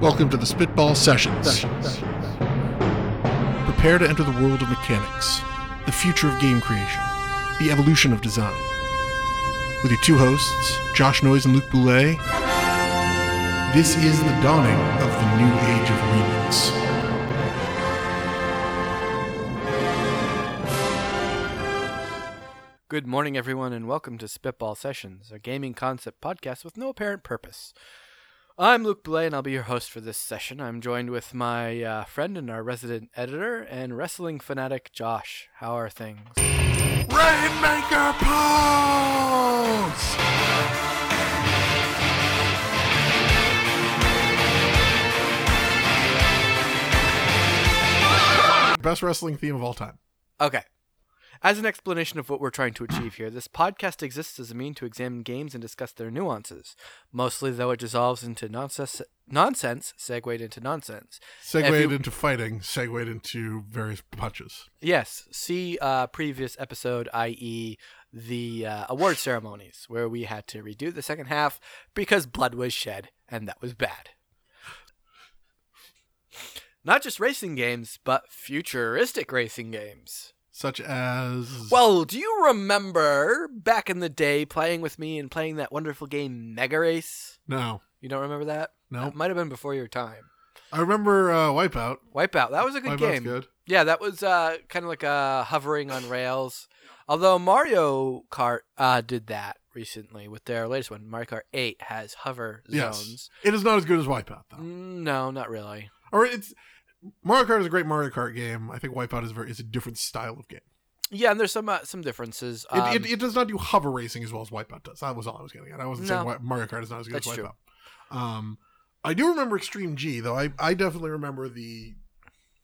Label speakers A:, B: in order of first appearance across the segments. A: Welcome to the Spitball Sessions. Prepare to enter the world of mechanics, the future of game creation, the evolution of design. With your two hosts, Josh Noyes and Luke Boulay, this is the dawning of the new age of remix.
B: Good morning, everyone, and welcome to Spitball Sessions, a gaming concept podcast with no apparent purpose. I'm Luke Blay, and I'll be your host for this session. I'm joined with my uh, friend and our resident editor and wrestling fanatic, Josh. How are things?
A: Rainmaker Pose! Best wrestling theme of all time.
B: Okay. As an explanation of what we're trying to achieve here, this podcast exists as a mean to examine games and discuss their nuances. Mostly, though, it dissolves into nonsense, nonsense segued into nonsense.
A: Segued
B: you-
A: into fighting, segued into various punches.
B: Yes, see uh, previous episode, i.e., the uh, award ceremonies, where we had to redo the second half because blood was shed, and that was bad. Not just racing games, but futuristic racing games.
A: Such as.
B: Well, do you remember back in the day playing with me and playing that wonderful game Mega Race?
A: No.
B: You don't remember that?
A: No.
B: That might have been before your time.
A: I remember uh, Wipeout.
B: Wipeout. That was a good
A: Wipeout's
B: game.
A: good.
B: Yeah, that was uh, kind of like uh, hovering on rails. Although Mario Kart uh, did that recently with their latest one. Mario Kart 8 has hover
A: Yes.
B: zones.
A: It is not as good as Wipeout, though.
B: Mm, No, not really.
A: Or it's. Mario Kart is a great Mario Kart game. I think Wipeout is a, very, is a different style of game.
B: Yeah, and there's some uh, some differences.
A: It,
B: Um,
A: it, it does not do hover racing as well as Wipeout does. That was all I was getting at. I wasn't saying
B: No.
A: Wi- Mario Kart is not as good as
B: That's true.
A: Wipeout. Um, I do remember Extreme G though. I, I definitely remember the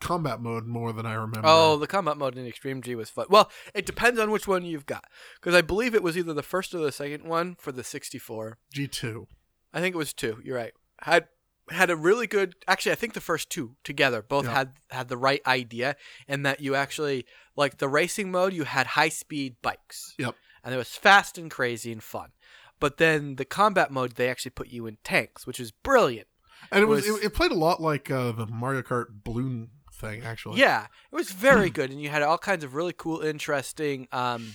A: combat mode more than I remember.
B: oh, the combat mode in Extreme G was fun. Well, it depends on which one you've got. Because I believe it was either the first or the second one for the 64.
A: G two.
B: I think it was two. You're right. Had had a really good. Actually, I think the first two together both
A: Yeah.
B: had had the right idea, and that you actually like the racing mode. You had high speed bikes.
A: Yep.
B: And it was fast and crazy and fun. But then the combat mode, they actually put you in tanks, which is brilliant.
A: And it was,
B: was-
A: it, it played a lot like uh, the Mario Kart balloon thing actually.
B: Yeah, it was
A: Hmm.
B: very good, and you had all kinds of really cool, interesting um,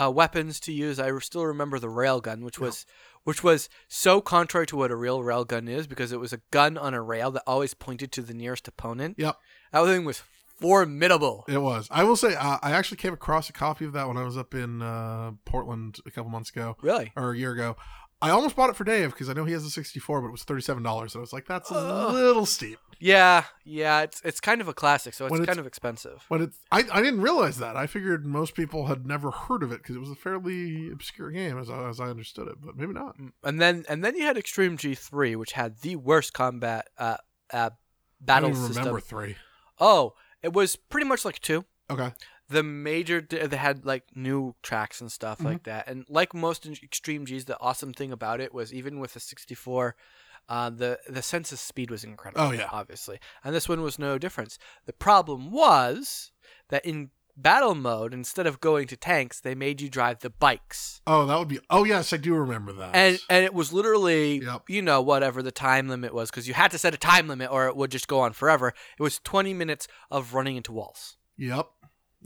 B: uh, weapons to use. I still remember the railgun, which
A: Yeah.
B: was which was so contrary to what a real railgun is, because it was a gun on a rail that always pointed to the nearest opponent.
A: Yep.
B: that thing was formidable.
A: It was. I will say uh, I actually came across a copy of that when I was up in uh, Portland a couple months ago
B: Really,
A: or a year ago. I almost bought it for Dave because I know he has a 64, but it was $37. And I was like, that's a
B: Ugh.
A: little steep.
B: yeah, yeah. It's it's kind of a classic, so it's
A: When it's-
B: kind of expensive.
A: But it's I, I didn't realize that. I figured most people had never heard of it because it was a fairly obscure game as I, as I understood it, but maybe not.
B: Mm, And then and then you had Extreme G three, which had the worst combat uh, uh,
A: I
B: battle
A: don't even
B: system.
A: remember three.
B: Oh, it was pretty much like two.
A: Okay.
B: the major d- they had like new tracks and stuff
A: Mhm.
B: like that and like most in- extreme g's the awesome thing about it was even with the 64 uh, the the sense of speed was incredible
A: Oh, yeah.
B: obviously and this one was no difference the problem was that in battle mode instead of going to tanks they made you drive the bikes
A: Oh, that would be. Oh yes, I do remember that.
B: and and it was literally
A: Yep.
B: you know whatever the time limit was because you had to set a time limit or it would just go on forever it was 20 minutes of running into walls
A: yep.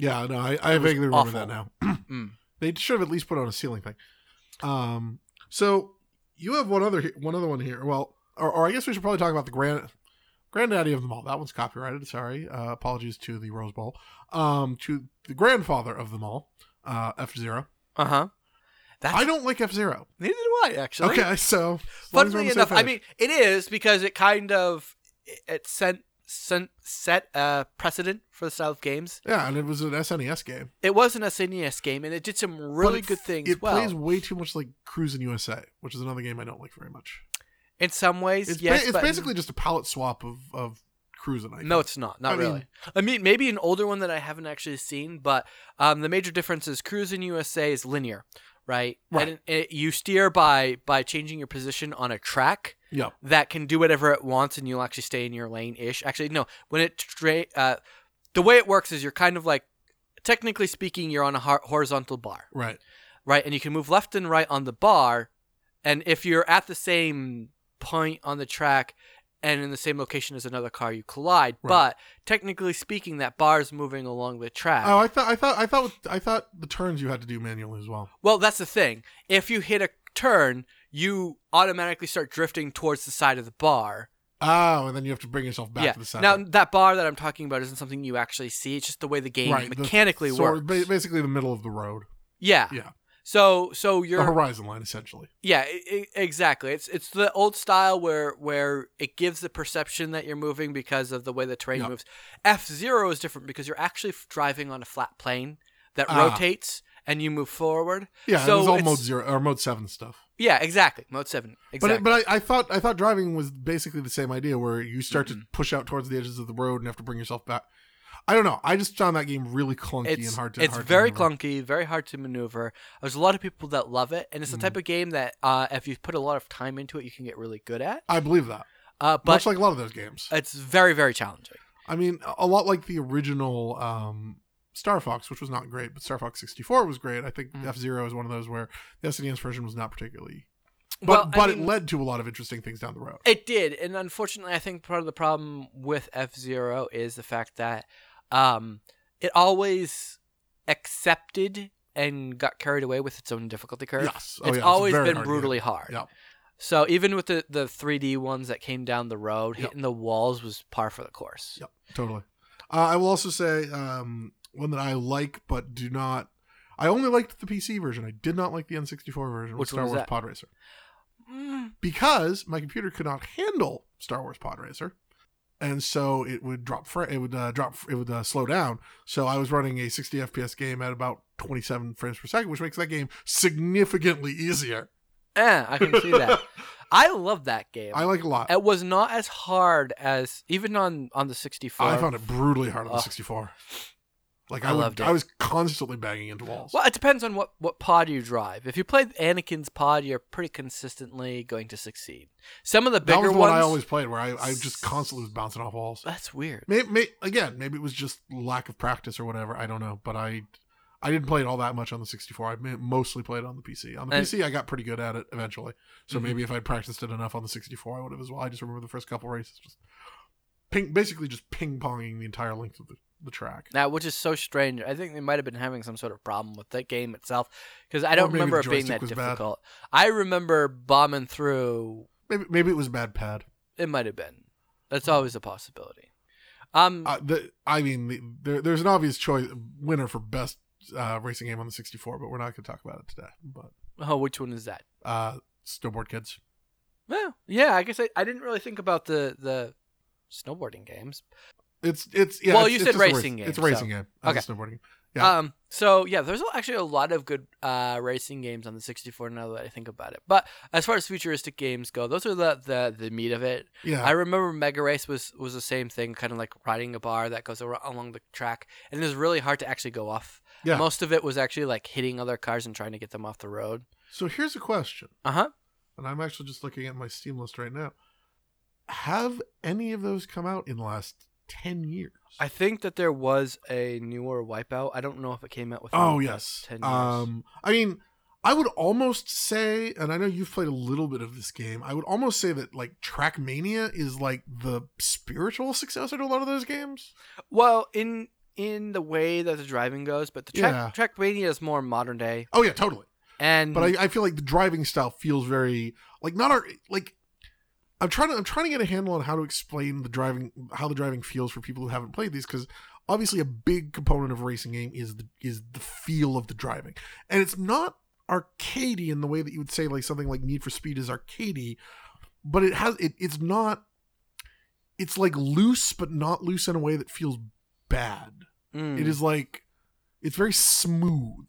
A: Yeah. No, I, I
B: It was
A: vaguely remember
B: awful.
A: that now.
B: Mm.
A: They should have at least put on a ceiling thing. Um. So you have one other he- one other one here. Well, or, or I guess we should probably talk about the grand granddaddy of them all. That one's copyrighted. Sorry. Uh, apologies to the Rose Bowl. Um, to the grandfather of them all. Uh, F Zero.
B: uh-huh that's
A: I don't like F Zero.
B: Neither do I, actually.
A: Okay, so as long as we're on
B: Funnily
A: the same
B: enough, I
A: page.
B: mean, it is because it kind of it- it sent, sent set a precedent for the style of games.
A: yeah, and it was an SNES game.
B: It was an SNES E game, and it did some
A: but
B: really
A: it-
B: good things.
A: It
B: well,
A: plays way too much like Cruising USA, which is another game I don't like very much.
B: in some ways,
A: It's, ba-
B: yes,
A: it's
B: but
A: basically just a palette swap of of Cruising. I
B: no,
A: think.
B: it's not. Not
A: I mean-
B: really. I mean, maybe an older one that I haven't actually seen, but um, the major difference is Cruise in USA is linear, right?
A: Right.
B: And it, you steer by by changing your position on a track.
A: yeah,
B: that can do whatever it wants and you'll actually stay in your lane ish. Actually, no. When it tra- uh, the way it works is you're kind of like technically speaking you're on a ho- horizontal bar,
A: right.
B: right? And you can move left and right on the bar and if you're at the same point on the track and in the same location as another car, you collide.
A: Right.
B: But technically speaking, that bar is moving along the track.
A: Oh, I thought I thought I thought I thought the turns you had to do manually as well.
B: Well, that's the thing. If you hit a turn, you automatically start drifting towards the side of the bar.
A: Oh, and then you have to bring yourself back
B: yeah.
A: to the center.
B: now, that bar that I'm talking about isn't something you actually see. It's just the way the game
A: Right, the
B: mechanically
A: so
B: works.
A: ba- basically the middle of the road,
B: yeah.
A: yeah.
B: So, so
A: the
B: you're
A: horizon line essentially.
B: yeah, I- I- exactly. It's it's the old style where where it gives the perception that you're moving because of the way the terrain
A: Yep.
B: moves. F zero is different because you're actually f- driving on a flat plane that
A: Ah.
B: rotates and you move forward.
A: Yeah,
B: So
A: it was all
B: it's-
A: mode zero or mode seven stuff.
B: Yeah, exactly. Mode seven. Exactly.
A: But it, but I, I thought I thought driving was basically the same idea where you start to push out towards the edges of the road and have to bring yourself back. I don't know. I just found that game really clunky
B: it's,
A: and hard to.
B: it's
A: hard to
B: very
A: maneuver.
B: clunky, very hard to maneuver. There's a lot of people that love it, and it's the type
A: Mm-hmm.
B: of game that uh, if you put a lot of time into it, you can get really good at.
A: I believe that.
B: Uh, but
A: Much like a lot of those games.
B: it's very, very challenging.
A: I mean, a lot like the original um, Star Fox, which was not great, but Star Fox 64 was great. I think
B: Mm.
A: F Zero is one of those where the SNES version was not particularly. But
B: Well, I
A: but
B: mean-
A: it led to a lot of interesting things down the road.
B: It did, and unfortunately, I think part of the problem with F Zero is the fact that um, it always accepted and got carried away with its own difficulty curve.
A: Yes. Oh,
B: it's
A: yeah,
B: always
A: very
B: been
A: hard to get.
B: brutally hard.
A: Yeah.
B: So even with the, the 3D ones that came down the road,
A: Yeah.
B: hitting the walls was par for the course.
A: Yeah. Totally. Uh, I will also say um, one that I like, but do not. I only liked the PC version. I did not like the N64 version with
B: Which
A: Star
B: one was
A: Wars
B: that?
A: Pod Racer
B: Mm,
A: because my computer could not handle Star Wars Pod Racer, and so it would drop. Fr- it would uh, drop. It would uh, slow down. So I was running a 60 FPS game at about 27 frames per second, which makes that game significantly easier.
B: eh, I can see that. I love that game.
A: I like it a lot.
B: it was not as hard as even on on the 64.
A: I found it brutally hard on the
B: Ugh.
A: 64. Like
B: I
A: I, would-
B: loved it.
A: I was constantly banging into walls.
B: Well, it depends on what, what pod you drive. If you play Anakin's pod, you're pretty consistently going to succeed. Some of the
A: That
B: bigger
A: was the
B: ones.
A: one I always played, where I, I just constantly was bouncing off walls.
B: That's weird.
A: Maybe, may again, maybe it was just lack of practice or whatever. I don't know, but I, I didn't play it all that much on the 64. I ma- mostly played it on the PC. On the
B: And-
A: PC, I got pretty good at it eventually. So
B: Mhm.
A: maybe if I'd practiced it enough on the 64, I would have as well. I just remember the first couple races, just ping, basically just ping ponging the entire length of the, the track.
B: Now, which is so strange. I think they might have been having some sort of problem with that game itself because I
A: Or
B: don't
A: maybe the
B: remember it being
A: joystick
B: that
A: was bad.
B: difficult. I remember bombing through.
A: Maybe maybe it was a bad pad.
B: It might have been. That's always a possibility. Um,
A: Uh, the, I mean, the, there, there's an obvious choice winner for best uh, racing game on the 64, but we're not going to talk about it today. But
B: oh, which one is that?
A: uh, snowboard kids.
B: Well, yeah, I guess I, I didn't really think about the the snowboarding games.
A: It's it's yeah.
B: Well,
A: it's-
B: you
A: it's
B: said
A: just a race-
B: racing game,
A: It's a
B: so-
A: racing game. not a
B: Okay.
A: snowboarding. game. Yeah.
B: Um. So yeah, there's actually a lot of good uh, racing games on the 64 now that I think about it. But as far as futuristic games go, those are the the, the meat of it.
A: Yeah.
B: I remember Mega Race was was the same thing, kind of like riding a bar that goes ar- along the track, and it was really hard to actually go off.
A: Yeah.
B: Most of it was actually like hitting other cars and trying to get them off the road.
A: so here's a question,
B: Uh huh.
A: and I'm actually just looking at my Steam list right now. Have any of those come out in the last ten years?
B: I think that there was a newer Wipeout. I don't know if it came out with.
A: oh
B: the
A: yes.
B: 10 years.
A: Um. I mean, I would almost say, and I know you've played a little bit of this game. I would almost say that like Trackmania is like the spiritual successor to a lot of those games.
B: Well, in in the way that the driving goes, but the track Trackmania is more modern day,
A: Oh yeah, totally.
B: and
A: but I, I feel like the driving style feels very like not our like I'm trying to I'm trying to get a handle on how to explain the driving how the driving feels for people who haven't played these because obviously a big component of a racing game is the is the feel of the driving and it's not arcadey in the way that you would say like something like Need for Speed is arcadey but it has it, it's not it's like loose but not loose in a way that feels bad
B: Mm.
A: it is like it's very smooth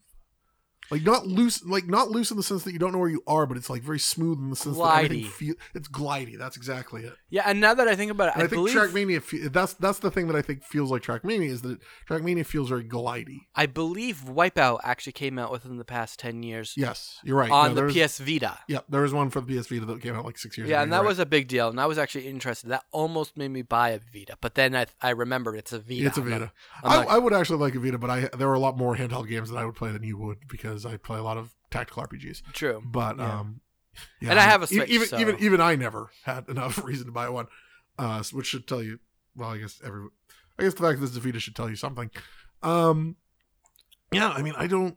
A: like not loose like not loose in the sense that you don't know where you are but it's like very smooth in the sense that everything
B: Glidey.
A: feel, it's glidey that's exactly it
B: Yeah, and now that I think about it,
A: and
B: I,
A: i, think
B: believe
A: trackmania fe- that's that's the thing that i think feels like trackmania is that trackmania feels very glidey
B: I believe Wipeout actually came out within the past ten years
A: yes you're right
B: on
A: No,
B: the
A: there's-
B: PS Vita.
A: yeah there was one for the ps vita that came out like six years ago
B: Yeah, and
A: you're
B: that
A: right.
B: was a big deal, and I was actually interested. That almost made me buy a Vita, but then I I remembered it's a Vita.
A: it's a
B: I'm not-
A: vita
B: I'm
A: I,
B: not-
A: I would actually like a vita but i there were a lot more handheld games that i would play than you would because i play a lot of tactical rpgs
B: true.
A: but
B: Yeah.
A: um yeah,
B: And I have a
A: e-
B: Switch,
A: even
B: so-
A: even even I never had enough reason to buy one. uh, which should tell you. Well, I guess every, I guess the fact that this defeated should tell you something. Um, yeah, I mean, I don't.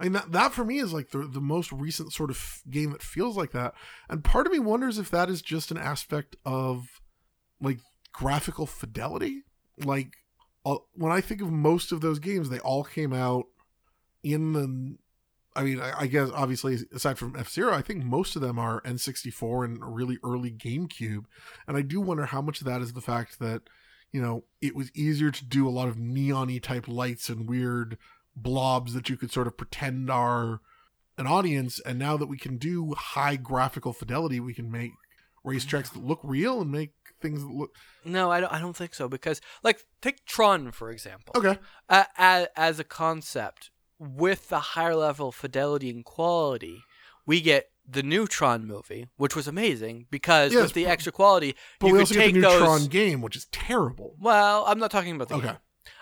A: I mean, that, that for me is like the, the most recent sort of f- game that feels like that. And part of me wonders if that is just an aspect of like graphical fidelity. Like uh, when I think of most of those games, they all came out in the. I mean, I, I guess obviously aside from F Zero, I think most of them are N64 and really early GameCube. And I do wonder how much of that is the fact that, you know, it was easier to do a lot of neon y type lights and weird blobs that you could sort of pretend are an audience. And now that we can do high graphical fidelity, we can make racetracks that look real and make things that look
B: No, I don't, I don't think so because, like, take Tron, for example.
A: okay.
B: Uh, as, as a concept, with the higher level of fidelity and quality, we get the new Tron movie, which was amazing because
A: Yes,
B: with the
A: but-
B: extra quality,
A: But
B: you
A: we
B: could
A: also
B: take
A: get the new
B: those.
A: Tron game, which is terrible.
B: Well, I'm not talking about the.
A: Okay.
B: game.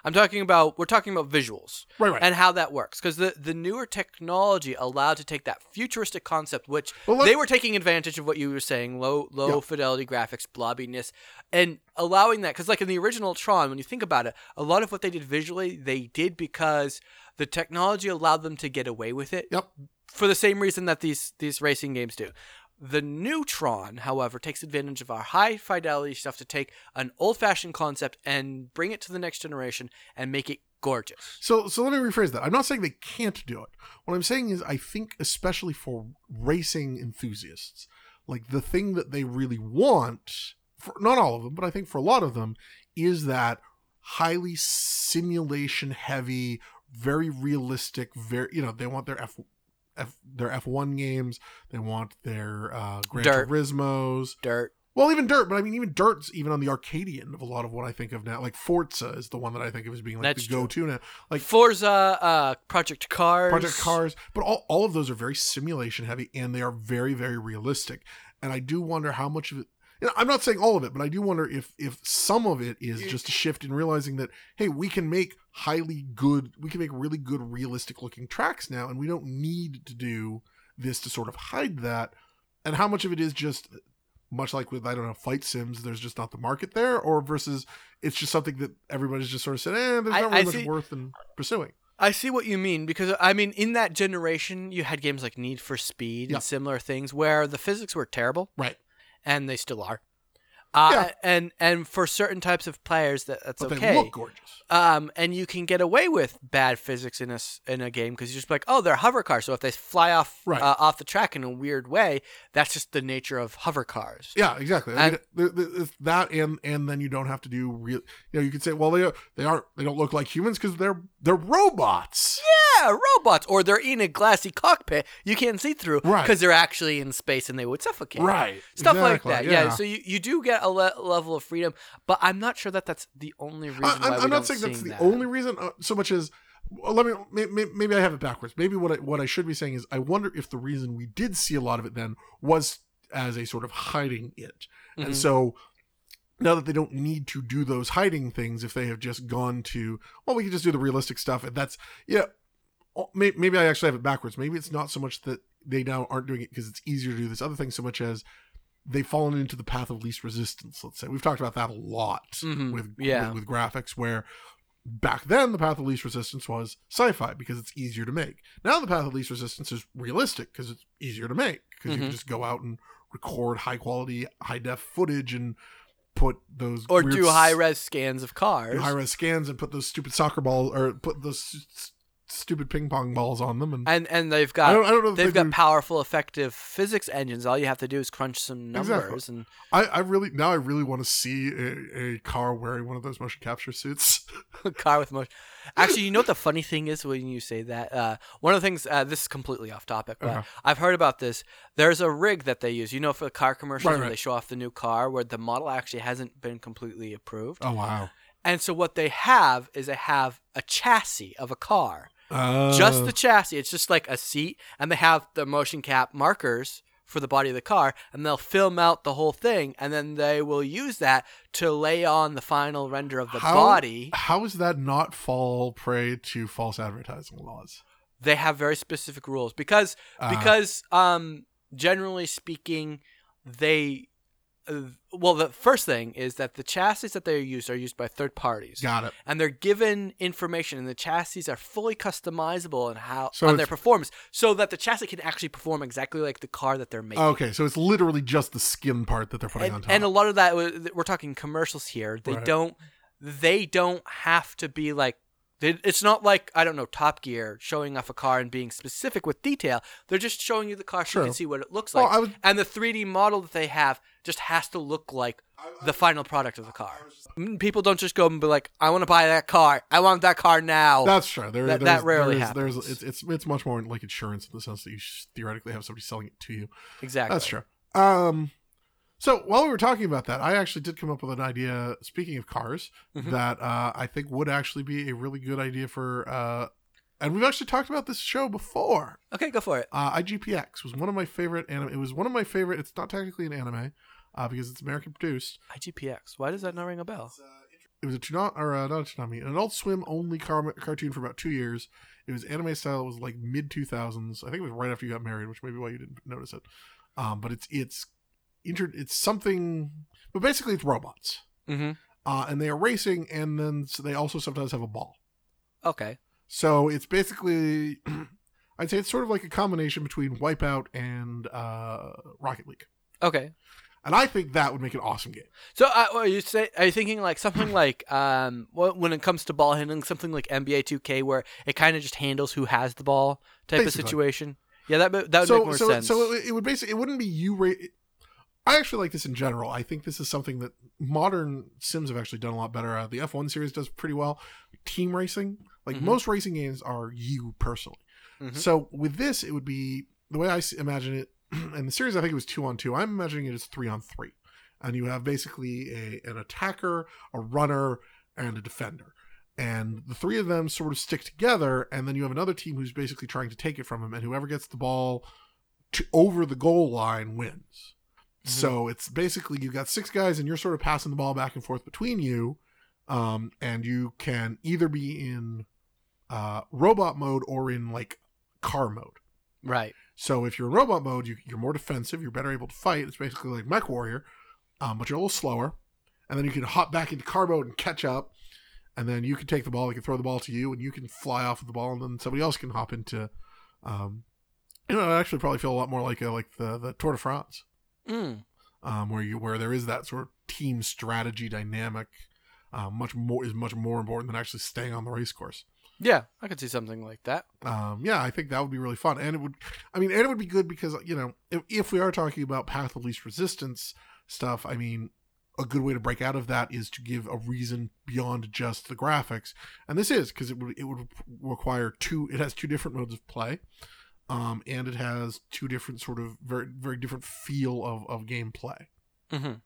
B: I'm talking about we're talking about visuals.
A: Right, right.
B: and how that works because the, the newer technology allowed to take that futuristic concept which
A: Well, let-
B: they were taking advantage of what you were saying low low
A: Yeah.
B: fidelity graphics blobbiness and allowing that because like in the original tron when you think about it a lot of what they did visually they did because the technology allowed them to get away with it
A: Yep.
B: for the same reason that these these racing games do the new Tron, however, takes advantage of our high fidelity stuff to take an old fashioned concept and bring it to the next generation and make it gorgeous.
A: So so let me rephrase that. I'm not saying they can't do it. What I'm saying is I think especially for racing enthusiasts, like the thing that they really want for not all of them, but I think for a lot of them is that highly simulation heavy, very realistic, very you know, they want their F F their F1 games, they want their uh Gran
B: Dirt.
A: Turismos.
B: Dirt.
A: Well, even Dirt, but I mean, even Dirt's even on the Arcadian of a lot of what I think of now. Like Forza is the one that I think of as being like
B: That's
A: the go-to now. Like
B: Forza, uh, Project Cars.
A: Project Cars, but all, all of those are very simulation heavy and they are very, very realistic. And I do wonder how much of it. You know, I'm not saying all of it, but I do wonder if if some of it is just a shift in realizing that hey, we can make highly good, we can make really good, realistic looking tracks now, and we don't need to do this to sort of hide that. And how much of it is just much like with I don't know flight sims, there's just not the market there, or versus it's just something that everybody's just sort of said, eh, there's
B: I-
A: not
B: I
A: really much
B: see-
A: worth in pursuing.
B: I see what you mean because I mean, in that generation, you had games like Need for Speed
A: Yeah.
B: and similar things where the physics were terrible,
A: Right.
B: and they still are. Uh,
A: Yeah.
B: And and for certain types of players, that that's
A: But
B: okay.
A: they look gorgeous.
B: um, and you can get away with bad physics in a s- in a game because you're just like, oh, they're hover cars. So if they fly off
A: Right.
B: uh, off the track in a weird way, that's just the nature of hover cars.
A: Yeah, exactly. I mean, th- th- th- that and and then you don't have to do real. You know, you could say, well, they they aren't they don't look like humans because they're they're robots.
B: yeah, robots, or they're in a glassy cockpit you can't see through because
A: Right.
B: they're actually in space and they would suffocate.
A: Right.
B: Stuff
A: Exactly,
B: like that. Yeah. So you, you do get a le- level of freedom, but I'm not sure that that's the only reason.
A: I,
B: why
A: am
B: we
A: I'm
B: don't
A: not saying that's
B: seeing
A: the
B: that.
A: only reason uh, so much as well, let me may- may- maybe I have it backwards. Maybe what I, what I should be saying is I wonder if the reason we did see a lot of it then was as a sort of hiding it,
B: Mhm.
A: and so. Now that they don't need to do those hiding things, if they have just gone to, well, we can just do the realistic stuff, and that's yeah. oh, may- Maybe I actually have it backwards. Maybe it's not so much that they now aren't doing it because it's easier to do this other thing, so much as they've fallen into the path of least resistance. Let's say we've talked about that a lot
B: Mhm,
A: with,
B: yeah.
A: with with graphics, where back then the path of least resistance was sci-fi because it's easier to make. Now the path of least resistance is realistic because it's easier to make because you
B: Mhm.
A: can just go out and record high quality, high def footage and put those
B: Or
A: weird
B: do
A: s-
B: high res scans of cars.
A: do high res scans and put those stupid soccer balls or put those s- s- stupid ping pong balls on them and.
B: and and they've
A: I
B: got
A: don't, I don't know. If
B: they've
A: they
B: got
A: do-
B: powerful, effective physics engines. All you have to do is crunch some
A: Exactly.
B: numbers and
A: I, I really now I really want to see a, a car wearing one of those motion capture suits.
B: A car with motion. Actually, you know what the funny thing is when you say that? Uh, one of the things, uh, this is completely off topic, but
A: Uh-huh.
B: I've heard about this. There's a rig that they use, you know, for car commercials
A: Right,
B: where
A: right.
B: they show off the new car where the model actually hasn't been completely approved.
A: Oh wow!
B: And so what they have is they have a chassis of a car, just
A: Uh, Oh.
B: the chassis. It's just like a seat, and they have the motion cap markers for the body of the car, and they'll film out the whole thing, and then they will use that to lay on the final render of the
A: How-
B: body.
A: How does that not fall prey to false advertising laws?
B: they have very specific rules because
A: Uh,
B: because um generally speaking they uh, well, the first thing is that the chassis that they use are used by third parties,
A: Got it.
B: and they're given information, and the chassis are fully customizable in how
A: So
B: on
A: it's-
B: their performance, so that the chassis can actually perform exactly like the car that they're making.
A: Okay, so it's literally just the skin part that they're putting on
B: and,
A: top.
B: and a lot of that wa- we're talking commercials here they
A: Right.
B: don't they don't have to be like they- it's not like i don't know top gear showing off a car and being specific with detail they're just showing you the car so you
A: True.
B: can see what it looks
A: Well,
B: like
A: I was-
B: and the 3d model that they have just has to look like the final product of the car Mm, people don't just go and be like i want to buy that car i want that car now
A: That's true. There,
B: Oh, That-
A: there's-
B: that rarely
A: there's, there's-
B: happens.
A: it's, it's it's much more like insurance in the sense that you should theoretically have somebody selling it to you.
B: exactly
A: That's true. Um, so while we were talking about that, I actually did come up with an idea. Speaking of cars,
B: Mhm.
A: that uh, I think would actually be a really good idea for. Uh, and we've actually talked about this show before.
B: okay go for it
A: Uh, IGPX was one of my favorite anime. It was one of my favorite. It's not technically an anime, uh, because it's American produced.
B: igpx why does that not ring a bell
A: It was a tsunami, or uh, not a tsunami, an adult swim only car- cartoon for about two years. It was anime style. It was like mid two thousands. I think it was right after you got married, which may be why you didn't notice it. Um, but it's it's inter- it's something, but basically it's robots,
B: mm-hmm.
A: uh, and they are racing, and then s they also sometimes have a ball.
B: okay
A: So it's basically, I'd say it's sort of like a combination between Wipeout and uh, Rocket League,
B: okay
A: and I think that would make an awesome game.
B: So uh, are you say are you thinking like something like um wh- when it comes to ball handling something like NBA 2K where it kind of just handles who has the ball type
A: Basically.
B: of situation? Yeah, that mo- that would
A: so
B: make more
A: so
B: sense.
A: so it, it would basically it wouldn't be you rate. I actually like this in general. I think this is something that modern Sims have actually done a lot better. Uh, the F1 series does pretty well. Team racing, like
B: Mhm.
A: most racing games, are you personally.
B: Mhm.
A: So with this, it would be the way I s- imagine it. And the series, I think it was two on two. I'm imagining it as three on three, and you have basically a an attacker, a runner, and a defender. And the three of them sort of stick together, and then you have another team who's basically trying to take it from them. And whoever gets the ball to over the goal line wins.
B: Mhm.
A: So it's basically you've got six guys, and you're sort of passing the ball back and forth between you. Um, and you can either be in uh, robot mode or in like car mode.
B: Mm-hmm. right.
A: So if you're in robot mode, you, you're more defensive. You're better able to fight. It's basically like Mech Warrior, um, but you're a little slower. And then you can hop back into car mode and catch up. And then you can take the ball. They can throw the ball to you, and you can fly off with the ball. And then somebody else can hop into. Um, you know, I actually probably feel a lot more like a, like the the Tour de France,
B: Mm.
A: um, where you where there is that sort of team strategy dynamic. Um, much more is much more important than actually staying on the race course
B: Yeah, I could see something like that.
A: um, yeah, I think that would be really fun, and it would, I mean, and it would be good because you know, if, if we are talking about path of least resistance stuff, I mean, a good way to break out of that is to give a reason beyond just the graphics, and this is because it would it would require two. It has two different modes of play, um, and it has two different sort of very very different feel of of gameplay.
B: hmm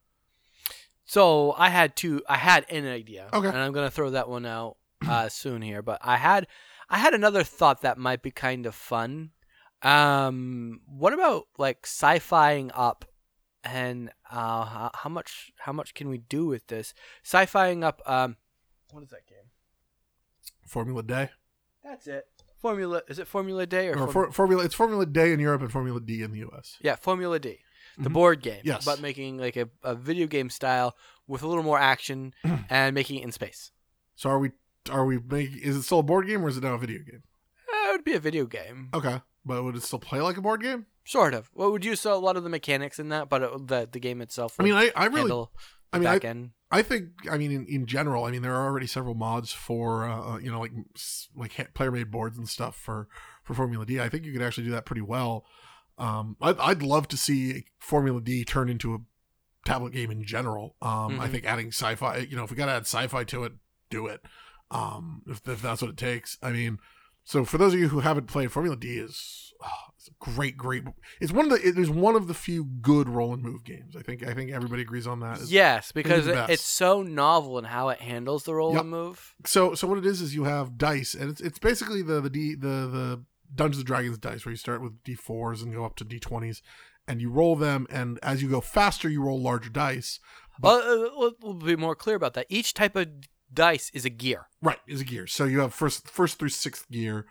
B: So I had two. I had an idea.
A: Okay.
B: And I'm gonna throw that one out uh, soon here, but I had I had another thought that might be kind of fun. Um, what about like sci-fiing up, and uh, how, how much how much can we do with this sci-fiing up? Um, what is that game?
A: Formula Day
B: That's it. Formula is it Formula Day or,
A: or
B: Form-
A: for, Formula? It's Formula Day in Europe and Formula D in the U.S.
B: yeah Formula D, the
A: Mhm.
B: board game.
A: Yes.
B: But making like a, a video game style with a little more action and making it in space.
A: So are we are we making? Is it still a board game or is it now a video game?
B: Uh, it would be a video game,
A: Okay, but would it still play like a board game?
B: sort of. What would you saw a lot of the mechanics in that, but it, the the game itself.
A: I
B: would
A: mean, I, I really,
B: handle the
A: I mean, I-
B: back end.
A: I think, I mean, in, in general, I mean, there are already several mods for, uh, you know, like s- like ha- player made boards and stuff for for Formula D. I think you could actually do that pretty well. Um, I'd, I'd love to see Formula D turn into a tablet game in general. Um, I
B: Mhm.
A: think adding sci-fi, you know, if we got to add sci-fi to it, do it. Um, if, if that's what it takes. I mean, so for those of you who haven't played, Formula D is oh, it's a great, great. It's one of the it is one of the few good roll and move games. I think I think everybody agrees on that.
B: Yes, because
A: uh, the
B: it-
A: best.
B: it's so novel in how it handles the roll
A: Yep.
B: and move.
A: so so what it is is you have dice and it's it's basically the the D, the the Dungeons and Dragons dice where you start with d4s and go up to d20s and you roll them and as you go faster you roll larger dice. But-
B: Well, uh, we'll, we'll be more clear about that. Each type of dice is a gear.
A: Right, is a gear. So you have first first through sixth gear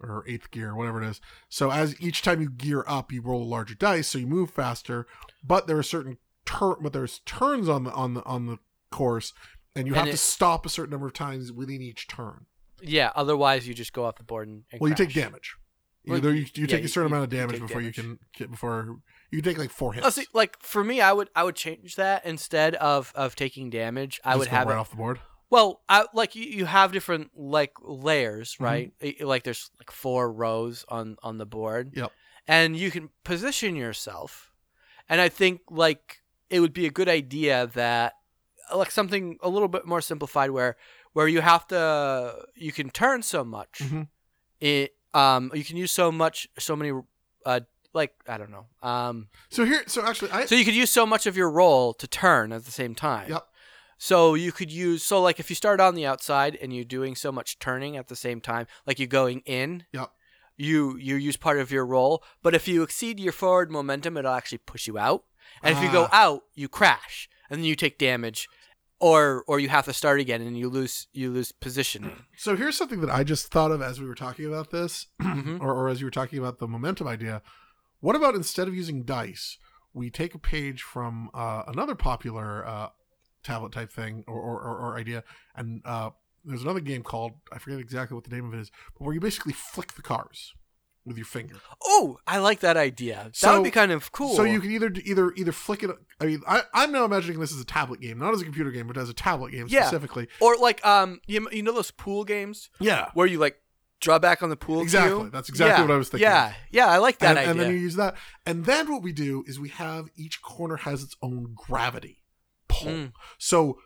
A: or eighth gear, whatever it is. So as each time you gear up, you roll a larger dice, so you move faster, but there are certain turn, but there's turns on the on the on the course, and you
B: And
A: have
B: it-
A: to stop a certain number of times within each turn.
B: Yeah, otherwise you just go off the board and, and
A: Well, you take
B: crash.
A: damage.
B: Well,
A: Either you, you
B: yeah,
A: take
B: you-
A: a certain
B: you-
A: amount of
B: you
A: damage
B: take
A: before
B: damage.
A: you can get before you take like four hits.
B: Oh, see, like for me, I would I would change that instead of of taking damage. I
A: Just
B: would
A: go
B: have
A: right
B: it.
A: off the board.
B: Well, I, like you, you have different like layers, right? I- Like there's like four rows on on the board.
A: Yep.
B: And you can position yourself, and I think like it would be a good idea that uh, like something a little bit more simplified where where you have to you can turn so much
A: Mhm.
B: it um you can use so much so many uh like i don't know um
A: So here, so actually, I
B: so you could use so much of your roll to turn at the same time.
A: Yep.
B: So you could use so like if you start on the outside and you're doing so much turning at the same time, like you're going in.
A: Yep.
B: You you use part of your roll, but if you exceed your forward momentum, it'll actually push you out. And if you go
A: Ah.
B: out, you crash and then you take damage, or or you have to start again and you lose you lose positioning.
A: so here's something that I just thought of as we were talking about this,
B: Mhm.
A: or, or as you were talking about the momentum idea. What about instead of using dice, we take a page from uh, another popular uh, tablet type thing or, or, or, or idea, and uh, there's another game called I forget exactly what the name of it is, but where you basically flick the cars with your finger.
B: Oh, I like that idea. that
A: So-
B: would be kind of cool.
A: So you can either either either flick it. I mean, I, I'm now imagining this as a tablet game, not as a computer game, but as a tablet game
B: Yeah.
A: specifically.
B: or like um you, you know those pool games
A: Yeah,
B: where you like draw back on the pool.
A: exactly.
B: cue?
A: That's exactly
B: Yeah.
A: what I was thinking.
B: Yeah, yeah, I like that
A: and,
B: idea.
A: and then you use that. And then what we do is we have each corner has its own gravity pull.
B: Mm.
A: So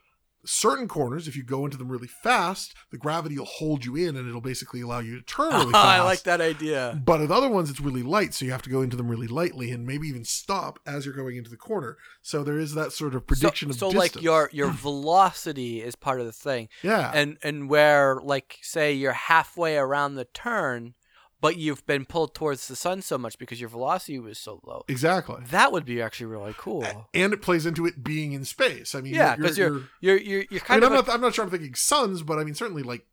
A: certain corners, if you go into them really fast, the gravity will hold you in, and it'll basically allow you to turn really fast.
B: I like that idea.
A: But at other ones, it's really light, so you have to go into them really lightly, and maybe even stop as you're going into the corner. So there is that sort of prediction
B: so,
A: of
B: so
A: distance.
B: like your your velocity is part of the thing,
A: yeah,
B: and and where like say you're halfway around the turn, but you've been pulled towards the sun so much because your velocity was so low.
A: exactly.
B: That would be actually really cool.
A: And it plays into it being in space. I mean,
B: Yeah,
A: you're-
B: 'cause you're-
A: you're
B: You're you're you're
A: I
B: kind
A: mean, I'm
B: of a-
A: not. I'm not sure. I'm thinking suns, but I mean certainly like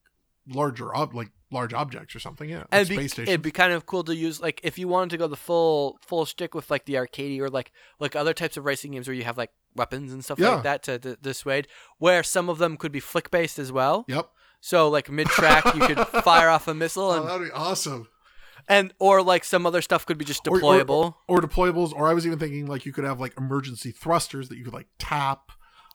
A: larger, ob- like large objects or something. Yeah, like
B: and it'd be,
A: space
B: it'd
A: station.
B: be kind of cool to use like if you wanted to go the full full stick with like the arcade or like like other types of racing games where you have like weapons and stuff
A: Yeah.
B: like that to, to dissuade where some of them could be flick based as well
A: yep.
B: so like mid track you could fire off a missile
A: Oh,
B: and,
A: that'd be awesome.
B: and or like some other stuff could be just
A: Or- or-
B: deployable
A: Or deployables. Or I was even thinking like you could have like emergency thrusters that you could like tap,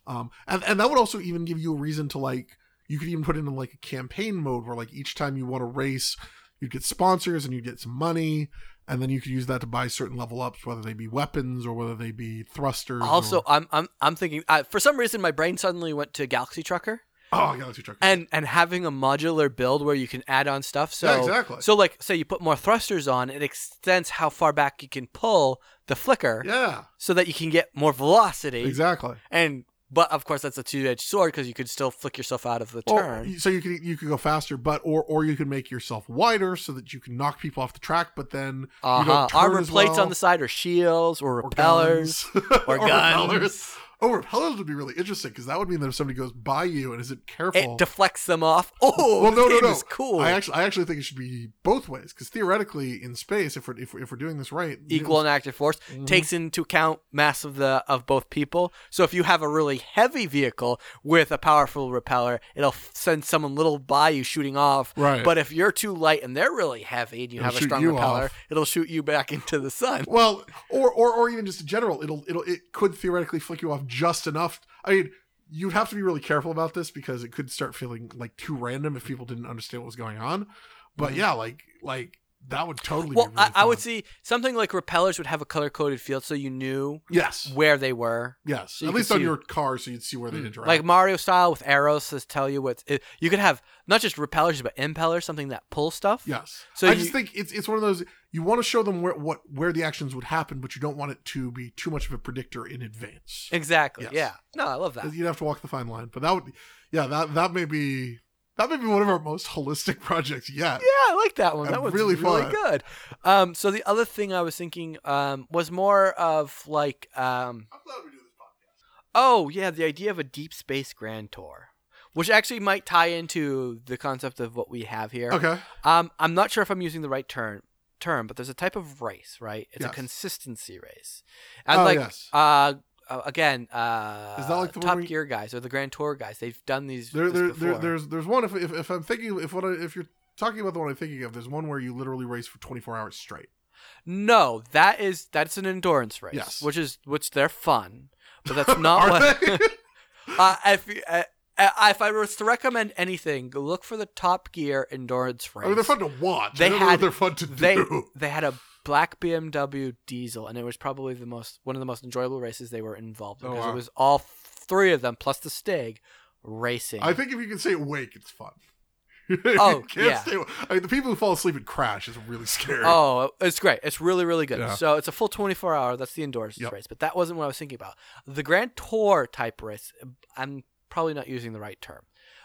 A: um, and and that would also even give you a reason to like. You could even put it in like a campaign mode where like each time you want to race, you'd get sponsors and you'd get some money, and then you could use that to buy certain level ups, whether they be weapons or whether they be thrusters. or-
B: also i'm i'm i'm thinking I, for some reason my brain suddenly went to galaxy trucker
A: oh, Galaxy Trucker.
B: and and having a modular build where you can add on stuff so
A: yeah, exactly.
B: So, like, say you put more thrusters on, it extends how far back you can pull the flicker,
A: yeah,
B: so that you can get more velocity.
A: exactly.
B: And but of course, that's a two-edged sword because you could still flick yourself out of the
A: Or-
B: turn.
A: so you could you could go faster, but or or you could make yourself wider so that you can knock people off the track, but then
B: Uh huh.
A: turn
B: Armor
A: as
B: plates
A: well.
B: on the side, or shields, or
A: or
B: repellers,
A: guns.
B: or guns.
A: repellers. Oh, repellers would be really interesting because that would mean that if somebody goes by you and isn't careful,
B: It deflects them off. Oh,
A: Well, no, no,
B: this game
A: no.
B: is cool.
A: I actually I actually think it should be both ways because theoretically in space, if we're if, we're- if we're doing this right,
B: Equal and active force
A: Mhm.
B: takes into account mass of the of both people. So if you have a really heavy vehicle with a powerful repeller, it'll f- send someone little by you shooting off
A: right?
B: But if you're too light and they're really heavy and you
A: It'll
B: have a
A: shoot
B: strong
A: you
B: repeller,
A: off.
B: it'll shoot you back into the sun.
A: Well, or, or or even just in general, it'll it'll it could theoretically flick you off just enough. I mean, you'd have to be really careful about this because it could start feeling like too random if people didn't understand what was going on. But
B: Mhm.
A: yeah, like like that would totally.
B: Well,
A: be really
B: I, I would
A: fun.
B: see something like repellers would have a color coded field so you knew
A: yes,
B: where they were.
A: yes.
B: so you
A: At
B: could
A: least on
B: see-
A: your car, so you'd see where they
B: Mm.
A: interact.
B: Like Mario style with arrows to tell you what it, you could have not just repellers but impellers, something that pulls stuff.
A: yes.
B: So
A: I
B: you-
A: just think it's it's one of those you want to show them where what where the actions would happen, but you don't want it to be too much of a predictor in advance.
B: Exactly.
A: Yes.
B: Yeah. No, I love that.
A: You'd have to walk the fine line, but that would, yeah, that that may be that may be one of our most holistic projects yet.
B: Yeah, I like that one.
A: Uh,
B: That one's really,
A: really fun.
B: good. Um, so the other thing I was thinking um, was more of like um,
A: I'm glad we do this podcast.
B: Oh, yeah, the idea of a deep space grand tour, which actually might tie into the concept of what we have here.
A: Okay.
B: Um, I'm not sure if I'm using the right term, term, but there's a type of race, right? It's a
A: Yes.
B: consistency race. And
A: oh
B: like
A: yes.
B: uh uh, again, uh,
A: Is that like the one
B: Top
A: where you-
B: Gear guys or the Grand Tour guys? They've done these.
A: There,
B: this
A: there,
B: before.
A: there, there's there's one if, if, if I'm thinking if what I, if you're talking about the one I'm thinking of, there's one where you literally race for 24 hours straight.
B: No, that is that's an endurance race.
A: Yes.
B: which is which they're fun, but that's not
A: Are
B: what.
A: they?
B: uh, if you- uh, uh, if I was to recommend anything, go look for the Top Gear endurance race.
A: I mean, they're fun to watch.
B: They
A: I don't know if
B: had-
A: they're fun to
B: they
A: do.
B: they had a black BMW diesel, and it was probably the most one of the most enjoyable races they were involved in
A: Oh,
B: because
A: wow.
B: it was all three of them plus the Stig racing.
A: I think if you can stay awake, it's fun. If you
B: Oh,
A: can't
B: yeah.
A: stay awa- I mean, the people who fall asleep and crash is really scary.
B: Oh, it's great. It's really, really good.
A: Yeah.
B: So it's a full 24 hour. That's the endurance
A: Yep.
B: race, but that wasn't what I was thinking about. The Grand Tour type race, I'm probably not using the right term.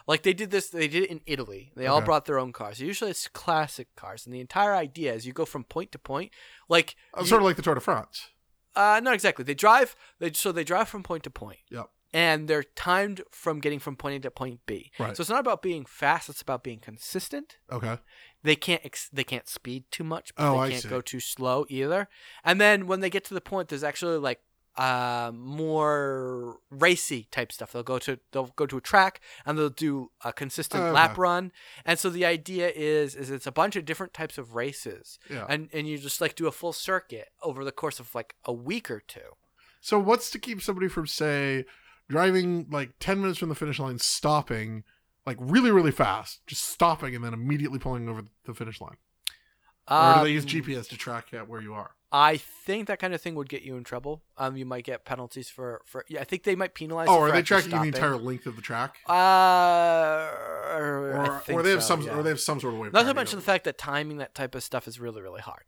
B: Like they did this, they did it in Italy. They all
A: Okay.
B: brought their own cars. Usually it's classic cars. And the entire idea is you go from point to point. Like,
A: I'm
B: you-
A: sort of like the Tour de France.
B: uh, not exactly. They drive, they so they drive from point to point.
A: Yep.
B: And they're timed from getting from point A to point B.
A: Right.
B: So it's not about being fast, it's about being consistent
A: Okay.
B: they can't ex- they can't speed too much but
A: Oh,
B: they
A: I
B: can't
A: see.
B: go too slow either and then when they get to the point there's actually like uh, more racy type stuff they'll go to they'll go to a track and they'll do a consistent
A: Oh, Okay.
B: lap run and so the idea is is it's a bunch of different types of races
A: Yeah.
B: and and you just like do a full circuit over the course of like a week or two
A: So what's to keep somebody from say driving like 10 minutes from the finish line, stopping like really really fast, just stopping and then immediately pulling over the finish line? or do they use
B: Um,
A: GPS to track at where you are?
B: I think that kind of thing would get you in trouble. Um, you might get penalties for for. Yeah, I think they might penalize. you
A: Oh,
B: for
A: are they
B: actually
A: tracking the
B: stopping.
A: entire length of the track?
B: Uh, I
A: Or,
B: think
A: or they have
B: so,
A: some
B: yeah.
A: or they have some sort of way of
B: Not to
A: tracking
B: mention
A: it.
B: the fact that timing that type of stuff is really really hard.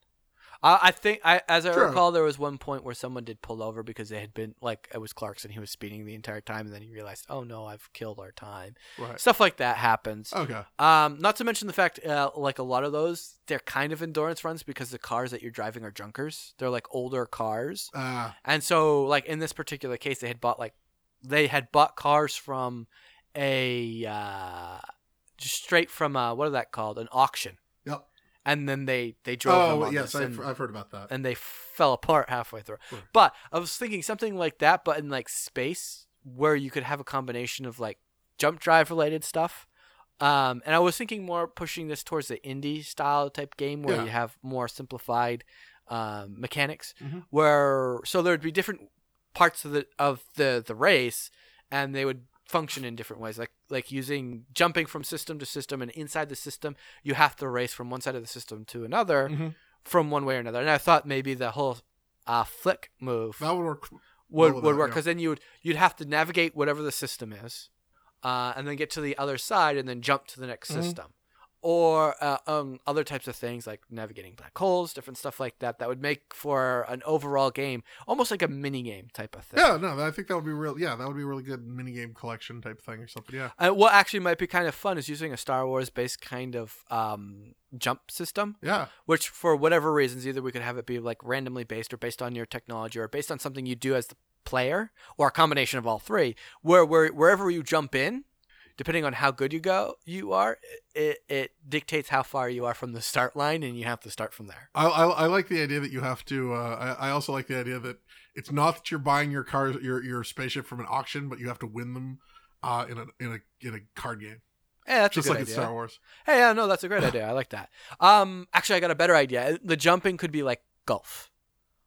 B: Uh, I I think I, as I
A: Sure.
B: recall, there was one point where someone did pull over because they had been like it was Clarkson. He was speeding the entire time, and then he realized, oh no, I've killed our time.
A: Right.
B: Stuff like that happens.
A: Okay.
B: Um, not to mention the fact, uh, like a lot of those, they're kind of endurance runs because the cars that you're driving are junkers. They're like older cars,
A: Uh,
B: and so, like in this particular case, they had bought like they had bought cars from a uh, just straight from uh, what are that called? An auction.
A: Yep.
B: And then they they drove them
A: oh,
B: on
A: yes,
B: this
A: I've,
B: and,
A: I've heard about that.
B: and they fell apart halfway through.
A: Sure.
B: But I was thinking something like that, but in like space where you could have a combination of like jump drive related stuff. Um, and I was thinking more pushing this towards the indie style type game where
A: Yeah.
B: you have more simplified um, mechanics,
A: Mhm.
B: where so there would be different parts of the of the the race, and they would function in different ways, like like using jumping from system to system, and inside the system you have to race from one side of the system to another,
A: Mhm.
B: from one way or another. And I thought maybe the whole uh, flick move
A: That would work.
B: would
A: well,
B: would
A: that-
B: work
A: yeah.
B: because then you would you'd have to navigate whatever the system is, uh, and then get to the other side and then jump to the next
A: Mhm.
B: system, or uh, um, other types of things like navigating black holes, different stuff like that. That would make for an overall game, almost like a mini game type of thing.
A: Yeah, no, I think that would be real. Yeah, that would be a really good minigame collection type thing or something. Yeah.
B: Uh, what actually might be kind of fun is using a Star Wars based kind of um, jump system
A: Yeah.
B: which for whatever reasons either we could have it be like randomly based or based on your technology or based on something you do as the player or a combination of all three where, where wherever you jump in depending on how good you go you are it, it dictates how far you are from the start line and you have to start from there
A: I, I, I like the idea that you have to. Uh, I, I also like the idea that it's not that you're buying your cars, your your spaceship from an auction, but you have to win them uh, in a in a in a card game,
B: yeah that's
A: just
B: a good
A: like in
B: idea
A: Star Wars.
B: hey yeah no that's a great idea i like that um actually i got a better idea the jumping could be like golf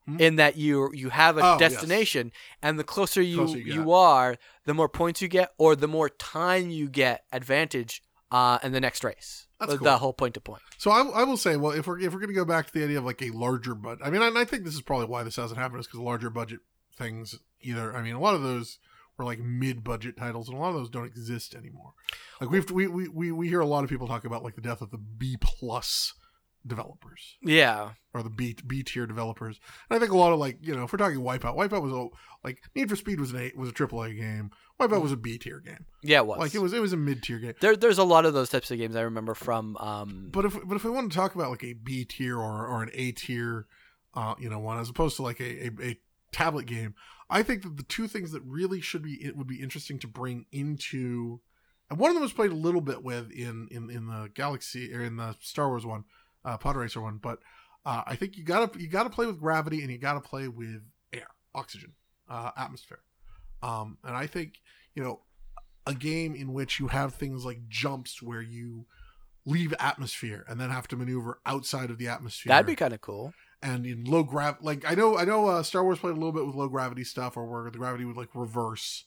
A: Hmm?
B: in that you you have a
A: Oh, yes.
B: destination and the closer you
A: Closer
B: you,
A: you get.
B: are the more points you get or the more time you get advantage uh in the next race
A: That's
B: the,
A: cool.
B: the whole point to point
A: So I, I will say, well, if we're if we're going to go back to the idea of like a larger budget, I mean, I, I think this is probably why this hasn't happened is because larger budget things either. I mean, a lot of those were like mid budget titles, and a lot of those don't exist anymore. Like we've we we we, we hear a lot of people talk about like the death of the B plus developers
B: yeah
A: or the B B tier developers, and I think a lot of like you know if we're talking Wipeout, Wipeout was a like Need for Speed was an eight was a AAA game, Wipeout was a B tier game,
B: yeah it was
A: like it was it was a mid tier game.
B: there, there's a lot of those types of games i remember from um
A: But if but if we want to talk about like a B tier or or an A tier, uh, you know, one as opposed to like a, a, a tablet game, I think that the two things that really should be it would be interesting to bring into, and one of them was played a little bit with in in in the Galaxy or in the Star Wars one, uh, Pod Racer one, but uh, I think you gotta you gotta play with gravity and you gotta play with air oxygen. uh, atmosphere. Um, and I think you know a game in which you have things like jumps where you leave atmosphere and then have to maneuver outside of the atmosphere.
B: That'd be kind of cool.
A: and in low grav like I know I know uh, Star Wars played a little bit with low gravity stuff or where the gravity would like reverse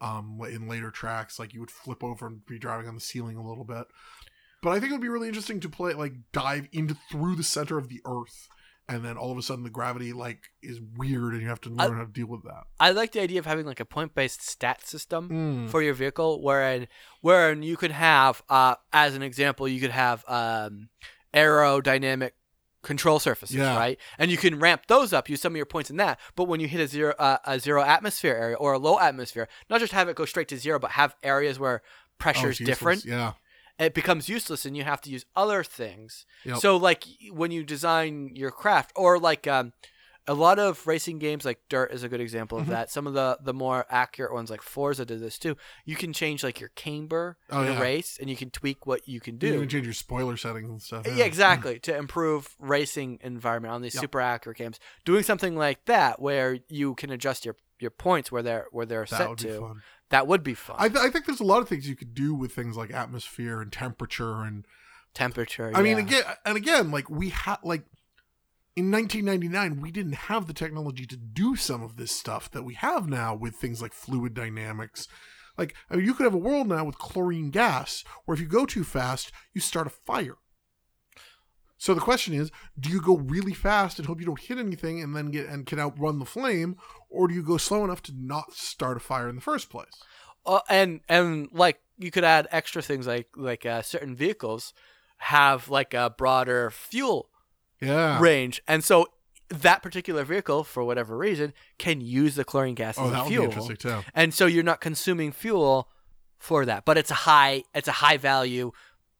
A: um in later tracks like you would flip over and be driving on the ceiling a little bit. But I think it would be really interesting to play like dive into through the center of the earth and then all of a sudden the gravity like is weird and you have to
B: I-
A: learn how to deal with that.
B: I like the idea of having like a point-based stat system
A: Mm.
B: for your vehicle, wherein wherein you could have, uh, as an example, you could have um, aerodynamic control surfaces,
A: Yeah.
B: right? And you can ramp those up, use some of your points in that. But when you hit a zero uh, a zero atmosphere area or a low atmosphere, not just have it go straight to zero, but have areas where
A: Oh,
B: pressure is
A: it's useless.
B: different.
A: Yeah.
B: It becomes useless, and you have to use other things.
A: Yep.
B: So, like when you design your craft, or like um, a lot of racing games, like Dirt is a good example of
A: Mhm.
B: that. Some of the the more accurate ones, like Forza, did this too. You can change like your camber
A: Oh,
B: in
A: yeah.
B: a race, and you can tweak what you can
A: You can
B: do.
A: even change your spoiler settings and stuff.
B: yeah, exactly to improve racing environment on these
A: Yeah.
B: super accurate games. Doing something like that, where you can adjust your your points where they're where they're
A: That
B: set
A: would be
B: to,
A: fun.
B: that would be fun.
A: I, th- I think there's a lot of things you could do with things like atmosphere and temperature and
B: Temperature.
A: I mean
B: yeah.
A: again and again like we had like in 1999 we didn't have the technology to do some of this stuff that we have now with things like fluid dynamics. Like I mean, you could have a world now with chlorine gas where if you go too fast you start a fire. So the question is, do you go really fast and hope you don't hit anything and then get and can outrun the flame or do you go slow enough to not start a fire in the first place?
B: Uh, and and like you could add extra things like like uh, certain vehicles have like a broader fuel
A: Yeah.
B: range, and so that particular vehicle, for whatever reason, can use the chlorine gas
A: Oh,
B: as
A: that
B: a
A: would
B: fuel,
A: be interesting too.
B: and so you're not consuming fuel for that. But it's a high it's a high value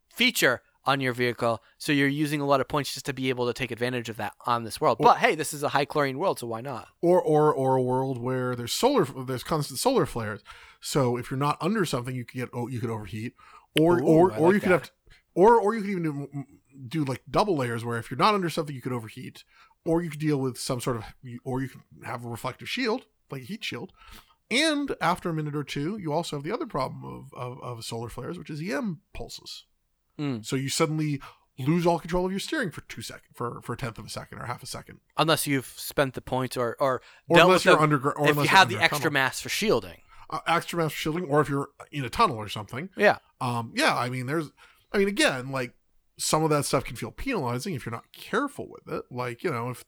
B: feature on your vehicle, so you're using a lot of points just to be able to take advantage of that on this world.
A: Well-
B: But hey, this is a high chlorine world, so why not?
A: Or or or a world where there's solar, there's constant solar flares. So if you're not under something, you could get oh, you could overheat, or
B: Ooh,
A: or
B: I
A: or
B: like
A: you could
B: that.
A: have, to, or or you could even do, do like double layers where if you're not under something, you could overheat, or you could deal with some sort of, or you can have a reflective shield like a heat shield. And after a minute or two, you also have the other problem of, of, of solar flares, which is EM pulses.
B: Mm.
A: So you suddenly lose all control of your steering for two sec for, for a tenth of a second or half a second.
B: Unless you've spent the points or or,
A: or
B: dealt
A: unless
B: with
A: you're
B: the-
A: underground, or
B: if
A: unless
B: you
A: you're
B: have the
A: under a
B: extra
A: tunnel.
B: mass for shielding.
A: uh, extra mass shielding, or if you're in a tunnel or something.
B: Yeah.
A: Um, yeah, I mean, there's, I mean, again, like some of that stuff can feel penalizing if you're not careful with it. Like, you know, if,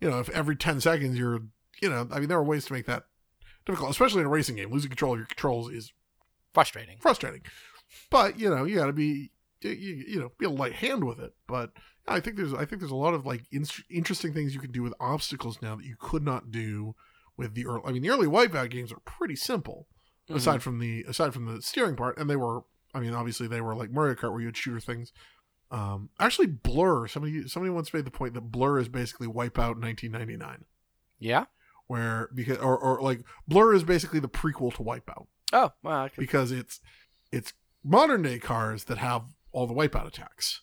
A: you know, if every 10 seconds you're, you know, I mean, there are ways to make that difficult, especially in a racing game. Losing control of your controls is
B: Frustrating.
A: frustrating, but you know, you got to be, you, you you know, be a light hand with it. But I think there's, I think there's a lot of like in- interesting things you can do with obstacles now that you could not do with the early. I mean, the early Wipeout games are pretty simple
B: Mm-hmm.
A: aside from the aside from the steering part and they were i mean obviously they were like mario kart where you would shooter things um actually blur somebody somebody once made the point that blur is basically wipeout 1999
B: Yeah.
A: where because or, or like blur is basically the prequel to wipeout
B: Oh, well, I could-
A: because it's it's modern day cars that have all the wipeout attacks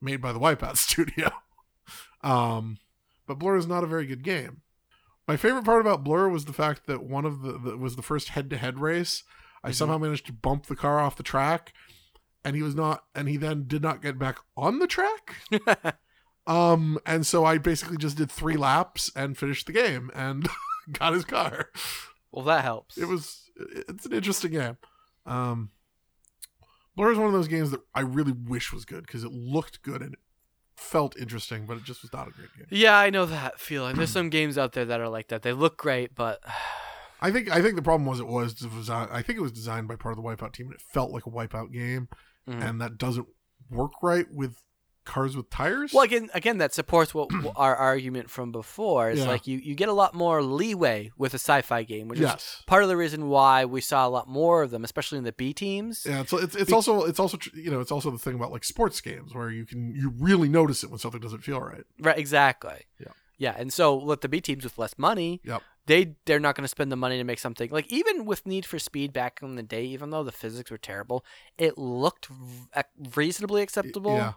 A: made by the wipeout studio um but blur is not a very good game my favorite part about blur was the fact that one of the, the was the first head-to-head race i
B: Mhm.
A: somehow managed to bump the car off the track and he was not and he then did not get back on the track um and so i basically just did three laps and finished the game and got his car
B: well, that helps.
A: it was it's an interesting game. Um, Blur is one of those games that I really wish was good because it looked good and it felt interesting, but it just was not a great game.
B: Yeah, I know that feeling. There's some games out there that are like that. They look great, but
A: I think I think the problem was it was designed. I think it was designed by part of the Wipeout team, and it felt like a Wipeout game,
B: Mhm.
A: and that doesn't work right with cars with tires.
B: well, again, again, that supports what what our argument from before is
A: Yeah.
B: like you you get a lot more leeway with a sci-fi game, which is
A: yes.
B: part of the reason why we saw a lot more of them, especially in the B teams.
A: Yeah, so it's it's
B: Be-
A: also it's also tr- you know it's also the thing about like sports games where you can you really notice it when something doesn't feel right.
B: Right, exactly.
A: Yeah.
B: Yeah, and so let the B teams with less money.
A: Yep.
B: They they're not going to spend the money to make something like even with Need for Speed back in the day, even though the physics were terrible, it looked v- ac- reasonably acceptable.
A: Yeah,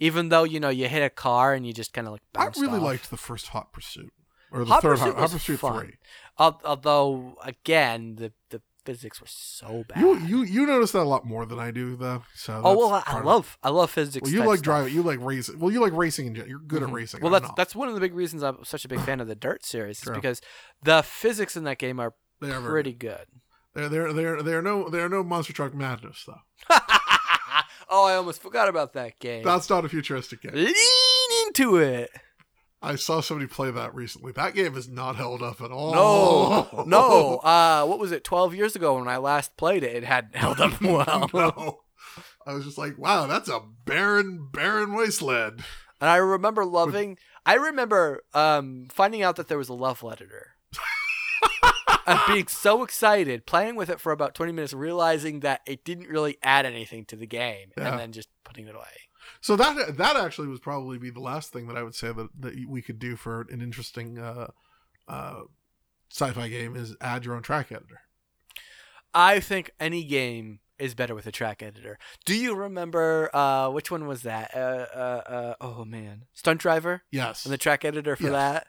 B: Even though you know you hit a car and you just kind of like.
A: I
B: bounced
A: really
B: off.
A: liked the first Hot Pursuit. or the
B: Hot
A: third
B: Pursuit
A: Hot, Hot
B: was
A: Pursuit
B: fun.
A: three.
B: Al- Although, again, the, the physics were so bad.
A: You you you notice that a lot more than I do though. So
B: oh
A: that's
B: well, I- I
A: part of it.
B: love I love physics.
A: Well, you
B: type
A: like
B: stuff.
A: driving. You like racing. Well, you like racing in general. You're good
B: Mhm.
A: at racing.
B: Well,
A: I'm
B: that's
A: not.
B: that's one of the big reasons I'm such a big fan of the Dirt series, is
A: True.
B: because the physics in that game are
A: They are very
B: pretty good.
A: There, there, there, there are no, there are no monster truck madness though.
B: oh, I almost forgot about that game.
A: That's not a futuristic game.
B: Lean into it.
A: I saw somebody play that recently. That game is not held up at all. Oh.
B: No, no. Uh, what was it? Twelve years ago when I last played it, it hadn't held up well.
A: no. I was just like, wow, that's a barren, barren wasteland.
B: And I remember loving. I remember um, finding out that there was a level editor. and being so excited, playing with it for about twenty minutes, realizing that it didn't really add anything to the game,
A: Yeah.
B: and then just putting it away.
A: So that that actually was probably be the last thing that I would say that that we could do for an interesting uh, uh, sci-fi game is add your own track editor.
B: I think any game is better with a track editor. Do you remember uh, which one was that? Uh, uh, uh, oh man, Stunt Driver
A: Yes,
B: and the track editor for
A: Yes.
B: that.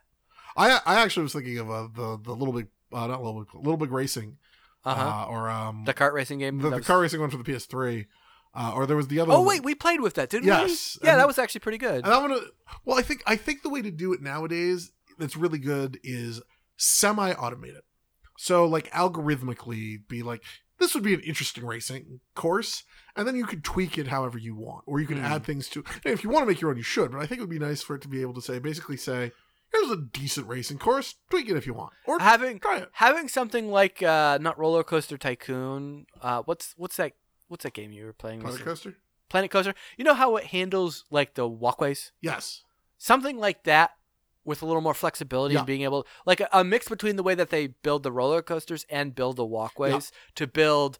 A: I I actually was thinking of uh, the the little big uh, not little big little big racing
B: Uh-huh.
A: uh, or um
B: the kart racing game.
A: the,
B: that
A: the
B: was-
A: car racing one for the PS3, uh, or there was the other.
B: Oh
A: one.
B: wait, we played with that, didn't we?
A: Yes,
B: Yeah,
A: and-
B: that was actually pretty good.
A: and I want to. Well, I think I think the way to do it nowadays that's really good is semi-automate it. So like algorithmically, be like this would be an interesting racing course, and then you could tweak it however you want, or you can
B: Hmm.
A: add things to. and if you want to make your own, you should. But I think it would be nice for it to be able to say basically say. Here's a decent racing course. Tweak it if you want, or
B: Having
A: try it.
B: having something like uh, not Roller Coaster Tycoon. Uh, what's what's that? What's that game you were playing?
A: Planet
B: recently?
A: coaster.
B: Planet Coaster. You know how it handles like the walkways.
A: Yes.
B: Something like that with a little more flexibility
A: Yeah.
B: and being able like a, a mix between the way that they build the roller coasters and build the walkways to build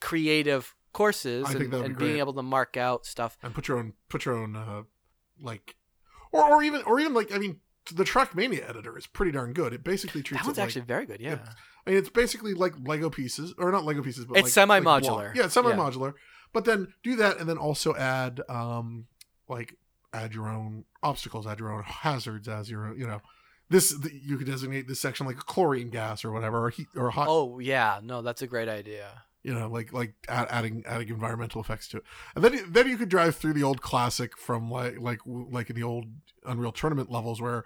B: creative courses
A: I think
B: and,
A: that would be
B: and being
A: great.
B: able to mark out stuff.
A: and put your own put your own uh like or or even or even like i mean the trackmania editor is pretty darn good it basically treats
B: That one's
A: it like
B: actually very good. Yeah.
A: i mean it's basically like lego pieces or not lego pieces but
B: It's
A: like- like
B: semi-modular.
A: block- yeah it's semi-modular but then do that and then also add um like add your own obstacles add your own hazards as your own you know this the, you could designate this section like a chlorine gas or whatever or heat or a hot
B: Oh yeah, no, that's a great idea.
A: you know like like add, adding adding environmental effects to it and then then you could drive through the old classic from like like like in the old unreal tournament levels where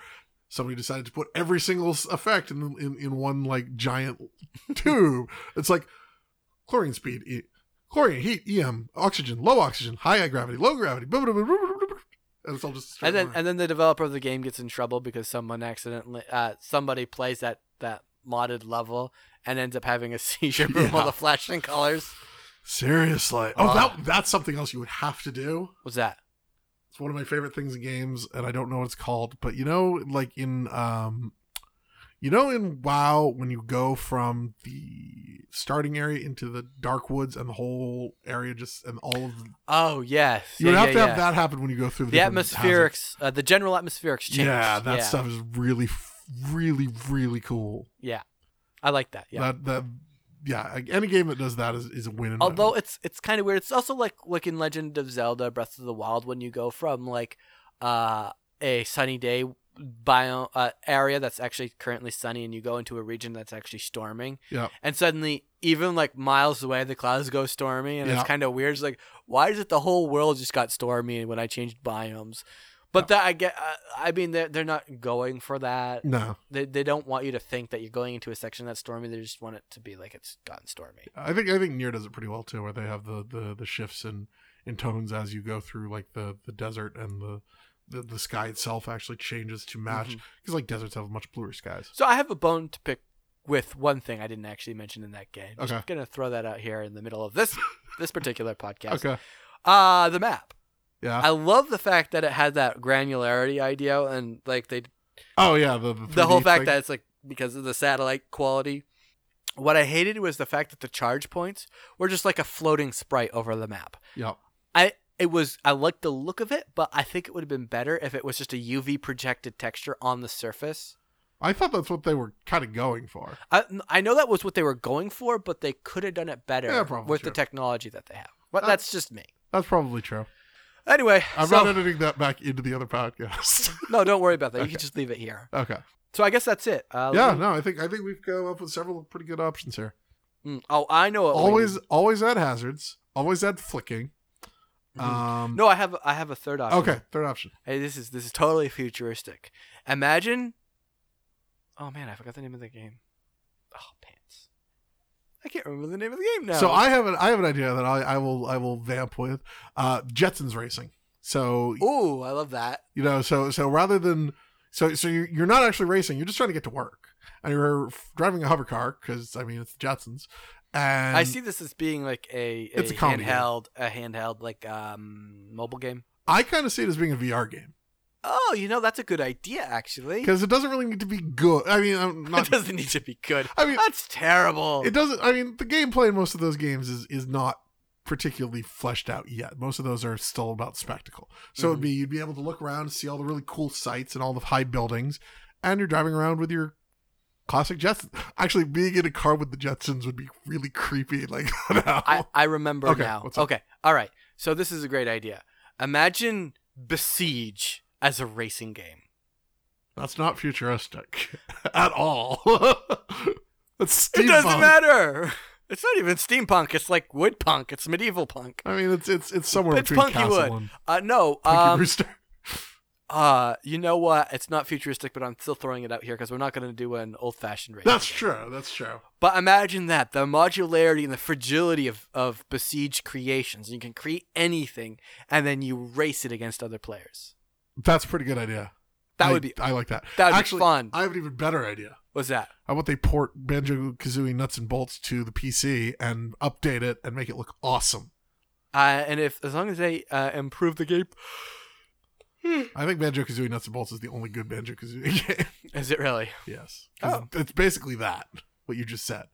A: somebody decided to put every single s- effect in in, in one like giant tube it's like chlorine speed e- chlorine heat em oxygen low oxygen high gravity low gravity blah, blah, blah, blah, blah, blah. and it's all just
B: and then and then the developer of the game gets in trouble because someone accidentally uh, somebody plays that that modded level and ends up having a seizure from all
A: Yeah.
B: the flashing colors.
A: seriously oh
B: Ah.
A: that that's something else you would have to do
B: What's that?
A: It's one of my favorite things in games, and I don't know what it's called, but you know, like in um, you know, in WoW, when you go from the starting area into the dark woods and the whole area just and all of the,
B: Oh yes,
A: you
B: yeah,
A: would have
B: yeah,
A: to have
B: yeah.
A: that happen when you go through the,
B: The
A: different
B: atmospherics, uh, the general atmospherics
A: hazards.
B: change.
A: Yeah, that stuff is really, f- really, really cool.
B: Yeah, I like that. Yeah.
A: That that yeah, any game that does that is, is a win. in my
B: Although
A: book.
B: it's it's kind of weird. It's also like like in Legend of Zelda: Breath of the Wild when you go from like uh, a sunny day bio uh, area that's actually currently sunny, and you go into a region that's actually storming.
A: Yeah.
B: And suddenly, even like miles away, the clouds go stormy, and
A: Yeah.
B: it's kind of weird. It's like, why is it the whole world just got stormy when I changed biomes? But that I get. Uh, I mean, they're they're not going for that.
A: no,
B: They they don't want you to think that you're going into a section that's stormy. They just want it to be like it's gotten stormy.
A: I think I think Nier does it pretty well too, where they have the the, the shifts in, in tones as you go through like the, the desert and the, the the sky itself actually changes to match
B: Mhm.
A: because like deserts have much bluer skies.
B: So I have a bone to pick with one thing I didn't actually mention in that game.
A: Okay.
B: Just gonna throw that out here in the middle of this this particular podcast.
A: Okay,
B: Uh the map.
A: yeah.
B: I love the fact that it had that granularity idea and like they
A: oh yeah, the the,
B: the whole
A: 3D
B: fact
A: thing.
B: that it's like because of the satellite quality. What I hated was the fact that the charge points were just like a floating sprite over the map.
A: yeah.
B: I it was I liked the look of it, but I think it would have been better if it was just a UV projected texture on the surface.
A: I thought that's what they were kind of going for.
B: I, I know that was what they were going for, but they could have done it better
A: Yeah, probably
B: with
A: true.
B: the technology that they have. But
A: Uh,
B: that's just me.
A: That's probably true.
B: Anyway,
A: I'm
B: so-
A: not editing that back into the other podcast.
B: no, don't worry about that. You
A: Okay.
B: can just leave it here.
A: okay.
B: So I guess that's it. Uh,
A: yeah,
B: let me-
A: no, I think I think we've come up with several pretty good options here.
B: Mm. Oh, I know. what we
A: Always,
B: need.
A: always at hazards. Always at flicking.
B: Mhm.
A: Um,
B: No, I have. I have a third option.
A: Okay, third option.
B: Hey, this is this is totally futuristic. Imagine. Oh man, I forgot the name of the game. Oh pants. I can't remember the name of the game now.
A: So I have an I have an idea that I, I will I will vamp with uh, Jetsons racing. So
B: Ooh, I love that.
A: you know so so rather than so so you're, you're not actually racing you're just trying to get to work and you're f- driving a hover car because i mean it's the jetsons and
B: I see this as being like a, a
A: It's a comedy game.
B: handheld, a handheld like um mobile game.
A: i kind of see it as being a vr game
B: Oh, you know that's a good idea actually.
A: because it doesn't really need to be good i mean i'm not
B: it doesn't need to be good.
A: I mean-
B: that's terrible.
A: it doesn't i mean the gameplay in most of those games is is not particularly fleshed out yet most of those are still about spectacle so
B: Mhm.
A: it'd be you'd be able to look around see all the really cool sights and all the high buildings and you're driving around with your classic jetsons actually being in a car with the jetsons would be really creepy like now.
B: I, I remember
A: Okay,
B: now.
A: what's up?
B: Okay, all right. So this is a great idea. Imagine Besiege as a racing game.
A: That's not futuristic at all. That's steampunk.
B: It doesn't matter. It's not even steampunk. It's like wood punk. It's medieval punk.
A: I mean, it's it's it's somewhere
B: It's
A: between
B: Punky
A: Castle
B: Wood.
A: and
B: Uh, no.
A: Punky
B: Um,
A: Rooster.
B: uh, you know what? It's not futuristic, but I'm still throwing it out here because we're not going to do an old-fashioned race.
A: That's true. That's true.
B: But imagine that the modularity and the fragility of of besieged creations. You can create anything, and then you race it against other players.
A: That's a pretty good idea.
B: That
A: I-
B: would be
A: I like that.
B: that would
A: Actually,
B: be fun.
A: I have an even better idea.
B: What's that?
A: How about they port Banjo Kazooie Nuts and Bolts to the PC and update it and make it look awesome?
B: Uh, and if as long as they uh, improve the game,
A: I think Banjo Kazooie Nuts and Bolts is the only good Banjo Kazooie game.
B: is it really?
A: yes. 'Cause
B: Oh.
A: It's basically that, what you just said,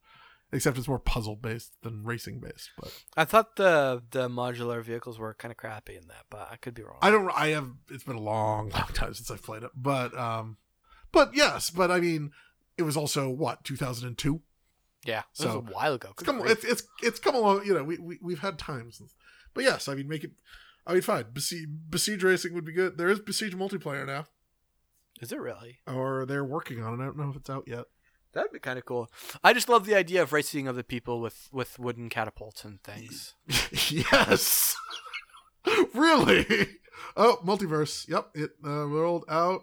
A: except it's more puzzle based than racing based. But
B: I thought the the modular vehicles were kind of crappy in that, but I could be wrong.
A: I don't. I have. It's been a long, long time since I've played it, but um, but yes, but I mean, it was also what 2002.
B: Yeah, so,
A: So-
B: was a while ago.
A: It's
B: Good
A: come.
B: grief.
A: It's it's it's come along. You know, we, we we've had time since. But yes, I mean, make it. I mean, fine. Besiege, besiege racing would be good. There is besiege multiplayer now,
B: Is it really?
A: or they're working on it. I don't know if it's out yet.
B: That'd be kind of cool. I just love the idea of racing other people with with wooden catapults and things.
A: yes. really. Oh, multiverse. Yep. It uh, rolled out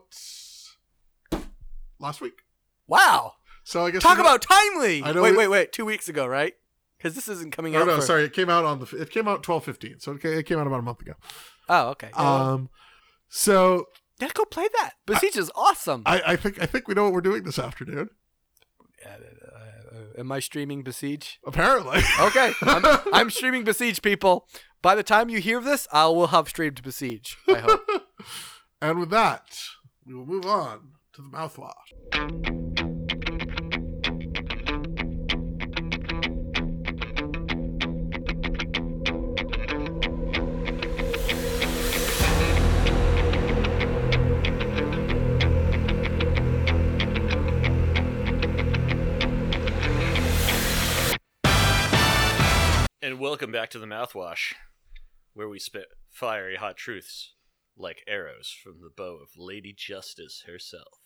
A: last week.
B: Wow!
A: So I guess
B: Talk
A: we-
B: about timely.
A: I know
B: Wait,
A: we-
B: wait, wait. Two weeks ago, right? Because this isn't coming
A: Oh
B: out.
A: no,
B: for-
A: sorry, it came out on the it came out twelve fifteen, so it ca- it came out about a month ago.
B: Oh, okay. Yeah, well,
A: Um, so
B: yeah, go play that. Besiege is awesome.
A: I, I think I think we know what we're doing this afternoon.
B: Uh, uh, uh, am I streaming Besiege?
A: Apparently,
B: Okay, I'm, I'm streaming Besiege, people. By the time you hear this, I will have streamed Besiege. I hope.
A: and with that, we will move on to the mouthwash.
C: And welcome back to the mouthwash, where we spit fiery hot truths like arrows from the bow of Lady Justice herself,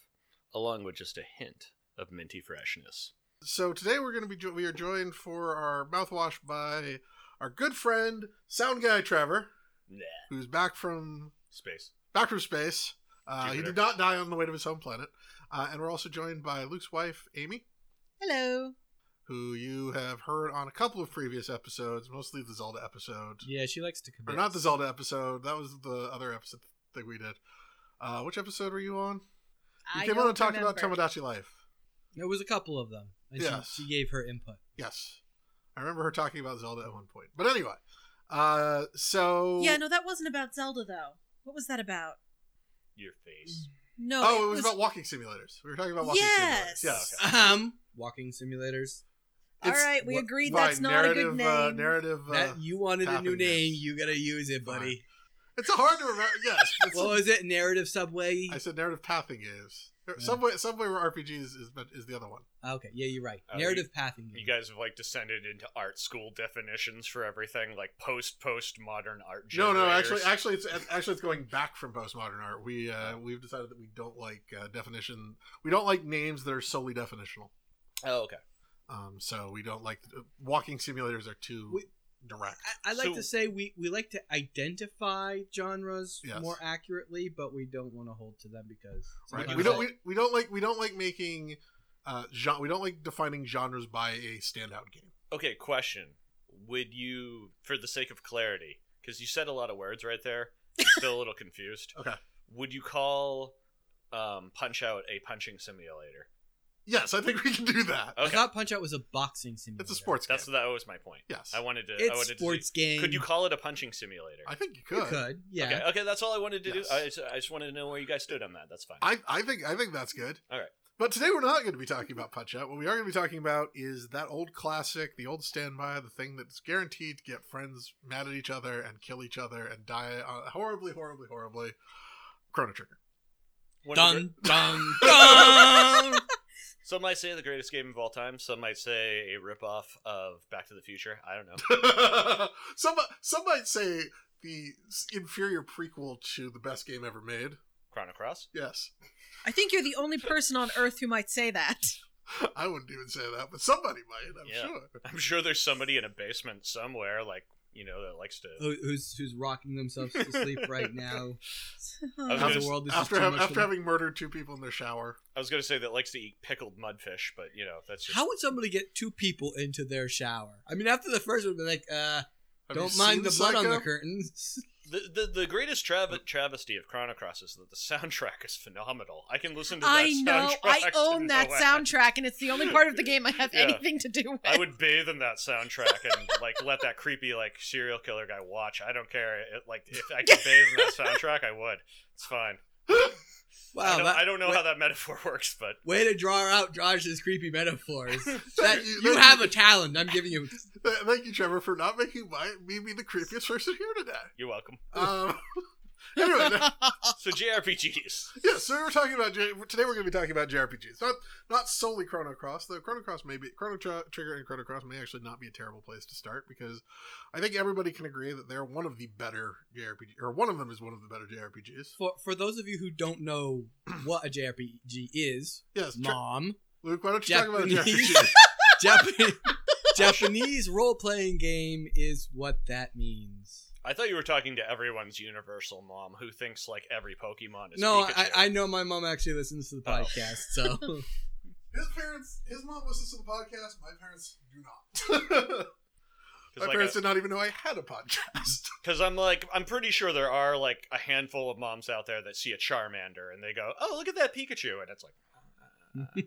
C: along with just a hint of minty freshness.
A: So today we're going to be jo- we are joined for our mouthwash by our good friend Sound Guy Trevor,
C: Nah.
A: who's back from
C: Space.
A: back from space. Uh, he
C: Jupiter.
A: did not die on the way to his home planet, uh, and we're also joined by Luke's wife Amy.
D: Hello.
A: who you have heard on a couple of previous episodes, mostly the Zelda episode.
E: Yeah, she likes to
A: Or
E: commit.
A: not the Zelda episode, that was the other episode thing we did. Uh, which episode were you on? You
D: I
A: came on
D: don't
A: and talked about
D: remember.
A: Tomodachi Life.
E: There was a couple of them, and
A: Yes.
E: she, she gave her input.
A: Yes. I remember her talking about Zelda at one point. But anyway. Uh, so
D: Yeah, no, that wasn't about Zelda though. What was that about?
C: Your face.
D: No.
A: Oh, it was, about walking simulators. We were talking about walking
D: Yes.
A: simulators. Yeah, okay.
E: Um, walking simulators.
D: All
A: It's
D: right, we
A: what-
D: agreed
A: my
D: that's not a good
A: narrative, uh,
D: name.
A: narrative. Uh,
E: that you wanted a new
A: tapping
E: name,
A: is
E: you gotta use it, buddy.
A: It's hard to remember. Yes. it's-
E: What was it? Narrative Subway?
A: I said narrative pathing is.
E: Yeah.
A: Subway, Subway where RPGs is, is the other one.
E: Ah, okay, yeah, you're right.
A: Uh,
C: Oh,
E: Narrative pathing.
A: Mm.
C: You guys have like descended into art school definitions for everything, like post post modern art.
A: No, no,
C: generators.
A: actually, actually, it's actually it's going back from postmodern art. We uh, we've decided that we don't like uh, definition. We don't like names that are solely definitional.
C: Oh, okay.
A: Um, so we don't like walking simulators are too
E: We-
A: direct.
E: I, I like
C: So-
E: to say we, we like to identify genres
A: Yes.
E: more accurately, but we don't want to hold to them because
A: Right?
E: sometimes
A: We don't
E: that-
A: we, we don't like we don't like making uh, gen- we don't like defining genres by a standout game.
C: Okay, question. Would you, for the sake of clarity, because you said a lot of words right there, I'm still a little confused.
A: Okay.
C: Would you call um, Punch Out a punching simulator?
A: Yes, I think we can do that.
E: I
C: Okay,
E: thought Punch Out was a boxing simulator.
A: It's a sports
C: Oh, that's
A: game.
C: that was my point.
A: yes,
C: I wanted to. I
E: It's
C: wanted
E: sports
C: To
E: game.
C: see, could you call it a punching simulator?
A: I think you
E: You
A: could.
E: could, yeah.
C: Okay, okay, that's all I wanted to
A: Yes.
C: do. I just, I just wanted to know where you guys stood on that. That's fine.
A: I, I think I think that's good.
C: All right.
A: But today we're not going to be talking about Punch Out. What we are going to be talking about is that old classic, the old standby, the thing that's guaranteed to get friends mad at each other and kill each other and die uh, horribly, horribly, horribly. Chrono Trigger.
C: One of the
E: Dun dun
C: Oh,
E: dun.
C: gre- some might say the greatest game of all time. Some might say a ripoff of Back to the Future. I don't know.
A: some some might say the inferior prequel to the best game ever made.
C: Chrono Cross.
A: Yes,
D: I think you're the only person on Earth who might say that.
A: I wouldn't even say that, but somebody might. I'm
C: Yeah.
A: sure.
C: I'm sure there's somebody in a basement somewhere, like you know, that likes to.
D: Uh,
E: Who, who's who's rocking themselves to sleep right now?
C: was
E: How's
C: gonna
E: the
C: s-
E: world? This
A: after
E: is too
A: hav-
E: much
A: after
E: for me.
A: having murdered two people in their shower.
C: I was gonna say that likes to eat pickled mudfish, but you know, that's just
E: How would somebody get two people into their shower? I mean, after the first one, they're like, uh,
A: Have
E: don't
A: you
E: mind
A: seen
E: the blood on the
A: Psycho?
E: curtains.
C: the, the the greatest trav- travesty of Chrono Cross is that the soundtrack is phenomenal. I can listen to that
D: I know.
C: soundtrack.
D: I own
C: and
D: that
C: know I-
D: soundtrack, and it's the only part of the game I have
C: Yeah.
D: anything to do with.
C: I would bathe in that soundtrack and like let that creepy like serial killer guy watch. I don't care. It, like if I could bathe in that soundtrack, I would. It's fine. I
E: Wow,
C: don't,
E: that-
C: I don't know
E: wait-
C: how that metaphor works, but
E: Way to draw out Josh's creepy metaphors.
A: Thank
E: That,
A: you-
E: you,
A: thank
E: have
A: you.
E: a talent. I'm giving you.
A: Th- Thank you, Trevor, for not making my me be the creepiest person here today.
C: you're welcome.
A: Um, anyway, th-
D: Uh,
C: So JRPGs.
A: yeah. So we were talking about J- today. We're going to be talking about JRPGs, not not solely Chrono Cross. Though Chrono Cross may be Chrono Tr- Trigger and Chrono Cross may actually not be a terrible place to start because I think everybody can agree that they're one of the better JRPG, or one of them is one of the better JRPGs.
E: For, for those of you who don't know what a JRPG is,
A: Yes, Tr-
E: mom,
A: Luke. Why don't you talk about a
E: Japanese.
A: JRPG?
E: Japanese, Japanese role playing game is what that means.
C: I thought you were talking to everyone's universal mom who thinks like every Pokemon is
E: No,
C: Pikachu.
E: I, I know my mom actually listens to the
C: Oh.
E: podcast, so
A: His parents, his mom listens to the podcast. My parents do not.
C: 'Cause,
A: my
C: like,
A: parents
C: I-
A: did not even know I had a podcast.
C: Because I'm like, I'm pretty sure there are like a handful of moms out there that see a Charmander and they go, "Oh, look at that Pikachu!" and it's like,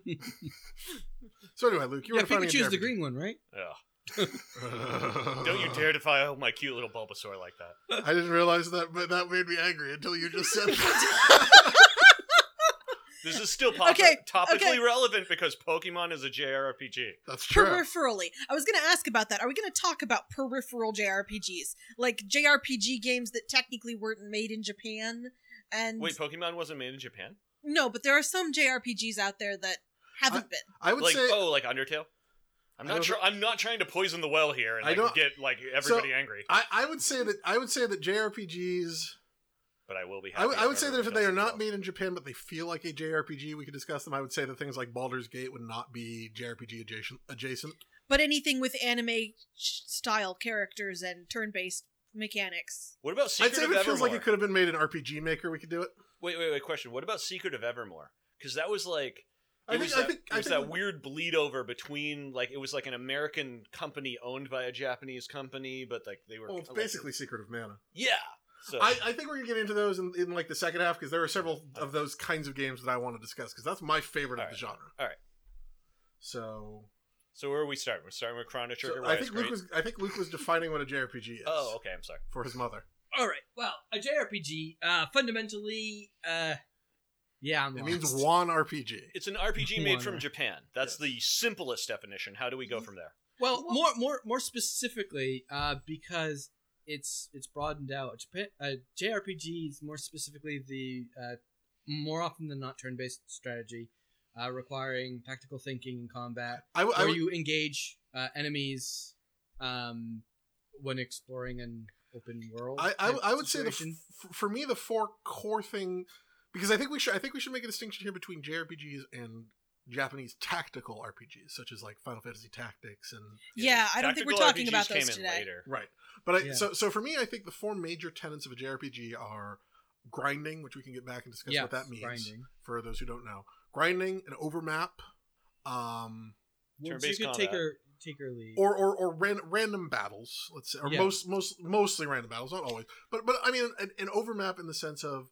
A: So anyway, Luke, you
E: yeah,
A: were finding a
E: Pikachu's the
A: JRPG.
E: green one, right?
C: "Ugh,
A: Don't
C: don't you dare defile my cute little Bulbasaur like that."
A: I didn't realize that, but that made me angry until you just said that.
C: This is still pop-
D: Okay,
C: topically
D: okay.
C: relevant because Pokemon is a JRPG.
A: That's true.
D: Peripherally, I was going to ask about that. Are we going to talk about peripheral JRPGs, like JRPG games that technically weren't made in Japan? And
C: Wait, Pokemon wasn't made in Japan?
D: no, but there are some JRPGs out there that haven't been.
A: I would
C: Like,
A: say
C: oh, like Undertale? I'm
A: I don't
C: not sure. I'm not trying to poison the well here and
A: I
C: like,
A: don't-
C: get like everybody angry,
A: I, I would say that I would say that JRPGs.
C: but I will be.
A: I,
C: Happy
A: would- I would say that if
C: everyone
A: they
C: does
A: are
C: as
A: not
C: well.
A: made in Japan, but they feel like a JRPG, we could discuss them. I would say that things like Baldur's Gate would not be JRPG adjacent. Adjacent.
D: But anything with anime sh- style characters and turn-based mechanics.
C: What about
A: I'd
C: Secret
A: say if
C: of
A: it
C: Evermore?
A: feels like it could have been made in RPG Maker, we could do it.
C: Wait, wait, wait. Question: What about Secret of Evermore? Because that was like
A: I
C: it
A: think-
C: was
A: I
C: that,
A: think-
C: it
A: I
C: was
A: think-
C: that weird bleed over between like it was like an American company owned by a Japanese company, but like they were
A: Well, it's
C: like-
A: basically Secret of Mana.
C: yeah. So
A: I, I think we're gonna get into those in, in like the second half because there are several of those kinds of games that I want to discuss because that's my favorite of
C: Alright.
A: the genre.
C: Alright.
A: So,
C: so where are we starting? We're starting with Chrono
A: so
C: Trigger. why
A: I
C: it's
A: think Luke
C: great.
A: was I think Luke was defining what a JRPG is.
C: Oh, okay. I'm sorry.
A: For his mother,
E: All right. Well, a JRPG, uh, fundamentally, uh, yeah, I'm
A: it
E: lost.
A: means one RPG.
C: It's an RPG made from
E: Wanna-
C: Japan. That's
A: Yes.
C: the simplest definition. How do we go from there?
E: Well, more, more, more specifically, uh, because it's it's broadened out. Japan, uh, JRPGs, more specifically, the uh, more often than not turn-based strategy, uh, requiring tactical thinking and combat,
A: I, w- I
E: where
A: would-
E: you engage uh, enemies um, when exploring an open world.
A: I, I,
E: type
A: I would say the,
E: situation.
A: f- for me the four core thing because I think we should I think we should make a distinction here between JRPGs and Japanese tactical RPGs such as like Final Fantasy Tactics and
D: Yeah, I don't think we're
C: Tactical
D: talking about
C: RPGs came
D: those
C: in
D: today.
C: later.
A: right but I,
E: Yeah.
A: so so for me I think the four major tenets of a JRPG are grinding which we can get back and discuss
E: yeah,
A: what that means
E: grinding.
A: for those who don't know grinding an overmap um
E: Well, so you
C: Turn-based
E: could
C: combat.
E: take her take her lead.
A: or or, or ran, random battles let's say or
E: Yeah.
A: most most mostly random battles not always but but i mean an, an overmap in the sense of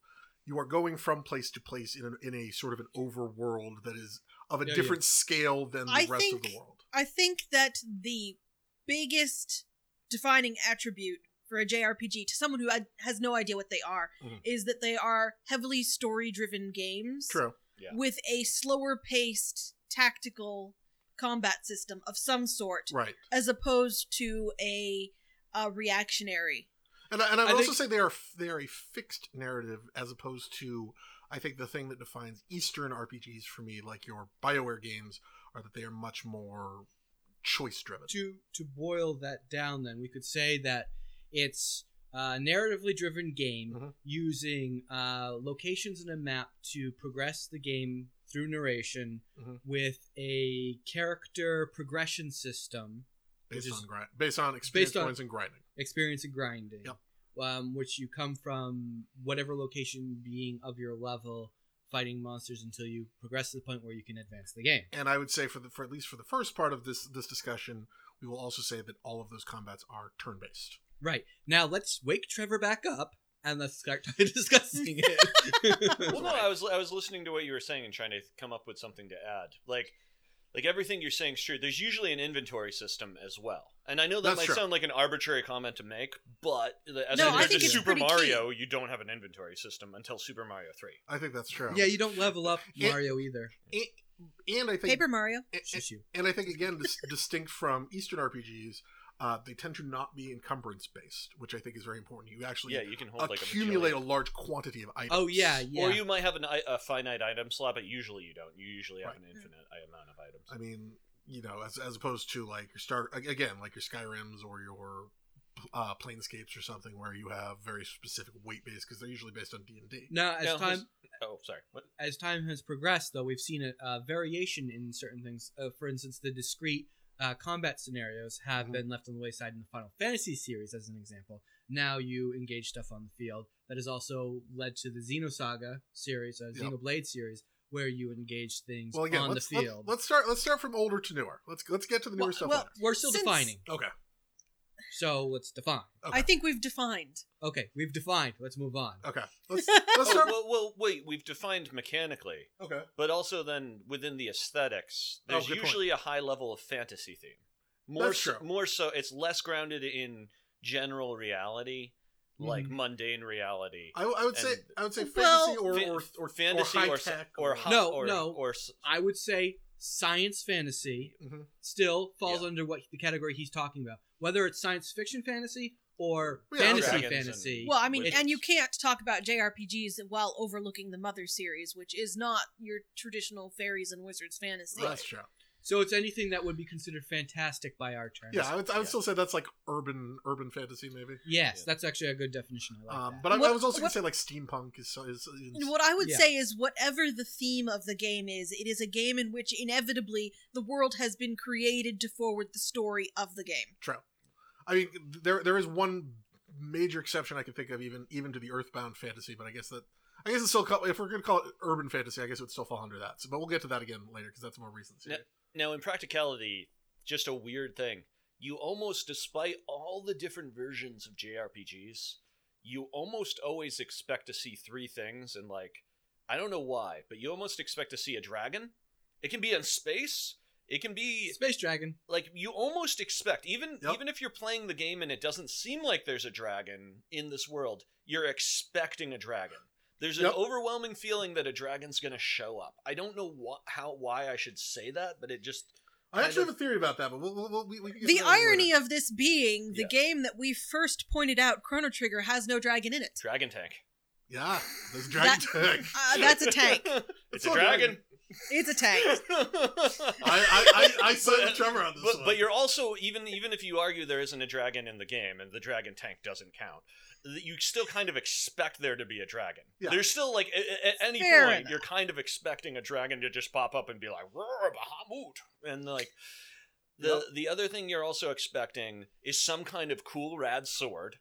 A: you are going from place to place in, an, in a sort of an overworld that is of a
E: Yeah, yeah.
A: different scale than the
D: I
A: rest
D: think-
A: of the world
D: I think that the biggest defining attribute for a JRPG to someone who had- has no idea what they are
A: Mhm.
D: is that they are heavily story driven games
A: true
C: Yeah.
D: with a slower paced tactical combat system of some sort
A: right
D: as opposed to a, a reactionary.
A: and, I- and i would
E: I
A: also
E: think-
A: say they are f- they are a fixed narrative as opposed to i think the thing that defines eastern rpgs for me like your bioware games are that they are much more choice driven
E: to to boil that down then we could say that it's a narratively driven game
A: Mhm.
E: using uh, locations in a map to progress the game through narration
A: Mhm.
E: with a character progression system
A: based
E: is-
A: on grind based on experience
E: on-
A: points and grinding
E: experience and grinding
A: Yep.
E: um, which you come from whatever location being of your level fighting monsters until you progress to the point where you can advance the game
A: and I would say for the for at least for the first part of this this discussion, we will also say that all of those combats are turn based.
E: right now let's wake trevor back up and let's start discussing it
C: well, no, I was I was listening to what you were saying and trying to come up with something to add. Like, like everything you're saying is true. There's usually an inventory system as well, and I know that
A: That's
C: might
A: true.
C: sound like an arbitrary comment to make, but the- as
D: No, I
C: compared
E: think
C: to
E: it's
C: Super
D: pretty key.
C: Mario, you don't have an inventory system until Super Mario Three.
A: I think that's true.
E: Yeah, you don't level up
A: It-
E: Mario either.
A: and, and I think
D: Paper Mario.
A: and,
E: It's just you.
A: and I think again, dis- distinct from Eastern RPGs, uh, they tend to not be encumbrance based, which I think is very important. You actually
C: Yeah, you can hold like a
A: accumulate a,
C: bajillion.
A: large quantity of items.
E: Oh yeah, yeah.
C: Or you might have an, i- a finite item slot, but usually you don't. You usually have
A: Right.
C: an infinite i- amount of items.
A: I mean, you know, as as opposed to like your star again, like your Skyrims or your uh, Planescapes or something, where you have very specific weight base because they're usually based on D and D.
E: now as
C: No,
E: time
C: oh, sorry. What?
E: as time has progressed, though, we've seen a, a variation in certain things. Uh, for instance, the discrete uh, combat scenarios have
A: Mhm.
E: been left on the wayside in the Final Fantasy series, as an example. Now you engage stuff on the field. That has also led to the Xenosaga series, uh,
A: Yep.
E: Xenoblade series, where you engage things
A: well again
E: on the
A: let's, let's-
E: field.
A: Let's, start let's start from older to newer let's let's get to the newer
D: Well-
A: stuff
D: well-
A: later.
E: We're still
D: Since-
E: defining,
A: okay
E: so let's define.
A: Okay.
D: I think we've defined.
E: Okay, we've defined. Let's move on.
A: okay let's let's start
C: Oh, well, well, wait. We've defined mechanically,
A: okay
C: but also then within the aesthetics,
A: Oh,
C: there's
A: good point.
C: usually a high level of fantasy theme. More
A: That's
C: so,
A: true.
C: more so, it's less grounded in general reality, like
E: Mhm.
C: mundane reality.
A: I, I would say
C: And-
A: I would say
D: Well-
A: fantasy Hmm. or,
C: Fa-
A: or, or
C: fantasy
A: high
C: or s-
A: tech
C: or, hi-
E: No,
C: or,
E: no.
C: or s-
E: I would say science fantasy
A: Mhm.
E: still falls
C: Yeah.
E: under what the category he's talking about, whether it's science fiction fantasy or
A: Yeah,
E: fantasy
C: dragons and-
E: fantasy.
D: Well, I mean,
C: Which-
D: and you can't talk about JRPGs while overlooking the Mother series, which is not your traditional fairies and wizards fantasy.
A: that's true
E: so it's anything that would be considered fantastic by our terms.
A: yeah I would, I would
C: Yeah.
A: still say that's like urban urban fantasy maybe
E: Yes,
C: Yeah.
E: that's actually a good definition. I like
A: um,
E: that.
A: but I, I
D: What-
A: was also
D: what-
A: gonna say like steampunk is so- is, is
D: What I would
E: Yeah.
D: say is, whatever the theme of the game is, it is a game in which inevitably the world has been created to forward the story of the game.
A: true I mean there there is one major exception I can think of even even to the Earthbound fantasy but I guess that I guess it's still called, if we're gonna call it urban fantasy I guess it would still fall under that so but we'll get to that again later because that's a more recent
C: No,
A: series.
C: Now, in practicality, just a weird thing. You almost, despite all the different versions of JRPGs, you almost always expect to see three things, and like, I don't know why, but you almost expect to see a dragon. It can be in space. It can be
E: Space Dragon.
C: like you almost expect, even
A: Yep.
C: even if you're playing the game and it doesn't seem like there's a dragon in this world, you're expecting a dragon. There's an
A: Yep.
C: overwhelming feeling that a dragon's gonna show up. I don't know wh- how why I should say that, but it just
A: I actually
B: of-
A: have a theory about that, but we'll, we'll, we'll, we we can get
D: The
A: to that
D: irony
A: later.
D: of this being the
C: Yeah.
D: game that we first pointed out, Chrono Trigger, has no dragon in it.
C: Dragon tank.
A: yeah, this dragon tank.
D: Uh, that's a tank.
C: it's
A: It's
C: a
A: all
C: dragon.
A: dragon.
D: It's a tank.
A: I I I, I side with Trevor on this
C: But,
A: one.
C: but you're also even even if you argue there isn't a dragon in the game and the dragon tank doesn't count, th- you still kind of expect there to be a dragon.
A: Yeah.
C: There's still like at, at any
D: Fair
C: point
D: enough.
C: you're kind of expecting a dragon to just pop up and be like roar Bahamut and like the
A: Yep.
C: the other thing you're also expecting is some kind of cool rad sword.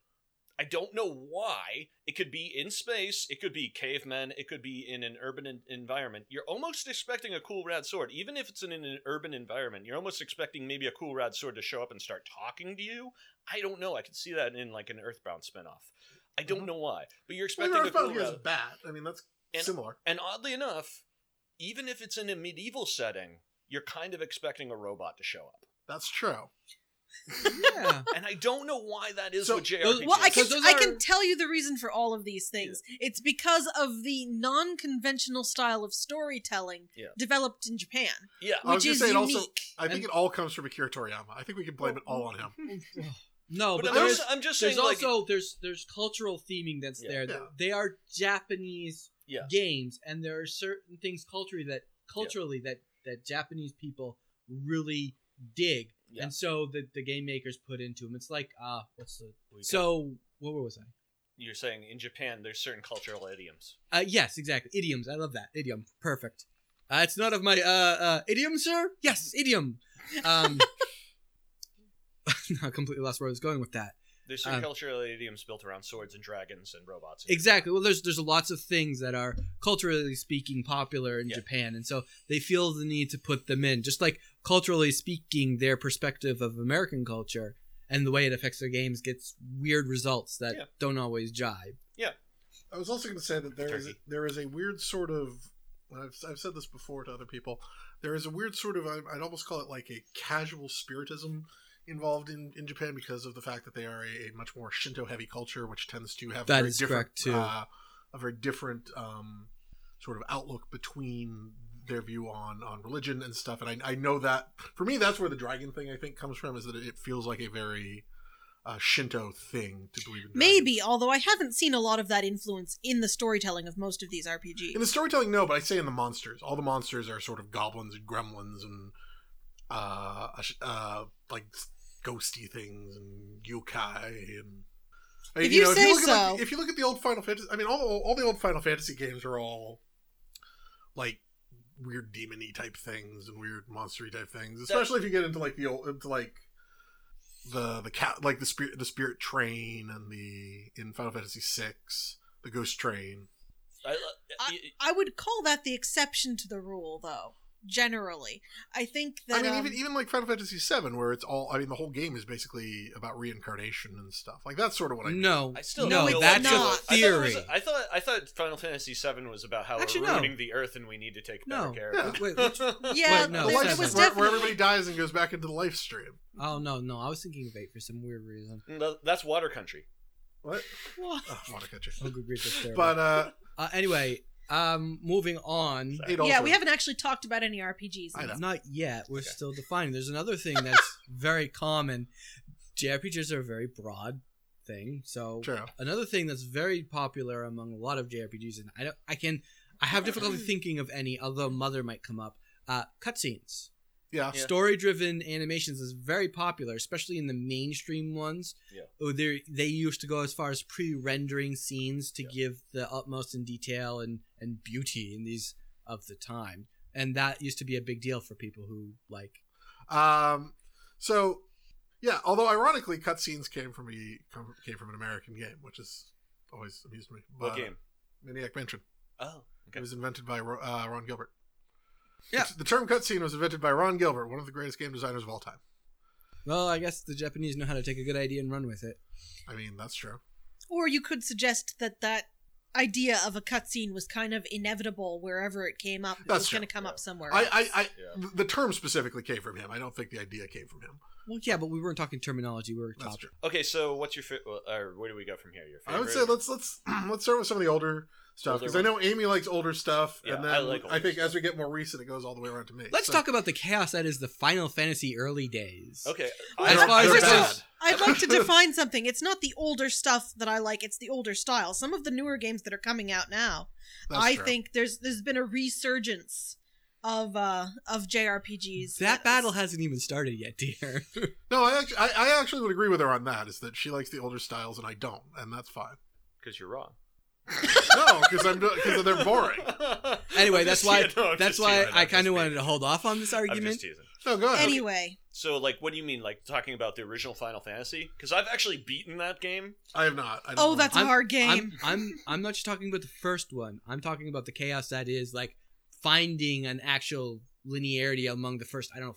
C: I don't know why. It could be in space. It could be cavemen. It could be in an urban en- environment. You're almost expecting a cool rad sword, even if it's in an urban environment. You're almost expecting maybe a cool rad sword to show up and start talking to you. I don't know. I could see that in like an Earthbound spinoff. I don't
A: Mhm.
C: know why, but you're
A: Well,
C: expecting
A: you're
C: a cool
A: about
C: rad.
A: as bat. I mean, that's
C: And-
A: similar.
C: And oddly enough, even if it's in a medieval setting, you're kind of expecting a robot to show up.
A: That's true.
E: yeah.
C: And I don't know why that is
A: So-
C: with JRPGs.
D: Well, I can
E: So those
D: I
E: are-
D: can tell you the reason for all of these things. It's because of the non-conventional style of storytelling
C: Yeah.
D: developed in Japan,
C: yeah.
E: Oh,
A: I was
D: which
A: gonna
D: is
A: say, it
D: unique.
A: also- I think
E: And-
A: it all comes from Akira Toriyama. I think we can blame it all on him.
E: No,
C: but,
E: but,
C: I'm,
E: there's,
C: also, I'm just
E: there's
C: saying, like,
E: also there's there's cultural theming that's
C: Yeah.
E: there. that
A: Yeah.
E: They are Japanese
C: Yeah.
E: games, and there are certain things culturally that culturally that that Japanese people really dig,
C: Yeah.
E: and so the the game makers put into them. It's like uh, what's the
C: we got-
E: so what was I?
C: you're saying in Japan there's certain cultural idioms.
E: Uh, yes, exactly. Idioms. I love that idiom. Perfect. Uh, it's not of my uh, uh, idiom, sir. Yes, idiom. Um, I completely lost where I was going with that.
C: There's certain
E: Um,
C: cultural idioms built around swords and dragons and robots. and-
E: Exactly. Well, there's there's lots of things that are culturally speaking popular in
C: Yeah.
E: Japan, and so they feel the need to put them in. Just like culturally speaking, their perspective of American culture and the way it affects their games gets weird results that
C: Yeah.
E: don't always jibe.
A: I was also going to say that there is
C: Turkey.
A: there is a weird sort of and I've, I've said this before to other people. There is a weird sort of I- I'd almost call it like a casual spiritism involved in, in Japan because of the fact that they are a, a much more Shinto heavy culture, which tends to have
E: That
A: very
E: is
A: different,
E: correct, too.
A: Uh, a very different um, sort of outlook between their view on on religion and stuff. And I, I know that for me, that's where the dragon thing I think comes from is that it feels like a very uh, Shinto thing to believe in. dragons.
D: Maybe, although I haven't seen a lot of that influence in the storytelling of most of these
A: In
D: RPGs.
A: the storytelling, no, but I say in the monsters. All the monsters are sort of goblins and gremlins and uh, a sh- uh like ghosty things and yokai and. I mean,
D: If you say
A: look at, like,
D: so.
A: if you look at the old Final Fantasy, I mean, all, all the old Final Fantasy games are all like weird demony type things and weird monstery type things. Especially if you get into like the old, into like the the cat, like the spirit, the spirit train, and the in Final Fantasy VI, the ghost train.
C: I, uh, I-
D: I would call that the exception to the rule, though. Generally, I think that
A: I mean,
D: um,
A: even even like Final Fantasy VII, where it's all. I mean, the whole game is basically about reincarnation and stuff. Like that's sort of what I.
E: No,
C: I still
E: no,
C: don't know
E: that's
C: what
D: your
C: I
E: a
C: thought it was-
E: theory.
C: I thought I thought Final Fantasy VII was about how
E: Actually,
C: we're
E: no.
C: ruining the Earth and we need to take better
E: No.
C: care
A: Yeah.
C: of it.
E: Wait, which-
D: yeah,
E: Wait, no,
A: The
D: there-
A: life-
D: there was
E: seven.
A: where,
D: definitely
A: where everybody dies and goes back into the life stream.
E: oh no, no, I was thinking of eight for some weird reason.
C: No, That's Water Country.
A: What?
E: What?
A: Oh, want to catch
E: Oh,
A: you.
E: good grief, that's terrible.
A: But uh,
E: uh, anyway, um, moving on.
A: it also.
D: yeah, we haven't actually talked about any RPGs.
A: I know.
E: Not yet. We're
C: Okay.
E: still defining. There's another thing that's very common. JRPGs are a very broad thing. So
A: True.
E: another thing that's very popular among a lot of JRPGs, and I don't, I can, I have difficulty thinking of any, although Mother might come up. Uh, cutscenes,
A: Yeah.
C: Yeah.
E: story-driven animations is very popular, especially in the mainstream ones.
C: Yeah.
E: Oh, they they used to go as far as pre-rendering scenes to
C: Yeah.
E: give the utmost in detail and and beauty in these of the time, and that used to be a big deal for people who like
A: Um. So, yeah. Although ironically, cutscenes came from a come, came from an American game, which is always amused me. But, uh,
C: What game?
A: Maniac Mansion.
C: Oh, okay.
A: It was invented by Ro- uh, Ron Gilbert.
E: Yeah.
A: The term cutscene was invented by Ron Gilbert, one of the greatest game designers of all time.
E: Well, I guess the Japanese know how to take a good idea and run with it.
A: I mean, that's true.
D: Or you could suggest that that idea of a cutscene was kind of inevitable wherever it came up. It
A: That's
D: was going to
A: true,
D: come
C: yeah.
D: up somewhere.
A: I,
D: else.
A: I, I
C: Yeah.
A: th- the term specifically came from him. I don't think the idea came from him.
E: Well, yeah, but we weren't talking terminology. We were
A: That's
E: talking.
A: true.
C: Okay, so what's your fa- well, or where do we go from here? Your favorite?
A: I would say let's let's let's start with some of the older stuff
C: Older
A: because I know Amy likes older stuff,
C: Yeah,
A: and then
C: I
A: I,
C: like older
A: think
C: stuff.
A: as we get more recent, it goes all the way around to me.
E: Let's
A: So-
E: talk about the chaos that is the Final Fantasy early days.
C: Okay,
D: Well,
C: I
E: as far as
C: they're
E: it
C: bad.
E: goes-
D: I'd like to define something. It's not the older stuff that I like, it's the older style. Some of the newer games that are coming out now.
A: That's
D: I
A: true.
D: think there's there's been a resurgence of uh of JRPGs.
E: That battle hasn't even started yet, dear.
A: no. I actually I, I actually would agree with her on that. Is that she likes the older styles and I don't, and that's fine.
C: because you're wrong.
A: no, because I'm because they're boring.
E: anyway,
C: I'm
E: that's
C: just
E: why
C: teasing. No, I'm
E: that's
C: just
E: why
C: teasing.
E: I
C: I'm
E: kind
C: just
E: of wanted
C: teasing.
E: to hold off on this
C: I'm just
E: argument.
C: teasing.
A: No, go ahead.
D: Anyway,
C: So, like, what do you mean, like talking about the original Final Fantasy? Because I've actually beaten that game.
A: I have not. I don't
D: oh,
A: know.
D: that's
E: I'm-
D: a hard game.
E: I'm, I'm I'm not just talking about the first one. I'm talking about the chaos that is like finding an actual linearity among the first I don't know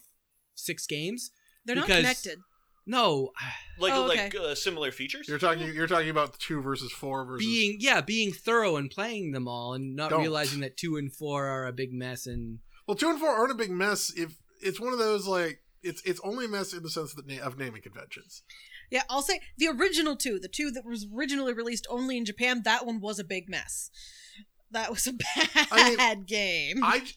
E: six games.
D: They're not
E: because-
D: connected.
E: No,
C: Like,
D: Oh, okay.
C: like uh, similar features.
A: you're talking you're talking about two versus four versus
E: being yeah, being thorough and playing them all and not
A: Don't.
E: realizing that 2 and 4 are a big mess and
A: Well, two and four aren't a big mess. If it's one of those like it's it's only a mess in the sense that na- of naming conventions.
D: Yeah, I'll say the original two, the two that was originally released only in Japan, that one was a big mess. That was a bad
A: I mean,
D: game.
A: I j-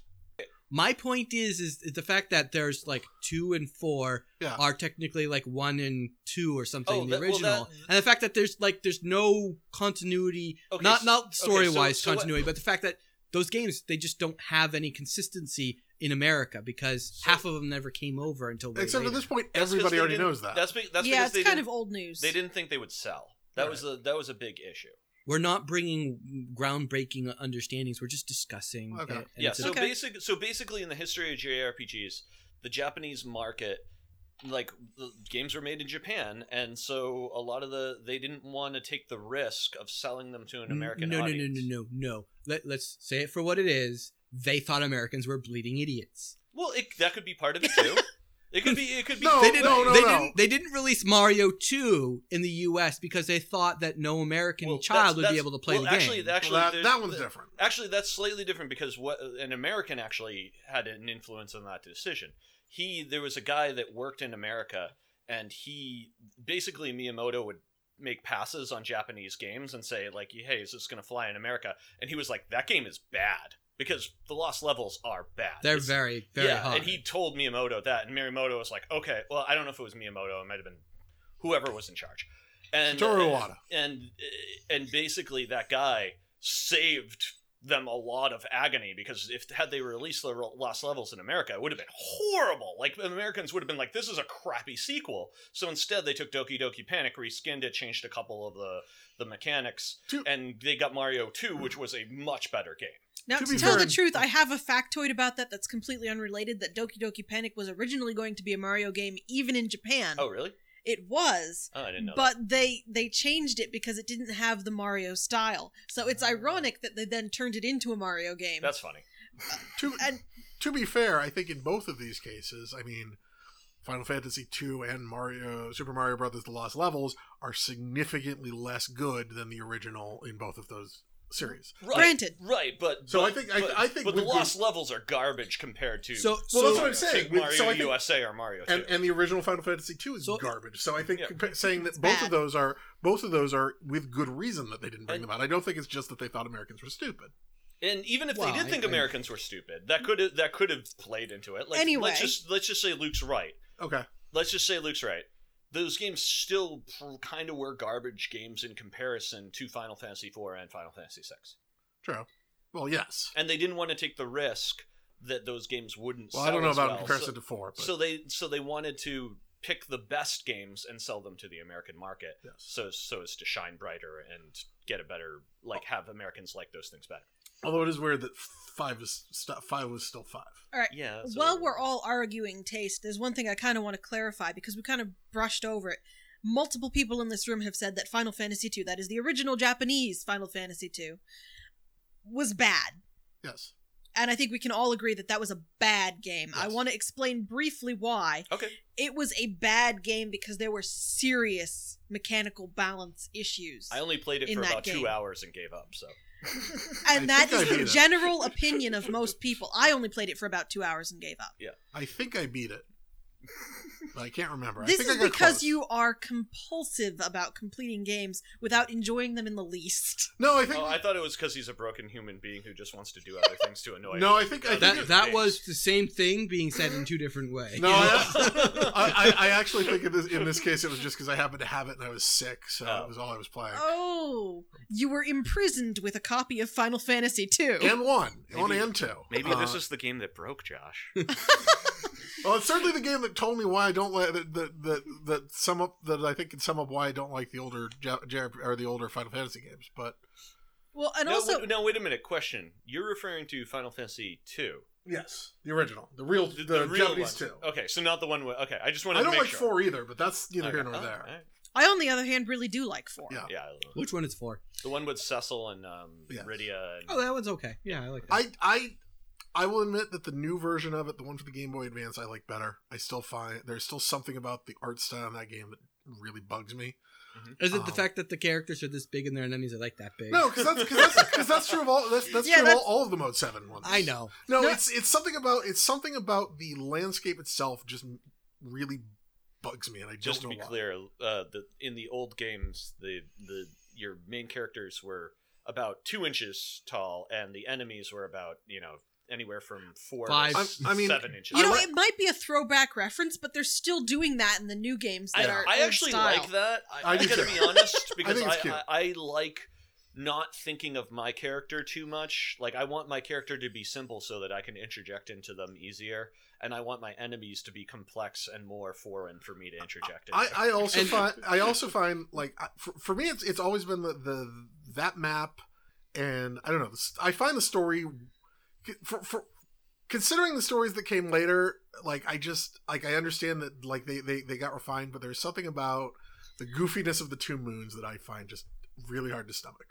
E: my point is is the fact that there's like 2 and 4
A: Yeah.
E: are technically like 1 and 2 or something
C: Oh,
E: in the
C: that- well,
E: original.
C: that-
E: and the fact that there's like there's no continuity
C: Okay,
E: not
C: s-
E: not
C: so-
E: story wise
C: so what-
E: continuity, but the fact that those games they just don't have any consistency in America because
C: So-
E: half of them never came over until way
A: except at
E: later.
A: this point,
C: That's 'cause
A: everybody
C: they
A: already
C: didn't-
A: knows that.
C: That's be, that's
D: yeah,
C: because
D: it's
C: they
D: kind
C: didn't,
D: of old news.
C: they didn't think they would sell. That was a that was a big issue.
E: We're not bringing groundbreaking understandings. We're just discussing.
A: Okay.
E: it, and
C: yeah.
E: it's a-
C: So
D: Okay.
C: basic. So basically, in the history of JRPGs, the Japanese market, like the games were made in Japan, and so a lot of the they didn't want to take the risk of selling them to an American
E: no, no, no,
C: audience.
E: no, no, no. Let, let's say it for what it is. They thought Americans were bleeding idiots.
C: Well, it, that could be part of it too. it could be. It could be.
A: No,
E: they didn't.
A: no, no,
E: they
A: no.
E: didn't. They didn't release Mario Two in the U.S. because they thought that no American
C: Well,
E: child
C: that's-
E: would be
C: that's-
E: able to play
C: well,
E: the game.
C: actually, that-
A: Well, that,
C: there's-
A: that one's
C: the-
A: different.
C: Actually, that's slightly different because what an American actually had an influence on that decision. He there was a guy that worked in America, and he basically Miyamoto would make passes on Japanese games and say like, "Hey, is this going to fly in America?" And he was like, "That game is bad because the lost levels are bad.
E: They're
C: It's-
E: very, very
C: yeah,
E: hard.
C: and he told Miyamoto that, and Miyamoto was like, "Okay, well, I don't know if it was Miyamoto, it might have been whoever was in charge." And
A: Satoru Iwata.
C: and and basically that guy saved them a lot of agony because if had they released the Lost Levels in America, it would have been horrible. Like Americans would have been like, "This is a crappy sequel." So instead, they took Doki Doki Panic, reskinned it, changed a couple of the the mechanics,
A: To-
C: and they got Mario Two, which was a much better game.
D: Now,
A: To
D: to,
A: be
D: tell
A: fair-
D: the truth, I have a factoid about that that's completely unrelated that Doki Doki Panic was originally going to be a Mario game even in Japan.
C: Oh, really?
D: It was.
C: Oh, I didn't know.
D: But they they changed it because it didn't have the Mario style. So
C: Ah.
D: it's ironic that they then turned it into a Mario game.
C: that. that's funny.
A: To
D: and-
A: to be fair, I think in both of these cases, I mean, Final Fantasy two and Mario Super Mario Brothers: The Lost Levels are significantly less good than the original in both of those series.
C: Right,
D: Granted.
C: right? But
A: So I
C: but-
A: think- I-
C: but-
A: I think
C: but the
A: with the-
C: lost levels are garbage compared to
E: so,
A: Well,
E: so
A: that's what I'm saying.
C: take
A: With-
C: Mario
A: so I think-
C: USA or Mario
A: and
C: 2.
A: and the original Final Fantasy II is
E: So-
A: garbage. So I think
C: Yeah.
A: compa- saying that
D: It's
A: both of
D: bad.
A: those are both of those are with good reason that they didn't bring
C: And-
A: them out. I don't think it's just that they thought Americans were stupid.
C: And even if
E: Well,
C: they did
E: I-
C: think
E: I-
C: Americans were stupid, that could have that could have played into it. Like,
D: Anyway.
C: let's just let's just say Luke's right.
A: Okay,
C: Let's just say Luke's right. Those games still kind of were garbage games in comparison to Final Fantasy IV and Final Fantasy VI,
A: true. Well, yes.
C: and they didn't want to take the risk that those games wouldn't.
A: Well, I
C: sell
A: don't know
C: as
A: about
C: well.
A: in comparison to
C: So-
A: four, but
C: so they so they wanted to pick the best games and sell them to the American market,
A: Yes.
C: so so as to shine brighter and get a better
D: Oh.
C: like have Americans like those things better.
A: although it is weird that five is st- five was still five.
C: Yeah. so-
D: While we're all arguing taste, there's one thing I kind of want to clarify because we kind of brushed over it. Multiple people in this room have said that Final Fantasy II, that is the original Japanese Final Fantasy II, was bad.
A: Yes.
D: And I think we can all agree that that was a bad game. I
A: Yes.
D: want to explain briefly why.
C: okay,
D: It was a bad game because there were serious mechanical balance issues.
C: I only played it
D: In
C: for
D: that
C: about two
D: game.
C: hours and gave up. So
D: and
A: I
D: that
A: think
D: is
A: I
D: the
A: beat it.
D: general opinion of most people. I only played it for about two hours and gave up.
A: I think I beat it. But I can't remember. I
D: This
A: think
D: is
A: I got
D: because
A: close.
D: you are compulsive about completing games without enjoying them in the least.
A: No, I think.
C: Oh, I thought it was because he's a broken human being who just wants to do other things to annoy.
A: no, I think. I think
E: That
A: it-
E: that was the same thing being said in two different ways.
A: No, I, I, I actually think in this in this case it was just because I happened to have it and I was sick, so
C: Oh.
A: it was all I was playing.
D: Oh, you were imprisoned with a copy of Final Fantasy II.
A: And one, one
C: Maybe-
A: and two.
C: Maybe this
A: Uh,
C: is the game that broke Josh.
A: Well, it's certainly the game that told me why I don't like that that that, that sum up that I think can sum up why I don't like the older J- J- or the older Final Fantasy games. But
D: well, and
C: no,
D: also,
C: wait, no, wait a minute. Question: You're referring to Final Fantasy two,
A: yes, the original, the real, the, Japanese
C: one.
A: two.
C: Okay, so not the one. With, okay, I just
A: I
C: wanted to
A: don't
C: make
A: like
C: sure.
A: four either, but that's neither
C: Okay,
A: here nor
C: all
A: there.
C: right.
D: I, on the other hand, really do like four.
A: Yeah.
C: Yeah,
E: Which one is for?
C: the one with Cecil and um,
A: Yes.
C: Rydia. And,
E: Oh, that one's okay. Yeah, I like that.
A: I I I will admit that the new version of it, the one for the Game Boy Advance, I like better. I still find there's still something about the art style in that game that really bugs me.
E: Is it the
A: Oh.
E: fact that the characters are this big and their enemies are like that big?
A: No, because that's because that's, 'cause that's true of all that's, that's
D: Yeah,
A: true of
D: that's-
A: all, all of the Mode Seven ones.
E: I know.
A: No,
D: No.
A: it's it's something about it's something about the landscape itself just really bugs me, and I
C: just
A: don't
C: to
A: know
C: be
A: why.
C: clear, uh, the in the old games, the the your main characters were about two inches tall, and the enemies were about you know anywhere from four
E: Five.
C: to
A: I'm-
C: s-
A: I mean,
C: seven inches.
D: You know,
A: I
D: it might be a throwback reference, but they're still doing that in the new games
C: I,
D: that are.
C: I
D: old
C: actually
D: style.
C: like that. I,
A: I
C: I
A: do
C: gotta
A: too.
C: be honest because
A: think
C: I,
A: it's cute.
C: I, I like not thinking of my character too much. Like I want my character to be simple so that I can interject into them easier, and I want my enemies to be complex and more foreign for me to interject. Into.
A: I, I also
E: And-
A: find I also find like I- for, for me it's it's always been the, the that map and I don't know the s- I find the story for, for considering the stories that came later like I just like I understand that like they, they they got refined but there's something about the goofiness of the two moons that I find just really hard to stomach.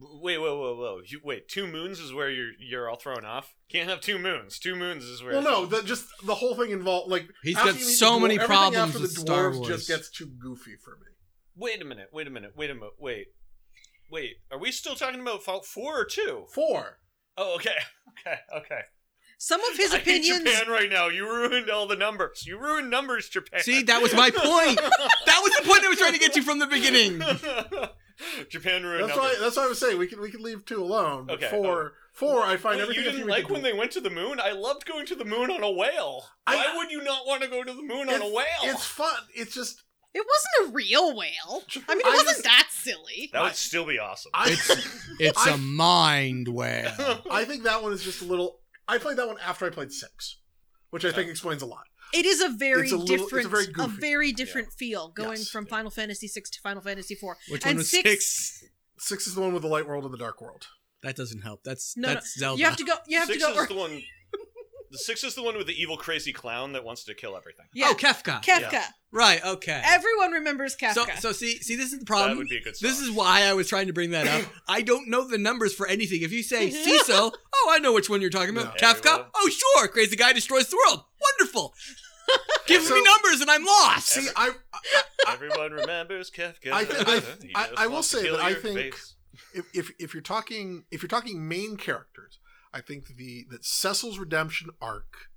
C: Wait, whoa, whoa, whoa! You, wait, two moons is where you're you're all thrown off. Can't have two moons. Two moons is where.
A: Well, no, the, just the whole thing involved like
E: He's
A: after
E: got
A: you meet the
E: so many
A: everything
E: problems
A: after
E: with
A: the
E: Star
A: dwarves
E: Wars.
A: just gets too goofy for me.
C: Wait a minute. Wait a minute. Wait a minute. Wait. Wait. Are we still talking about Fallout Four or two?
A: Four.
C: Oh, okay. Okay. Okay.
D: Some of his
C: I hate
D: opinions.
C: Japan right now. You ruined all the numbers. You ruined numbers, Japan.
E: See, that was my point. that was the point I was trying to get you from the beginning.
C: Japan ruined
A: That's why.
C: numbers.
A: That's why I was saying we can we can leave two alone. But
C: Okay,
A: four, four. I find
C: Wait,
A: everything.
C: you
A: else
C: didn't
A: we
C: like
A: can
C: when
A: do-
C: they went to the moon. I loved going to the moon on a whale.
A: I-
C: Why would you not want to go to the moon on a
A: It's-
C: whale?
A: It's fun. It's just.
D: It wasn't a real whale. I mean, it
A: I
D: wasn't
A: just-
D: that silly.
C: That would still be awesome.
A: I,
E: It's
A: I-
E: a mind whale.
A: I think that one is just a little. I played that one after I played six, which I think explains a lot.
D: It is a very
A: It's a little- it's a
D: different,
A: very
D: a
A: goofy.
D: very different feel going
A: Yes.
D: from Final Fantasy VI to Final Fantasy IV.
E: Which
D: and
E: one was six?
A: Six is the one with the light world and the dark world.
E: That doesn't help. That's
D: No,
E: that's
D: no,
E: Zelda.
D: you have to go. You have
C: six
D: to go.
C: is
A: Oh,
C: the one. The six is the one with the evil, crazy clown that wants to kill everything.
D: yeah,
E: Oh, Kefka.
D: Kefka.
E: right. Okay.
D: Everyone remembers Kefka.
E: so, so see, see, this is the
C: that
E: problem.
C: would be a good. Song.
E: This is why I was trying to bring that up. I don't know the numbers for anything. If you say Cecil, oh, I know which one you're talking about.
C: Yeah.
E: Kafka,
C: Everyone.
E: oh, sure. Crazy guy destroys the world. Wonderful. Gives
A: So-
E: me numbers and I'm lost.
A: See, I
C: Everyone remembers Kefka.
A: I think- I-
C: He
A: I-
C: just
A: I will
C: wants to
A: say
C: kill
A: that I
C: your
A: think-
C: face.
A: if, if if you're talking if you're talking main characters, I think the that Cecil's redemption arc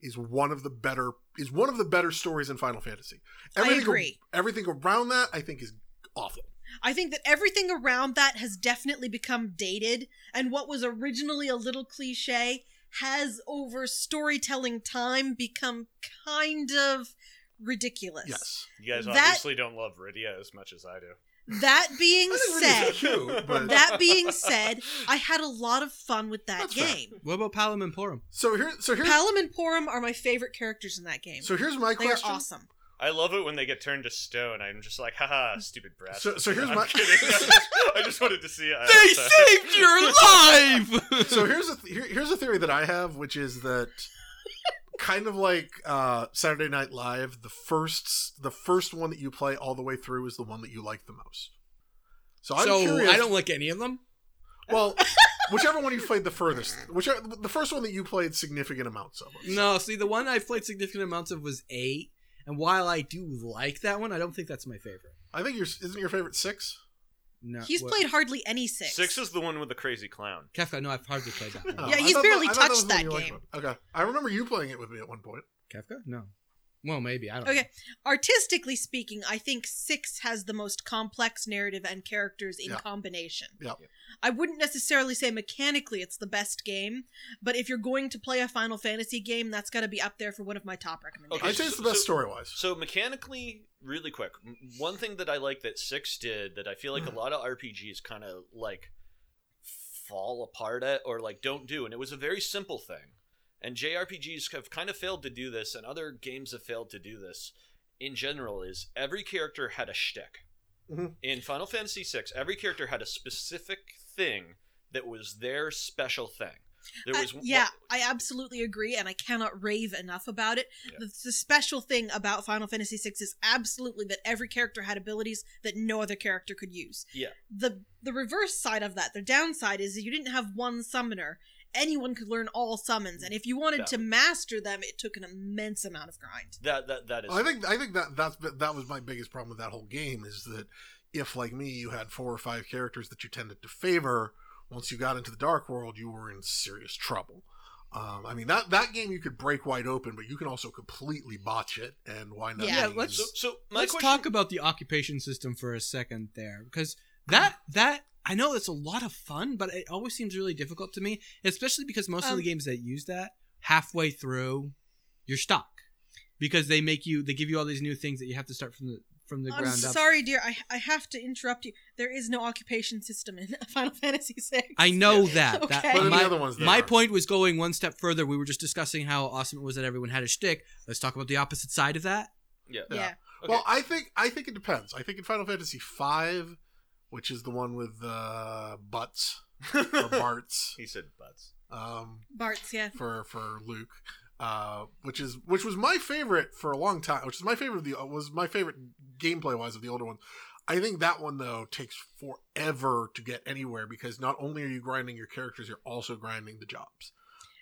A: is one of the better is one of the better stories in Final Fantasy.
D: I agree.
A: Everything around that I think is awful.
D: I think that everything around that has definitely become dated, and what was originally a little cliche has, over storytelling time, become kind of ridiculous.
A: Yes.
C: You guys
D: That-
C: obviously don't love Rydia as much as I do.
D: That being
A: I think Rydia's
D: said,
A: cute, but-
D: that being said, I had a lot of fun with that
A: That's fair.
D: game.
E: What about Palum and Porum?
A: So here so here's
D: Palom and Porum are my favorite characters in that game.
A: so here's my
D: they are
A: question.
D: awesome.
C: I love it when they get turned to stone. I'm just like, haha, stupid brat.
A: So- so here's
C: I'm
A: my-
C: kidding. I just wanted to see. uh, I
E: They
C: also-
E: saved your life.
A: So here's a th- here, here's a theory that I have, which is that kind of like uh, Saturday Night Live, the first s- the first one that you play all the way through is the one that you like the most. So I'm
E: so
A: curious.
E: I don't like any of them.
A: Well, whichever one you played the furthest, whichever the first one that you played significant amounts of. it.
E: No, see, the one I played significant amounts of was eight, and while I do like that one, I don't think that's my favorite.
A: I think your isn't your favorite six.
E: No,
D: He's
E: what-
D: played hardly any six.
C: Six is the one with the crazy clown.
E: Kafka. No, I've hardly played that one.
A: Oh,
D: Yeah,
A: I
D: he's
A: thought
D: barely
A: I thought was the one
D: touched that
A: you liked
D: game.
A: one. Okay, I remember you playing it with me at one point.
E: Kafka? No. Well, maybe I don't.
D: Okay. Artistically speaking, I think six has the most complex narrative and characters in
A: Yeah.
D: combination.
A: Yeah.
E: Yep.
D: I wouldn't necessarily say mechanically it's the best game, but if you're going to play a Final Fantasy game, that's got to be up there for one of my top recommendations.
A: I'd say it's the best story wise.
C: So mechanically, really quick, m- one thing that I like that Six did that I feel like a lot of RPGs kind of like fall apart at or like don't do, and it was a very simple thing. And JRPGs have kind of failed to do this, and other games have failed to do this in general. Is every character had a shtick
A: Mhm.
C: in Final Fantasy VI? Every character had a specific thing that was their special thing. There
D: I-
C: was one-
D: Uh, yeah, I absolutely agree, and I cannot rave enough about it.
C: Yeah.
D: The, the special thing about Final Fantasy VI is absolutely that every character had abilities that no other character could use.
C: Yeah.
D: The the reverse side of that, the downside is that you didn't have one summoner. Anyone could learn all summons, and if you wanted
C: Yeah.
D: to master them, it took an immense amount of grind.
C: that that that is.
A: I think I think that that's that was my biggest problem with that whole game is that if like me you had four or five characters that you tended to favor, once you got into the dark world you were in serious trouble. Um, I mean that that game you could break wide open, but you can also completely botch it and wind up.
D: Yeah,
A: being-
E: let's-
C: so. So my
E: Let's
C: question.
E: talk about the occupation system for a second there, because that that I know it's a lot of fun, but it always seems really difficult to me, especially because most of
D: Um,
E: the games that use that halfway through, you're stuck because they make you they give you all these new things that you have to start from the from the
D: I'm
E: ground up.
D: sorry, dear. I, I have to interrupt you. There is no occupation system in Final Fantasy VI.
E: I know that. that
D: Okay.
A: But in
E: my,
A: the other ones, there
E: my
A: are.
E: point was going one step further. We were just discussing how awesome it was that everyone had a shtick. Let's talk about the opposite side of that.
C: Yeah.
A: Yeah.
D: yeah.
C: Okay.
A: Well, I think I think it depends. I think in Final Fantasy V, which is the one with uh, butts or Barts
C: he said butts.
A: um,
D: Bart's, yeah.
A: for for Luke, uh, which is which was my favorite for a long time. Which is my favorite of the was my favorite gameplay wise of the older ones. I think that one though takes forever to get anywhere because not only are you grinding your characters, you're also grinding the jobs.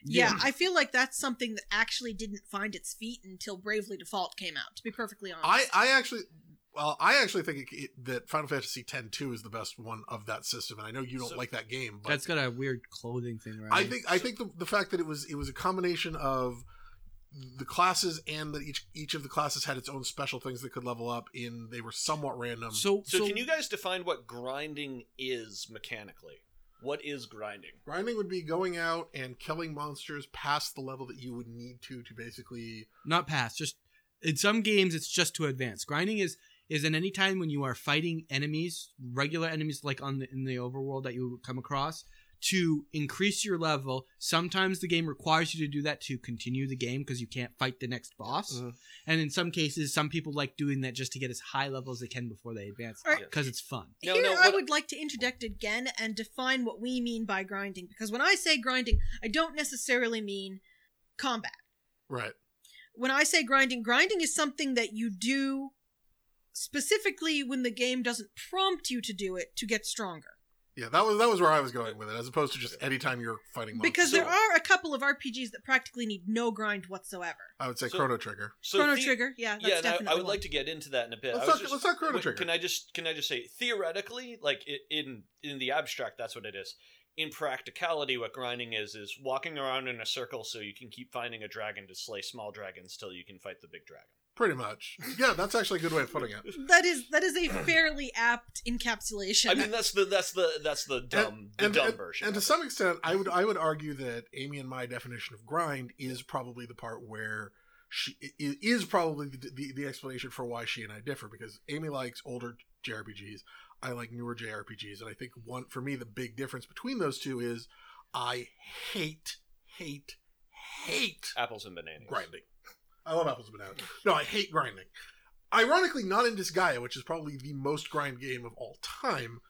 D: Yeah, I feel like that's something that actually didn't find its feet until Bravely Default came out. To be perfectly honest,
A: I I actually. Well, I actually think it, it, that Final Fantasy X-2 is the best one of that system, and I know you don't
C: So-
A: like that game. But
E: That's got a weird clothing thing, right?
A: I think I think the, the fact that it was it was a combination of the classes and that each each of the classes had its own special things that could level up in they were somewhat random.
E: so.
C: Um, So,
E: So,
C: can you guys define what grinding is mechanically? What is grinding?
A: grinding would be going out and killing monsters past the level that you would need to to basically
E: not pass just in some games it's just to advance grinding is is in any time when you are fighting enemies regular enemies like on the in the overworld that you come across to increase your level sometimes the game requires you to do that to continue the game because you can't fight the next boss
C: Uh-huh.
A: Mhm.
E: and in some cases some people like doing that just to get as high level as they can before they advance
D: All
C: right.
E: because it's fun
C: No,
D: Here,
C: no,
D: I
C: what-
D: would like to interject again and define what we mean by grinding, because when I say grinding, I don't necessarily mean combat.
A: right.
D: When I say grinding, grinding is something that you do specifically when the game doesn't prompt you to do it to get stronger.
A: Yeah, that was that was where I was going with it, as opposed to just anytime you're fighting monsters.
D: Because there
C: So-
D: are a couple of RPGs that practically need no grind whatsoever.
A: I would say
C: So-
A: Chrono Trigger.
C: So
D: Chrono
C: the-
D: Trigger, yeah, that's
C: yeah, and I-
D: definitely
C: I, would
D: one.
C: like to get into that in a bit. I
A: Let's
C: was
A: talk,
C: just-
A: let's talk Chrono
C: wait,
A: Trigger.
C: Can I just can I just say theoretically, like i- in in the abstract, that's what it is. In practicality, what grinding is is walking around in a circle so you can keep finding a dragon to slay small dragons till you can fight the big dragon.
A: Pretty much. Yeah, that's actually a good way of putting it.
D: that is that is a fairly apt encapsulation.
C: I mean, that's the that's the that's the dumb the dumb version.
A: and to
C: of it.
A: some extent, I would I would argue that Amy and my definition of grind is probably the part where she i- i- is probably the, the, the explanation for why she and I differ because Amy likes older JRPGs, I like newer JRPGs, and I think one for me the big difference between those two is I hate hate hate
C: apples and bananas.
A: grinding. I love apples and bananas. No, I hate grinding. Ironically, not in Disgaea, which is probably the most grind game of all time.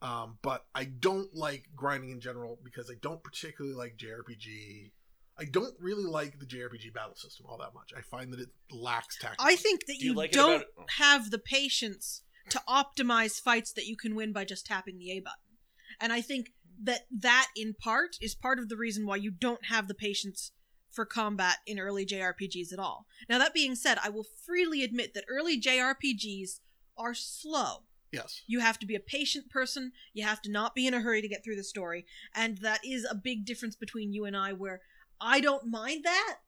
A: Um, but I don't like grinding in general because I don't particularly like JRPG. I don't really like the JRPG battle system all that much. I find that it lacks tactics.
D: I think that
C: Do you
D: you,
C: like it
D: don't
C: about it- oh.
D: have the patience to optimize fights that you can win by just tapping the A button. And I think that that in part is part of the reason why you don't have the patience for combat in early JRPGs at all. Now that being said, I will freely admit that early JRPGs are slow.
A: yes.
D: You have to be a patient person. You have to not be in a hurry to get through the story. And that is a big difference between you and I, where I don't mind that.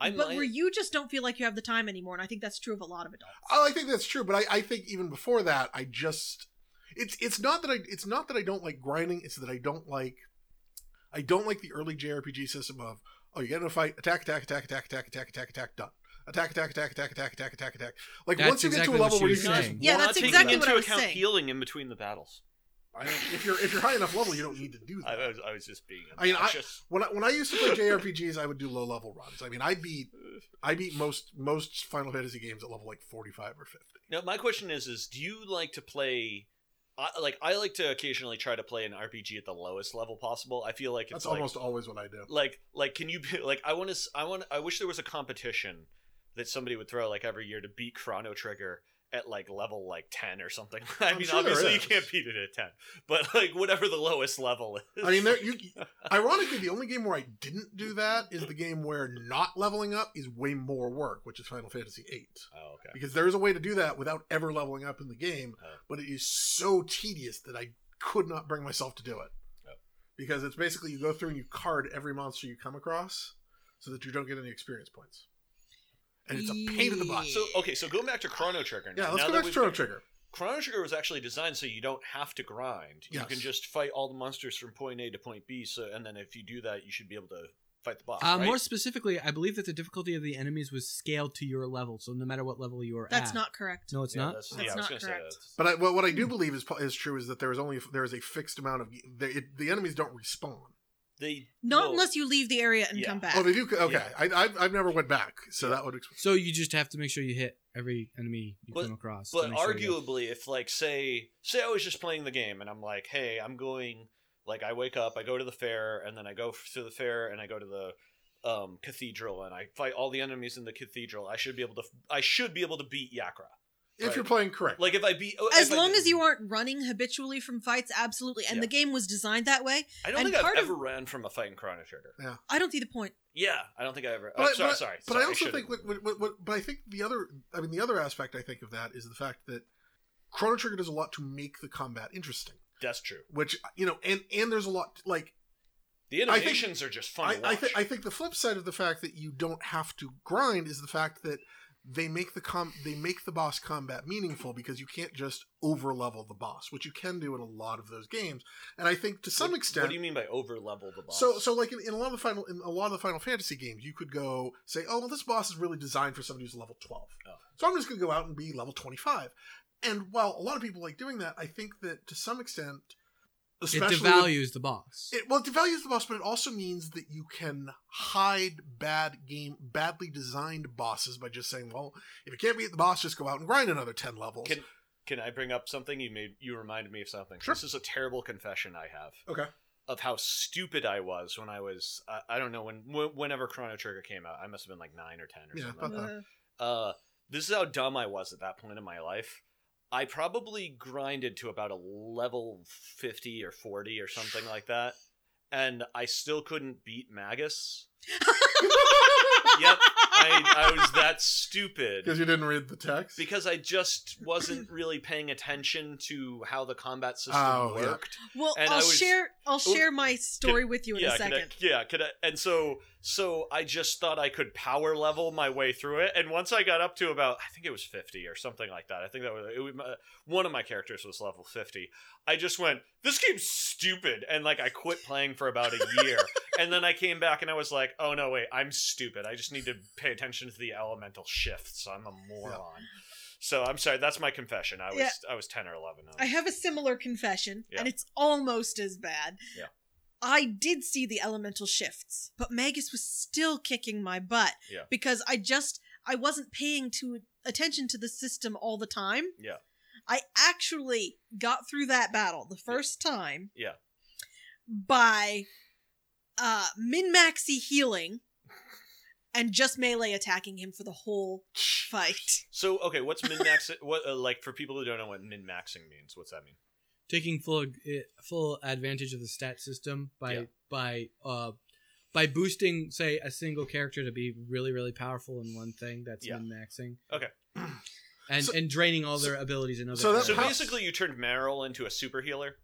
C: I'm
D: but
C: like-
D: where you just don't feel like you have the time anymore, and I think that's true of a lot of adults.
A: Oh, I think that's true, but I, I think even before that, I just it's it's not that I it's not that I don't like grinding. It's that I don't like I don't like the early JRPG system of oh you get in a fight attack attack attack attack attack attack attack attack done attack attack attack attack attack attack attack attack like
E: That's
A: once you get to a
E: exactly what
A: level
E: she
A: where you
E: was
A: can just
E: saying.
D: Yeah,
C: While
D: that's
C: taking
D: exactly
C: into
D: what I was
C: account
D: saying.
C: healing in between the battles.
A: I mean, if you're if you're high enough level, you don't need to do
C: I
A: that.
C: was, I was just being
A: I mean, I-
C: obnoxious.
A: When I, when I used to play JRPGs, I would do low level runs. I mean, I beat I beat most most Final Fantasy games at level like forty five or fifty.
C: Now, my question is: Is do you like to play? I, like, I like to occasionally try to play an RPG at the lowest level possible. I feel like it's
A: That's
C: like,
A: almost always what I do.
C: like, like, can you be like? I want to. I want. I wish there was a competition that somebody would throw like every year to beat Chrono Trigger at like level like ten or something. I
A: I'm
C: mean,
A: sure there
C: obviously you
A: is.
C: can't beat it at ten, but like whatever the lowest level is.
A: I mean, there, you, ironically, the only game where I didn't do that is the game where not leveling up is way more work, which is Final Fantasy VIII.
C: Oh, okay.
A: Because there is a way to do that without ever leveling up in the game,
C: Oh.
A: but it is so tedious that I could not bring myself to do it.
C: Oh.
A: Because it's basically you go through and you card every monster you come across so that you don't get any experience points. And it's a pain in the butt.
C: So okay, so going back to Chrono Trigger. Now,
A: Yeah, let's
C: now
A: go
C: that
A: back to
C: we've-
A: Chrono Trigger.
C: Chrono Trigger was actually designed so you don't have to grind. You
A: Yes.
C: can just fight all the monsters from point A to point B. So, and then if you do that, you should be able to fight the boss.
E: Uh,
C: right?
E: More specifically, I believe that the difficulty of the enemies was scaled to your level, so no matter what level you are at.
D: That's not correct.
E: No, it's
C: yeah,
E: not.
C: That's,
D: That's
C: yeah,
D: not
C: I was gonna
D: correct.
C: Say that.
A: But I, well, what I do believe is is true is that there is only there is a fixed amount of the, it, the enemies don't respawn.
C: They
D: Not
C: well,
D: unless you leave the area and
C: Yeah.
D: come back.
A: Oh, they do. Okay,
C: Yeah.
A: I, I've, I've never went back, so that would explain.
E: So you just have to make sure you hit every enemy you
C: But-
E: come across. to
C: But
E: make sure you-
C: arguably, if like say say I was just playing the game and I'm like, hey, I'm going like I wake up, I go to the fair, and then I go f- to the fair and I go to the um, cathedral and I fight all the enemies in the cathedral. I should be able to. f- I should be able to beat Yakra.
A: If
C: Right.
A: you're playing correct,
C: Like if I beat oh,
D: as
C: if I
D: long
C: did-
D: as you aren't running habitually from fights, absolutely. And
C: Yeah.
D: the game was designed that way.
C: I don't
D: and
C: think I've
D: part of-
C: ever ran from a fight in Chrono Trigger.
D: I don't see the point.
C: Yeah, I don't think I ever.
A: But I-
C: I'm
A: but
C: sorry,
A: I-
C: sorry.
A: but
C: sorry,
A: I also
C: should've-
A: think what, what, what, what- but I think the other, I mean, the other aspect I think of that is the fact that Chrono Trigger does a lot to make the combat interesting,
C: that's true.
A: which you know, and and there's a lot like
C: The
A: I think-
C: innovations are just fun.
A: I,
C: to
A: I,
C: watch.
A: th- I think the flip side of the fact that you don't have to grind is the fact that they make the com they make the boss combat meaningful because you can't just over level the boss, which you can do in a lot of those games, and I think to some
C: What-
A: extent.
C: What do you mean by over level the boss?
A: So, so like in, in a lot of the final in a lot of the Final Fantasy games, you could go say, "Oh, well, this boss is really designed for somebody who's level 12.
C: Oh.
A: So I'm just going to go out and be level 25." And while a lot of people like doing that, I think that to some extent,
E: it
A: especially with-
E: devalues the boss.
A: it, well, it devalues the boss, but it also means that you can hide bad game, badly designed bosses by just saying, "Well, if you can't beat the boss, just go out and grind another 10 levels."
C: Can can I bring up something you made? You reminded me of something.
A: Sure.
C: This is a terrible confession I have
A: okay.
C: of how stupid I was when I was. I, I don't know when wh- whenever Chrono Trigger came out. I must have been like nine or ten or
A: Yeah,
C: something.
A: about that.
D: Uh,
C: Uh, this is how dumb I was at that point in my life. I probably grinded to about a level 50 or 40 or something like that. And I still couldn't beat Magus. yep, I, I was that
A: Because
C: stupid.
A: you didn't read the text.
C: Because I just wasn't really paying attention to how the combat system
A: Oh, yeah.
C: worked.
D: well,
C: And I
D: I'll
C: was- Oh,
D: share. I'll share my story with you in
C: yeah,
D: a
C: could I-
D: second.
C: yeah, could I, and so so I just thought I could power level my way through it, and once I got up to about I think it was fifty or something like that. I think that was, it was uh, one of my characters was level fifty. I just went, this game's stupid, and like I quit playing for about a year, and then I came back and I was like, oh no, wait, I'm stupid. I just need to pay attention to the elemental shifts. I'm a moron. So I'm sorry. That's my confession. I was
D: Yeah.
C: I was ten or eleven.
D: I have a similar confession,
C: Yeah.
D: and it's almost as bad.
C: Yeah.
D: I did see the elemental shifts, but Magus was still kicking my butt
C: Yeah.
D: because I just I wasn't paying to attention to the system all the time.
C: Yeah.
D: I actually got through that battle the first time.
C: Yeah.
D: By uh min-maxi healing and just melee attacking him for the whole fight.
C: So okay, what's min max? what uh, like for people who don't know what min maxing means? What's that mean?
E: Taking full eh, full advantage of the stat system by
C: Yeah.
E: by uh by boosting, say, a single character to be really really powerful in one thing. That's
C: Yeah.
E: min maxing. and
A: So-
E: and draining all their abilities and other.
A: so that-
E: things.
C: So basically, you turned Meryl into a super healer.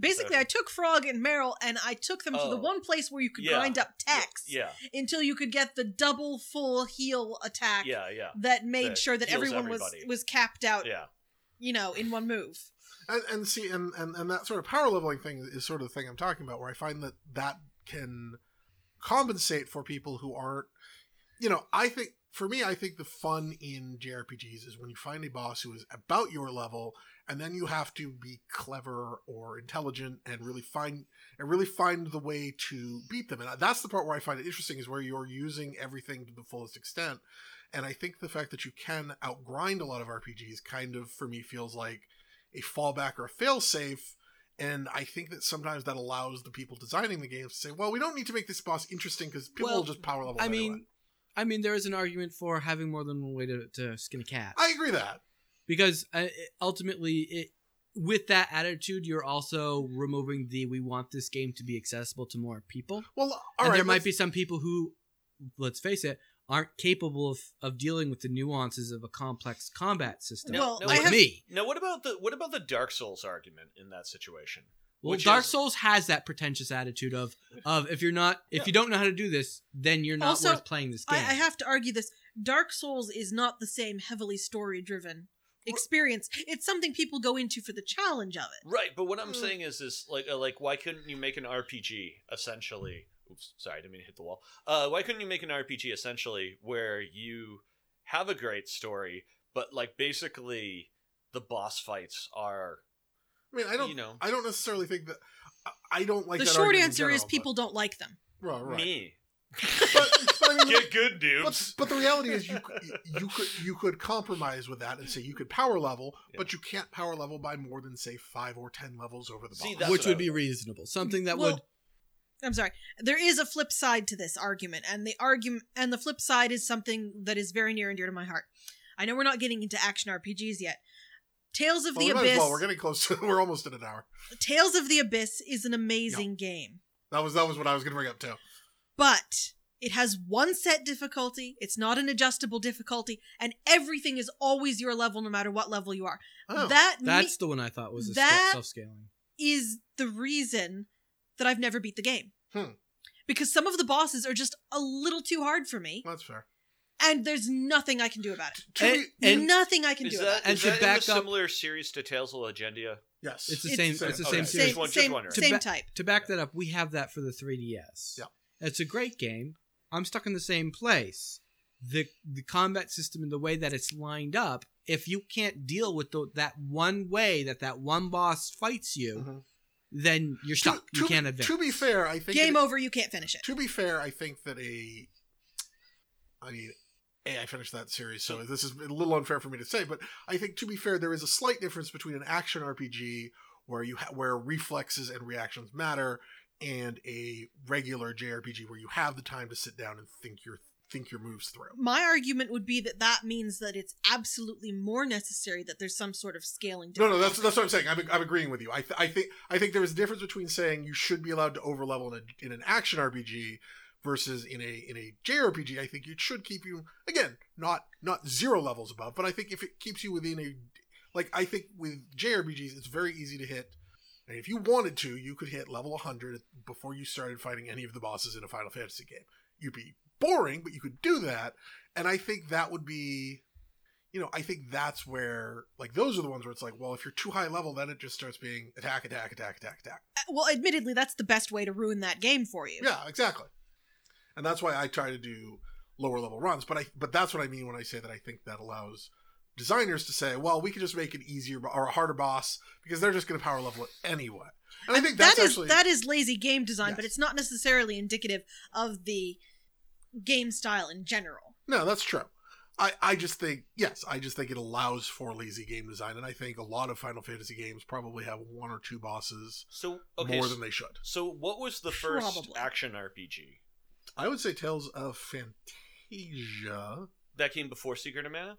D: Basically, I took Frog and Meryl and I took them to the
C: Oh.
D: one place where you could
C: Yeah.
D: grind up tax
C: Yeah,
D: until you could get the double full heal attack
C: yeah, yeah,
D: that made
C: That
D: sure that
C: heals
D: everyone was
C: everybody.
D: was capped out,
C: yeah.
D: you know, in one move.
A: and, and see and, and and that sort of power leveling thing is sort of the thing i'm talking about where i find that that can compensate for people who aren't you know i think for me i think the fun in jrpgs is when you find a boss who is about your level and then you have to be clever or intelligent and really find and really find the way to beat them and that's the part where i find it interesting is where you're using everything to the fullest extent and i think the fact that you can outgrind a lot of rpgs kind of for me feels like a fallback or a failsafe. And I think that sometimes that allows the people designing the games to say, well, we don't need to make this boss interesting because people
E: Well,
A: will just power level.
E: I
A: anyway."
E: mean, I mean, there is an argument for having more than one way to, to skin a cat.
A: I agree that.
E: because uh, it- ultimately it with that attitude you're also removing the we want this game to be accessible to more people
A: Well, all right.
E: and there might
A: let's-
E: be some people who let's face it aren't capable of, of dealing with the nuances of a complex combat system
C: No,
D: well,
C: no,
D: I
E: like
D: have
E: me
C: Now, what about the what about the Dark Souls argument in that situation?
E: well
C: Which
E: dark
C: is-
E: souls has that pretentious attitude of of if you're not if you don't know how to do this then you're not
D: Also,
E: worth playing this
D: I,
E: game
D: I have to argue this. Dark Souls is not the same heavily story driven experience. It's something people go into for the challenge of it.
C: Right, but what I'm
A: Mm.
C: saying is, is like, uh, like, why couldn't you make an RPG essentially? Oops, sorry, I didn't mean to hit the wall. Uh, why couldn't you make an RPG essentially where you have a great story, but like basically the boss fights are,
A: I mean, I don't.
C: you know,
A: I don't necessarily think that. I- I don't like.
D: the
A: that
D: short
A: argument in
D: answer is
A: general,
D: people don't like them.
A: But, right, right.
C: me
A: But, but I mean,
C: get good,
A: but,
C: dudes.
A: but the reality is you c- you could you could compromise with that and say you could power level, but you can't power level by more than say five or ten levels over the boss.
C: See, that's
E: which
C: what I
E: would be
C: would-
E: reasonable something that
D: Well,
E: would
D: I'm sorry. There is a flip side to this argument, and the argument and the flip side is something that is very near and dear to my heart. I know we're not getting into action RPGs yet. Tales of
A: well,
D: the
A: we might
D: Abyss.
A: as well. We're getting close. To, we're almost at an hour.
D: Tales of the Abyss is an amazing game,
A: That was that was what I was going to bring up too.
D: but it has one set difficulty. It's not an adjustable difficulty, and everything is always your level, no matter what level you are.
A: Oh.
D: That me-
E: that's the one i thought was a step-
D: that-
E: self-scaling
D: is the reason that I've never beat the game.
A: Hmm.
D: Because some of the bosses are just a little too hard for me,
A: that's fair.
D: and there's nothing I can do about it.
A: To
E: And-
A: be-
E: and-
D: nothing I can do
C: Is
D: about
C: that,
D: it.
E: And
C: is
E: to
C: that
E: back
C: in
E: up-
C: a similar series to Tales of Legendia?
A: yes,
E: it's the
D: It's-
E: same it's the
A: okay.
E: same
A: Same-
E: series
C: one- just
D: same,
C: wondering.
D: same
E: To ba-
D: type.
E: to back that up, we have that for the 3DS.
A: Yeah.
E: It's a great game. I'm stuck in the same place. The the combat system and the way that it's lined up, if you can't deal with the, that one way that that one boss fights you,
A: Mhm.
E: then you're stuck.
A: To,
E: you
A: to be-
E: can't advance.
A: To be fair, I think
D: Game
A: that-
D: over. You can't finish it.
A: To be fair, I think that a. I mean, a I finished that series, so this is a little unfair for me to say, but I think to be fair, there is a slight difference between an action RPG where you ha- where reflexes and reactions matter, and a regular JRPG where you have the time to sit down and think your think your moves through.
D: My argument would be that that means that it's absolutely more necessary that there's some sort of scaling.
A: No, no,
D: difficulty.
A: that's that's what I'm saying. I'm, I'm agreeing with you. I, th- I think I think there is a difference between saying you should be allowed to overlevel in, a, in an action RPG versus in a in a JRPG. I think it should keep you again not not zero levels above, but I think if it keeps you within a like I think with JRPGs, it's very easy to hit. And if you wanted to, you could hit level 100 before you started fighting any of the bosses in a Final Fantasy game. You'd be boring, but you could do that. And I think that would be you know, I think that's where like those are the ones where it's like, well, if you're too high level, then it just starts being attack, attack, attack, attack, attack.
D: Uh, well, admittedly, that's the best way to ruin that game for you.
A: Yeah, exactly. And that's why I try to do lower level runs, but I but that's what I mean when I say that I think that allows designers to say, well, we can just make an easier bo- or a harder boss because they're just going to power level it anyway. And I think that's
D: That is
A: actually
D: that is lazy game design, but
A: Yes.
D: it's not necessarily indicative of the game style in general.
A: No, that's true. I, I just think yes, I just think it allows for lazy game design, and I think a lot of Final Fantasy games probably have one or two bosses
C: So okay,
A: more
C: so,
A: than they should.
C: so what was the first
D: Probably.
C: action RPG
A: I would say Tales of Fantasia.
C: that came before Secret of Mana?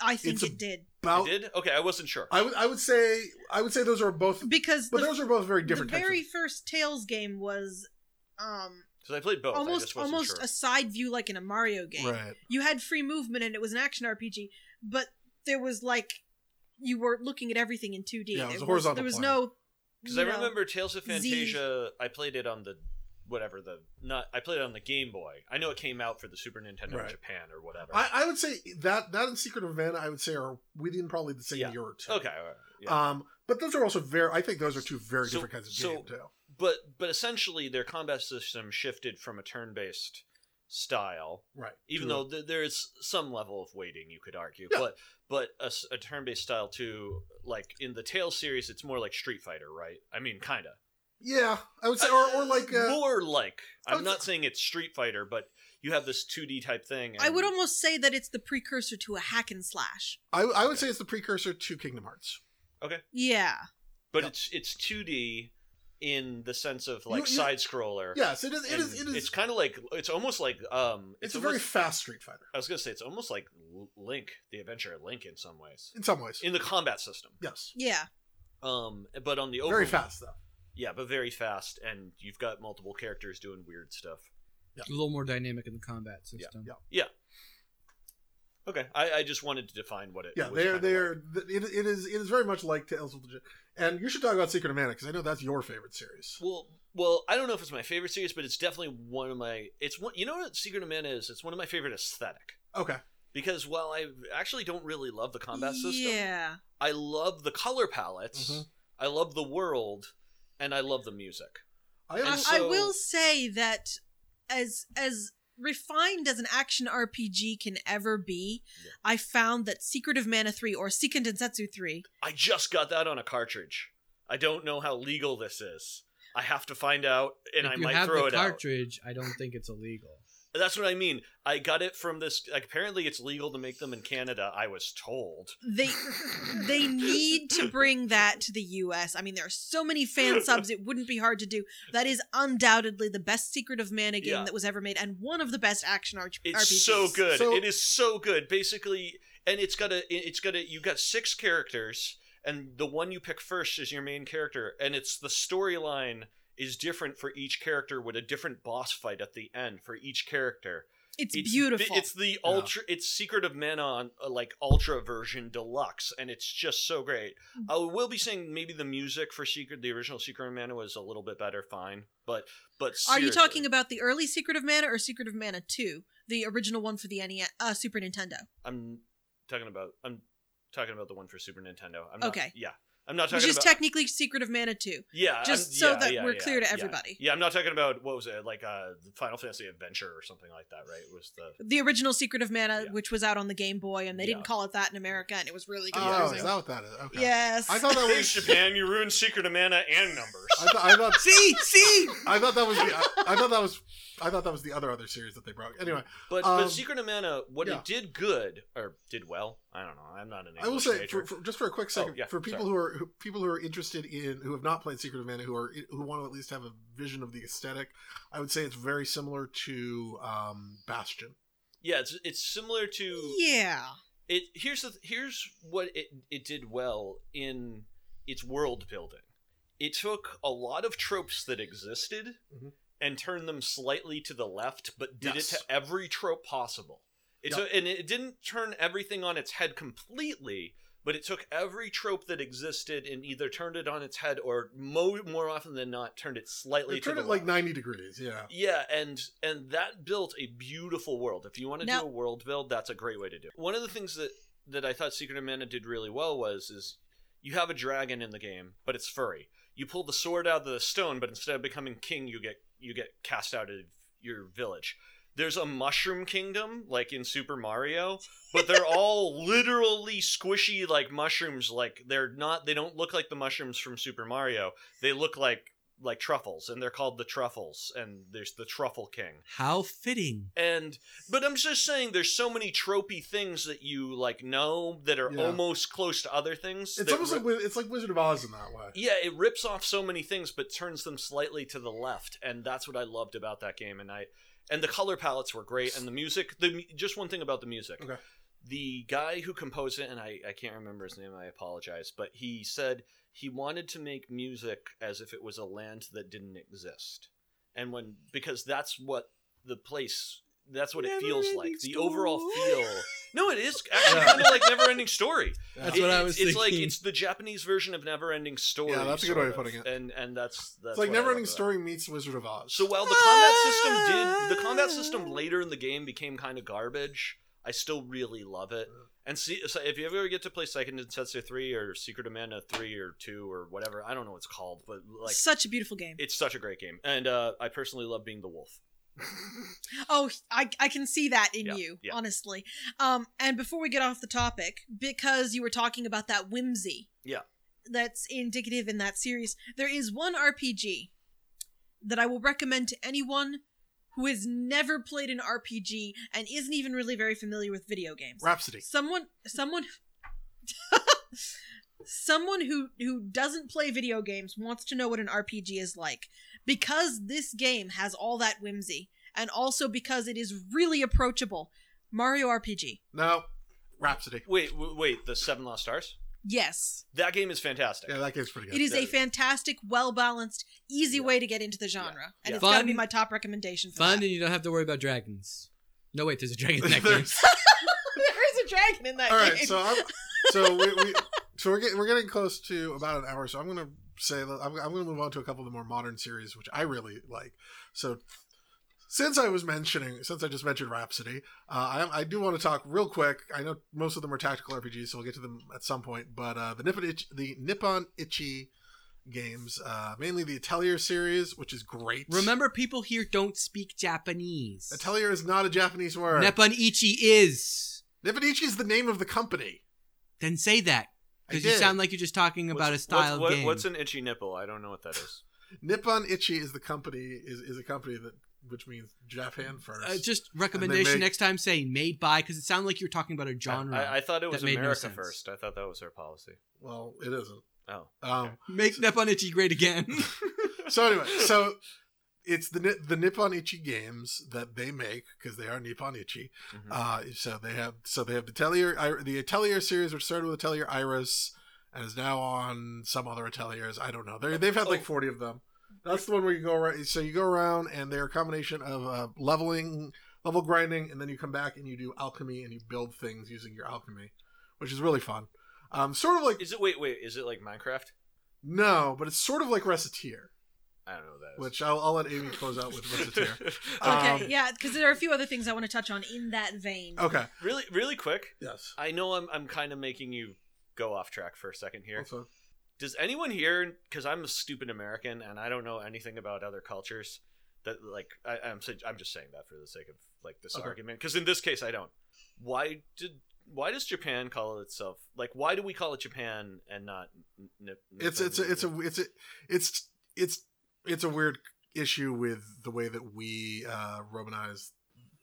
D: I think
A: It's a-
D: it did
C: I
A: About
C: did okay, I wasn't sure.
A: I would I would say I would say those are both,
D: because
A: but
D: the,
A: those are both very
D: the
A: different. types of-
D: very first Tales game was um
C: Because I played both. I
D: almost
C: just wasn't
D: almost
C: sure.
D: a side view like in a Mario game.
A: right.
D: You had free movement and it was an action RPG, but there was like you were looking at everything in 2D.
A: Yeah, it was
D: There
A: a horizontal
D: There was
A: plane.
D: no.
C: Because
D: you
C: I
D: know,
C: remember Tales of Fantasia. I played it on the whatever the not. I played it on the Game Boy. I know it came out for the Super Nintendo
A: Right.
C: in Japan or whatever.
A: I, I would say that that and Secret of Havana, I would say are within probably the same
C: Yeah.
A: year or two.
C: okay. all right, yeah.
A: Um, but those are also very. I think those are two very
C: So-
A: different kinds of
C: so-
A: game too.
C: but but essentially, their combat system shifted from a turn-based style,
A: Right.
C: even though th- there is some level of waiting you could argue.
A: Yeah.
C: But but a, s- a turn-based style too, like in the Tales series, it's more like Street Fighter, right? I mean, kind of.
A: Yeah, I would say, or, or like uh,
C: more like.
A: I
C: I'm
A: would
C: not saying it's Street Fighter, but you have this 2D type thing.
D: I would
C: and-
D: almost say that it's the precursor to a hack and slash.
A: I, I would say it's the precursor to Kingdom Hearts.
D: Yeah.
C: but
A: Yeah.
C: it's it's 2D in the sense of like
A: You- you-
C: side scroller.
A: Yes, it is. It is. It is.
C: It's
A: It's,
C: kind of like it's almost like um. It's,
A: a
C: almost,
A: very fast Street Fighter
C: I was gonna say it's almost like L- Link, the Adventure of Link, in some ways,
A: in some ways.
C: in the combat system.
A: yes,
D: Yeah.
C: Um, but on the
A: very
C: overworld-
A: fast though.
C: Yeah, but very fast, and you've got multiple characters doing weird stuff.
E: A little more dynamic in the combat system.
A: yeah.
C: Okay, I, I just wanted to define what it.
A: Yeah,
C: was
A: they're
C: kinda
A: they're.
C: like.
A: th- It, it is it is very much like Tales of the. And you should talk about Secret of Mana because I know that's your favorite series.
C: Well, well, I don't know if it's my favorite series, but it's definitely one of my. It's one. You know what Secret of Mana is? It's one of my favorite aesthetic
A: Okay,
C: because while I actually don't really love the combat system,
D: Yeah.
C: I love the color palettes.
A: Mhm.
C: I love the world, and I love the music.
A: I
C: And
D: I,
A: am,
D: I
C: so-
D: will say that as as refined as an action RPG can ever be,
C: Yeah.
D: I found that Secret of Mana 3 or Seiken Densetsu 3
C: I just got that on a cartridge. I don't know how legal this is. I have to find out, and
E: if
C: I
E: you
C: might
E: have
C: throw
E: the
C: it
E: cartridge, I don't think it's illegal.
C: out. That's what I mean. I got it from this. Like, apparently, it's legal to make them in Canada. I was told.
D: they they need to bring that to the US. I mean, there are so many fan subs; it wouldn't be hard to do. That is undoubtedly the best Secret of Mana game
C: Yeah.
D: that was ever made, and one of the best action R-
C: It's
D: RPGs.
C: so good.
A: So-
C: it is so good. Basically, and it's got a. It's got a. You got six characters, and the one you pick first is your main character, and it's the storyline is different for each character with a different boss fight at the end for each character.
D: It's,
C: bi-
D: beautiful.
C: It's the ultra. It's Secret of Mana on uh, like ultra version deluxe, and it's just so great.
D: Mm.
C: I will be saying maybe the music for Secret, the original Secret of Mana, was a little bit better. Fine, but but
D: are
C: seriously-
D: you talking about the early Secret of Mana or Secret of Mana 2, the original one for the NES, uh, Super Nintendo?
C: I'm talking about. I'm talking about the one for Super Nintendo. I'm not,
D: Okay.
C: Yeah, I'm not
D: Which
C: talking
D: is
C: about.
D: technically Secret of Mana 2.
C: yeah,
D: just
C: I'm-
D: so
C: yeah,
D: that
C: yeah,
D: we're
C: yeah,
D: clear to
C: yeah.
D: everybody.
C: Yeah, I'm not talking about what was it like uh Final Fantasy Adventure or something like that, right? Was the
D: The original Secret of Mana,
C: Yeah.
D: which was out on the Game Boy, and they
C: Yeah.
D: didn't call it that in America, and it was really
A: oh,
D: confusing.
A: is that what that is? Okay.
D: Yes.
A: I thought that
C: Thanks,
A: was.
C: Japan. You ruined Secret of Mana and numbers.
A: I, thought I thought
E: see, see.
A: I thought that was the. I, I thought that was. I thought that was the other other series that they brought. Anyway,
C: But,
A: Um,
C: but Secret of Mana, what
A: yeah.
C: it did good or did well, I don't know. I'm not an English
A: I will say
C: major.
A: for, for, just for a quick second
C: Oh, yeah,
A: for people
C: sorry.
A: who are who, people who are interested in who have not played Secret of Mana who are who want to at least have a vision of the aesthetic. I would say it's very similar to um, Bastion.
C: yeah, it's it's similar to
D: yeah.
C: it. Here's the th- here's what it it did well in its world building. It took a lot of tropes that existed
A: Mhm.
C: and turned them slightly to the left, but did
A: Yes.
C: it to every trope possible. It
A: Yep.
C: took, and it didn't turn everything on its head completely, but it took every trope that existed and either turned it on its head or mo- more often than not turned it slightly
A: They
C: to
A: turned
C: the
A: it like
C: left.
A: ninety degrees. Yeah.
C: Yeah, and and that built a beautiful world. If you want to
D: Now-
C: do a world build, that's a great way to do it. One of the things that that I thought Secret of Mana did really well was is you have a dragon in the game, but it's furry. You pull the sword out of the stone, but instead of becoming king, you get you get cast out of your village. There's a mushroom kingdom like in Super Mario, but they're all literally squishy like mushrooms. Like they're not they don't look like the mushrooms from Super Mario. They look like like truffles and they're called the truffles and there's the truffle king
E: How fitting.
C: and but i'm just saying there's so many tropey things that you like know that are
A: Yeah.
C: almost close to other things
A: It's
C: that
A: almost
C: ri-
A: like Wiz- it's like Wizard of Oz in that way.
C: yeah it rips off so many things but turns them slightly to the left and that's what i loved about that game and i and the color palettes were great and the music the mu- just one thing about the music
A: Okay.
C: the guy who composed it and I, I can't remember his name i apologize but he said he wanted to make music as if it was a land that didn't exist and when because that's what the place that's what it
E: Never
C: feels
E: ending
C: like the
E: story.
C: overall feel No, it is actually kind of like Never Ending Story.
E: That's
C: It-
E: what I
C: it's-
E: was
C: It's
E: thinking.
C: like it's the Japanese version of Never Ending Story.
A: Yeah, that's a good
C: sort
A: way of putting it.
C: And and that's that's
A: it's like
C: what I
A: Never
C: love
A: Ending
C: about it.
A: Story meets Wizard of Oz.
C: So while the combat system did the combat system later in the game became kind of garbage, I still really love it. And see, so if you ever get to play Second Densetsu three or Secret of Mana three or two or whatever, I don't know what it's called, but like
D: Such a beautiful game.
C: it's such a great game. And uh, I personally love being the wolf.
D: Oh, I, I can see that in
C: Yeah,
D: you,
C: yeah.
D: honestly. Um, and before we get off the topic, because you were talking about that whimsy,
C: Yeah.
D: that's indicative in that series. There is one RPG that I will recommend to anyone who has never played an RPG and isn't even really very familiar with video games.
A: Rhapsody.
D: Someone, someone, someone who who doesn't play video games wants to know what an RPG is like because this game has all that whimsy, and also because it is really approachable. Mario RPG.
A: No, Rhapsody.
C: Wait, w- wait, the Seven Lost Stars.
D: Yes,
C: That game is fantastic.
A: Yeah, that game's pretty good.
D: it is a
C: that-
D: fantastic, well balanced, easy
C: Yeah.
D: way to get into the genre, and
C: Yeah.
D: it's got to be
E: Fun-
D: my top recommendation for
E: Fun,
D: that.
E: and you don't have to worry about dragons. No, wait, there's a dragon in that game.
A: There's-
D: there is a dragon in that
A: All right,
D: game.
A: so I'm, so we, we so we're getting we're getting close to about an hour. So I'm gonna say that I'm, I'm gonna move on to a couple of the more modern series, which I really like. So since I was mentioning, since I just mentioned Rhapsody, uh, I, I do want to talk real quick. I know most of them are tactical RPGs, so we'll get to them at some point. But uh, the Nippon Ichi, the Nippon Ichi games, uh, mainly the Atelier series, which is great.
E: Remember, people here don't speak Japanese.
A: Atelier is not a Japanese word.
E: Nepon Ichi is.
A: Nippon Ichi is the name of the company.
E: Then say that.
A: I
E: Because you
A: did.
E: sound like you're just talking about a
C: What's-
E: style
C: what's, what-
E: of game.
C: What's an itchy nipple? I don't know what that is.
A: Nippon Ichi is the company is, is a company that which means Japan first.
E: Uh, just recommendation
A: make-
E: next time say made by because it sounded like you were talking about a genre.
C: I, I thought it was
E: that made no
C: America
E: sense.
C: first. I thought that was their policy.
A: well, it isn't.
C: Oh,
A: Um,
E: Make Nepon Ichi great again.
A: so anyway, so it's the Ni- the Nippon Ichi games that they make because they are Nippon Ichi.
C: Mhm.
A: Uh, so they have so they have the Atelier I- the Atelier series, which started with Atelier Iris and is now on some other Ateliers. I don't know. They they've had like
C: Oh.
A: forty of them. That's the one where you go around. So you go around, and they're a combination of uh, leveling, level grinding, and then you come back and you do alchemy and you build things using your alchemy, which is really fun. Um, sort of like
C: Is it? Wait, wait. Is it like Minecraft?
A: no, but it's sort of like Reciteer,
C: I don't know what that is.
A: which I'll, I'll let Amy close out with Reciteer. um,
D: okay, yeah, because there are a few other things I want to touch on in that vein.
C: Oh,
A: Okay.
C: really, really quick.
A: Yes.
C: I know I'm, I'm kind of making you go off track for a second here.
A: Also,
C: Does anyone here, because I'm a stupid American and I don't know anything about other cultures, that like I, I'm sa- I'm just saying that for the sake of like this
A: Okay.
C: argument, because in this case I don't. Why did why does Japan call itself like why do we call it Japan and not? N- N-
A: it's it's a, it's a it's a, it's it's it's a weird issue with the way that we uh, romanize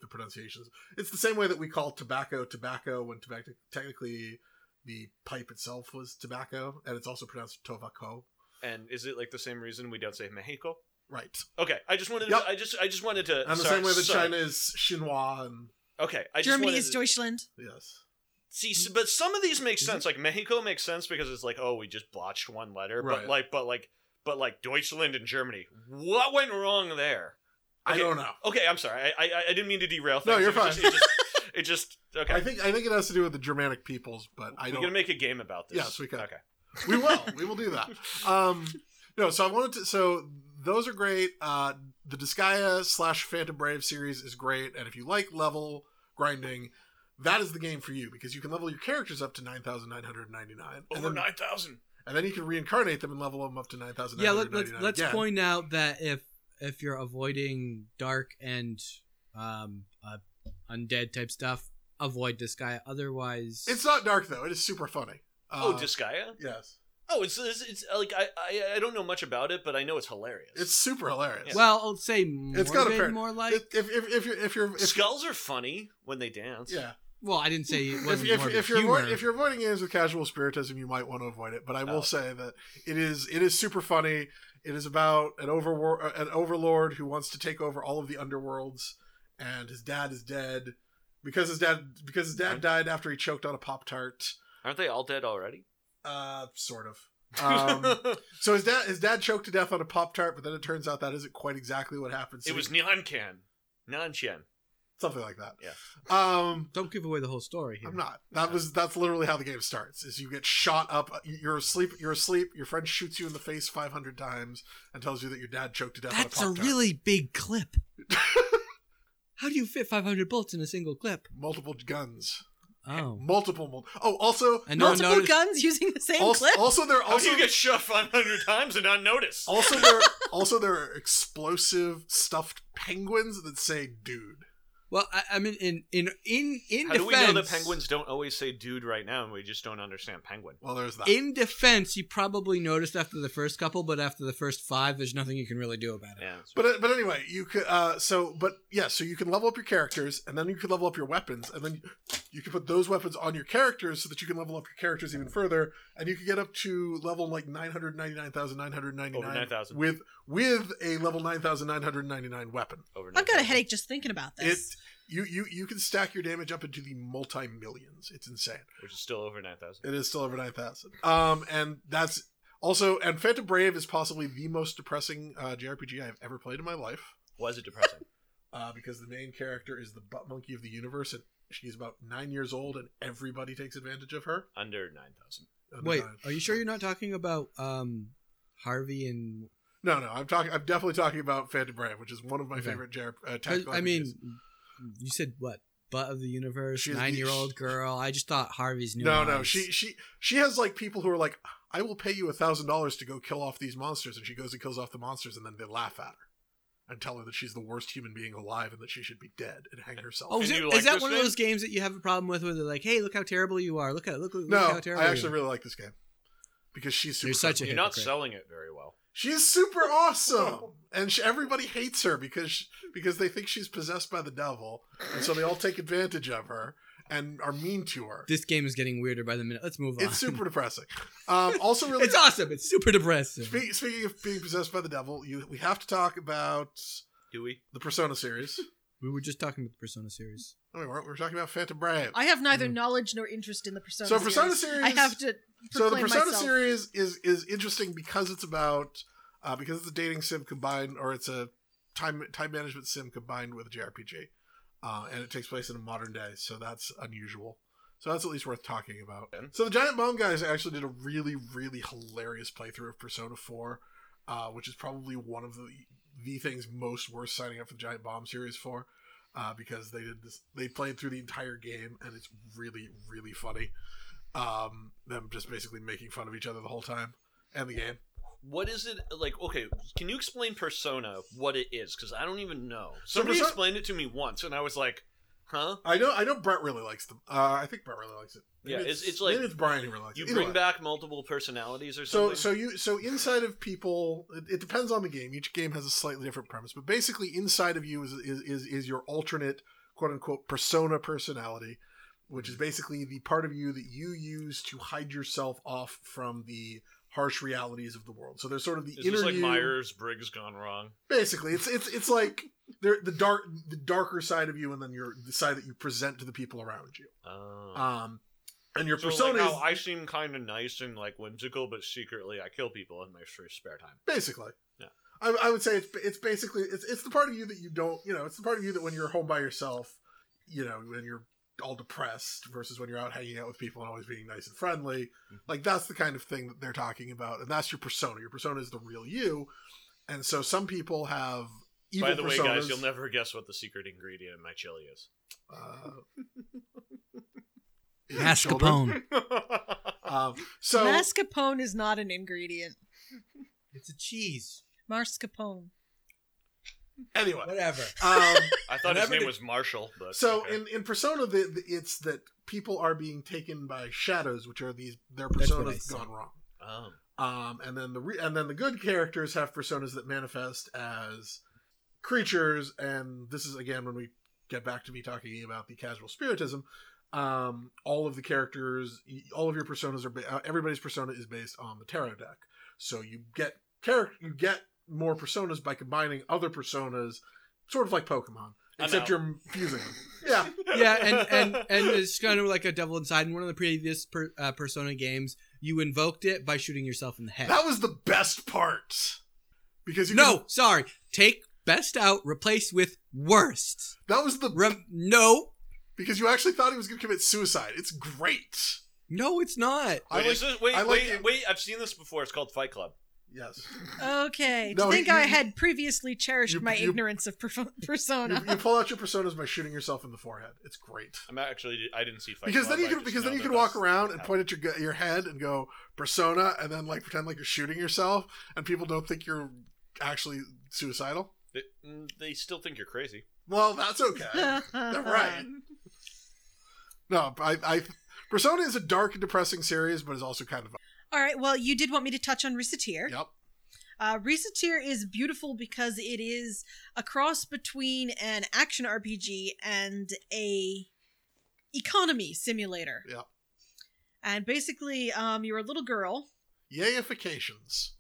A: the pronunciations. It's the same way that we call tobacco tobacco when tobacco technically the pipe itself was tobacco, and it's also pronounced tobacco.
C: and is it like the same reason we don't say Mexico?
A: Right.
C: Okay, I just wanted
A: Yep.
C: to, I just I just wanted to
A: And the
C: Uh, sorry,
A: same way that
C: sorry.
A: China is Chinois, and
C: Okay, I just
D: Germany
C: wanted
D: is
C: to-
D: Deutschland.
A: yes.
C: See, s- but some of these make
A: Is
C: sense. Like Mexico makes sense because it's like, oh, we just botched one letter.
A: Right.
C: But like, but like, but like Deutschland and Germany. What went wrong there?
A: I
C: Okay.
A: don't know.
C: Okay, I'm sorry. I I, I didn't mean to derail things.
A: No, you're
C: It was
A: fine.
C: Just, it, just, it just okay.
A: I think I think it has to do with the Germanic peoples, but I
C: We're
A: don't.
C: gonna make a game about this.
A: Yes, we can.
C: Okay.
A: we will we will do that um no so i wanted to so those are great uh the disgaea slash phantom brave series is great and if you like level grinding that is the game for you because you can level your characters up to 9999
C: Over
A: and, then,
C: nine thousand.
A: and then you can reincarnate them and level them up to 9999
E: yeah, let, let's let's
A: again.
E: point out that if if you're avoiding dark and um, uh, undead type stuff, avoid this guy. Otherwise,
A: it's not dark though it is super funny uh,
C: oh, Disgaea.
A: yes
C: Oh, it's, it's it's like I, I I don't know much about it, but I know it's hilarious.
A: it's super hilarious
E: well, I'll say morbid,
A: It's got a fair-
E: more like.
A: if, if, if, if you're if you're if,
C: skulls are funny when they dance.
A: yeah
E: well, I didn't say it
A: if,
E: wasn't
A: if,
E: morbid
A: if you're
E: humor.
A: avoid- if you're avoiding games with casual spiritism, you might want to avoid it. But I will
C: Oh.
A: say that it is it is super funny. It is about an over an overlord who wants to take over all of the underworlds, and his dad is dead because his dad because his dad died after he choked on a pop tart.
C: Aren't they all dead already?
A: Uh, sort of. Um, so his dad his dad choked to death on a pop tart, but then it turns out that isn't quite exactly what happened. So
C: it was Nyan Can. Nanchan.
A: something like that.
C: Yeah.
A: Um,
E: Don't give away the whole story here.
A: I'm not. That was that's literally how the game starts. Is you get shot up. You're asleep. You're asleep. Your friend shoots you in the face 500 times and tells you that your dad choked to death.
E: That's
A: on a,
E: a
A: Pop-Tart.
E: really big clip. How do you fit 500 bullets in a single clip?
A: multiple guns.
E: Oh.
A: Multiple. Mul- oh, also.
E: And no one
D: Multiple
E: noticed.
D: guns using the same
A: Also,
D: clip.
A: also there
C: How do
A: also
C: you get shot 500 times and not notice?
A: also there also there are explosive stuffed penguins that say "dude."
E: Well, I, I mean, in in in in
C: How
E: defense,
C: do we know the penguins don't always say dude right now and we just don't understand penguin?
A: Well, there's that.
E: In defense, you probably noticed after the first couple, but after the first five, there's nothing you can really do about it.
C: Yeah.
A: But uh, but anyway, you could uh so but yeah, so you can level up your characters and then you could level up your weapons and then you can put those weapons on your characters so that you can level up your characters even further and you can get up to level like 999,999
C: Over 9,000.
A: with with a level 9,999 weapon.
C: Over
D: I've got
C: 9,000.
D: a headache just thinking about
A: It
D: this.
A: you you you can stack your damage up into the multi-millions. It's insane.
C: Which is still over 9,000.
A: It is still over 9,000. Um and that's also and Phantom Brave is possibly the most depressing uh, JRPG I've ever played in my life.
C: Why is it depressing?
A: uh, because the main character is the butt monkey of the universe, and she's about nine years old, and everybody takes advantage of her.
C: Under 9,000.
A: And,
E: Wait,
A: uh,
E: are you sure you're not talking about um Harvey and?
A: No, no, I'm talking. I'm definitely talking about Phantom Brave, which is one of my
E: Okay.
A: favorite JR, uh,
E: 'cause,
A: tactical
E: I mean,
A: RPGs.
E: you said what? Butt of the universe,
A: She's the-
E: nine year old girl. I just thought Harvey's new.
A: no, no, she, she, she has like people who are like, "I will pay you a thousand dollars to go kill off these monsters," and she goes and kills off the monsters, and then they laugh at her and tell her that she's the worst human being alive and that she should be dead and hang herself.
E: Oh, is,
C: And
E: it,
C: you
E: is
C: like
E: that
C: this
E: one
C: thing?
E: of those games that you have a problem with, where they're like, "Hey, look how terrible you are! Look at look, look,
A: no,
E: how terrible."
A: I actually
E: you are.
A: really like this game because she's super.
E: You're such
A: friendly.
E: a
C: You're not
E: hypocrite.
C: selling it very well.
A: She's super awesome, and she, everybody hates her because she, because they think she's possessed by the devil, and so they all take advantage of her and are mean to her.
E: This game is getting weirder by the minute. Let's move on.
A: It's super depressing. Um, also, really,
E: it's awesome. It's super depressing.
A: spe- speaking of being possessed by the devil, you we have to talk about
C: Do we?
A: the Persona series.
E: we were just talking about the Persona series.
A: I mean, we weren't we were talking about Phantom Brave.
D: I have neither
E: Mm.
D: knowledge nor interest in the Persona.
A: So Persona
D: I
A: series-
D: have to.
A: so the
D: proclaim
A: Persona
D: myself.
A: series is is interesting because it's about uh, because it's a dating sim combined, or it's a time time management sim combined with a JRPG, uh, and it takes place in a modern day, so that's unusual. So that's at least worth talking about. So the Giant Bomb guys actually did a really really hilarious playthrough of Persona Four, uh, which is probably one of the the things most worth signing up for the Giant Bomb series for. Uh, because they did this, they played through the entire game, and it's really, really funny um, them just basically making fun of each other the whole time and the game.
C: What is it like? Okay, can you explain Persona what it is? Because I don't even know. Somebody
A: Persona-
C: explained it to me once, and I was like, "Huh?
A: I know, I know. Brett really likes them. Uh, I think Brett really likes it.
C: Yeah, it's- it's like-
A: maybe it's Brian who really likes
C: You
A: it. Either
C: bring
A: way.
C: back multiple personalities or
A: Oh, So,
C: something?"
A: so you, so inside of people, it, it depends on the game. Each game has a slightly different premise, but basically, inside of you is is is, is your alternate quote unquote persona personality, which is basically the part of you that you use to hide yourself off from the harsh realities of the world. So there's sort of the
C: is
A: inner
C: this like
A: you-
C: Myers Briggs gone wrong?
A: basically it's it's it's like there the dark the darker side of you and then your the side that you present to the people around you
C: Oh.
A: um and your
C: so
A: persona
C: like how
A: is
C: I seem kind of nice and like whimsical, but secretly I kill people in my free spare time.
A: basically
C: Yeah.
A: I, I would say it's it's basically it's it's the part of you that you don't you know it's the part of you that when you're home by yourself you know when you're all depressed versus when you're out hanging out with people and always being nice and friendly
C: Mm-hmm.
A: like that's the kind of thing that they're talking about and that's your persona your persona is the real you and so some people have evil
C: By the way, guys,
A: personas.
C: you'll never guess what the secret ingredient in my chili is.
A: uh,
E: Ask
A: children.
E: Capone.
A: Um, so
D: mascarpone is not an ingredient.
E: It's a cheese.
D: Mascarpone.
A: anyway,
E: Whatever.
A: um,
C: I thought his
E: Whenever
C: name
E: the-
C: was Marshall, but
A: so
C: okay.
A: in, in Persona, the, the, it's that people are being taken by shadows, which are these their
E: That's what I
A: personas
E: said.
A: gone wrong.
C: Um,
A: Um, and then the re- and then the good characters have personas that manifest as creatures, and this is again when we get back to me talking about the casual spiritism. Um, all of the characters, all of your personas are ba- uh, everybody's persona is based on the tarot deck. So you get character, you get more personas by combining other personas, sort of like Pokemon,
C: I'm
A: except
C: out.
A: you're fusing. Them. Yeah,
E: yeah, and, and and it's kind of like a devil inside. In one of the previous per, uh, Persona games, you invoked it by shooting yourself in the head.
A: that was the best part because you
E: no, sorry. Take best out replaced with worst.
A: That was the
E: Rem- no,
A: because you actually thought he was going to commit suicide. It's great.
E: no, it's not.
A: I
C: Wait,
A: like-
C: is this- wait,
A: I like
C: wait,
A: it.
C: wait! I've seen this before. It's called Fight Club.
A: Yes.
D: Oh, Okay.
A: No,
D: to think
A: you-
D: I
A: you-
D: had previously cherished
A: you-
D: my
A: you-
D: ignorance of perf- persona.
A: you, you pull out your personas by shooting yourself in the forehead. It's great.
C: I'm actually I didn't see Fight
A: because
C: Club.
A: then you
C: I
A: can
C: just
A: because then
C: know
A: you
C: that
A: can walk
C: that's
A: around
C: what
A: and
C: happened.
A: point at your gu- your head and go persona and then like pretend like you're shooting yourself and people don't think you're actually suicidal.
C: They, mm, they still think you're crazy.
A: Well, that's okay. right. no, I, I persona is a dark and depressing series, but is also kind of
D: All right. Well, you did want me to touch on Risatir.
A: yep.
D: Uh, Risatir is beautiful because it is a cross between an action RPG and a economy simulator.
A: Yeah.
D: And basically, um, you're a little girl.
A: Yayifications.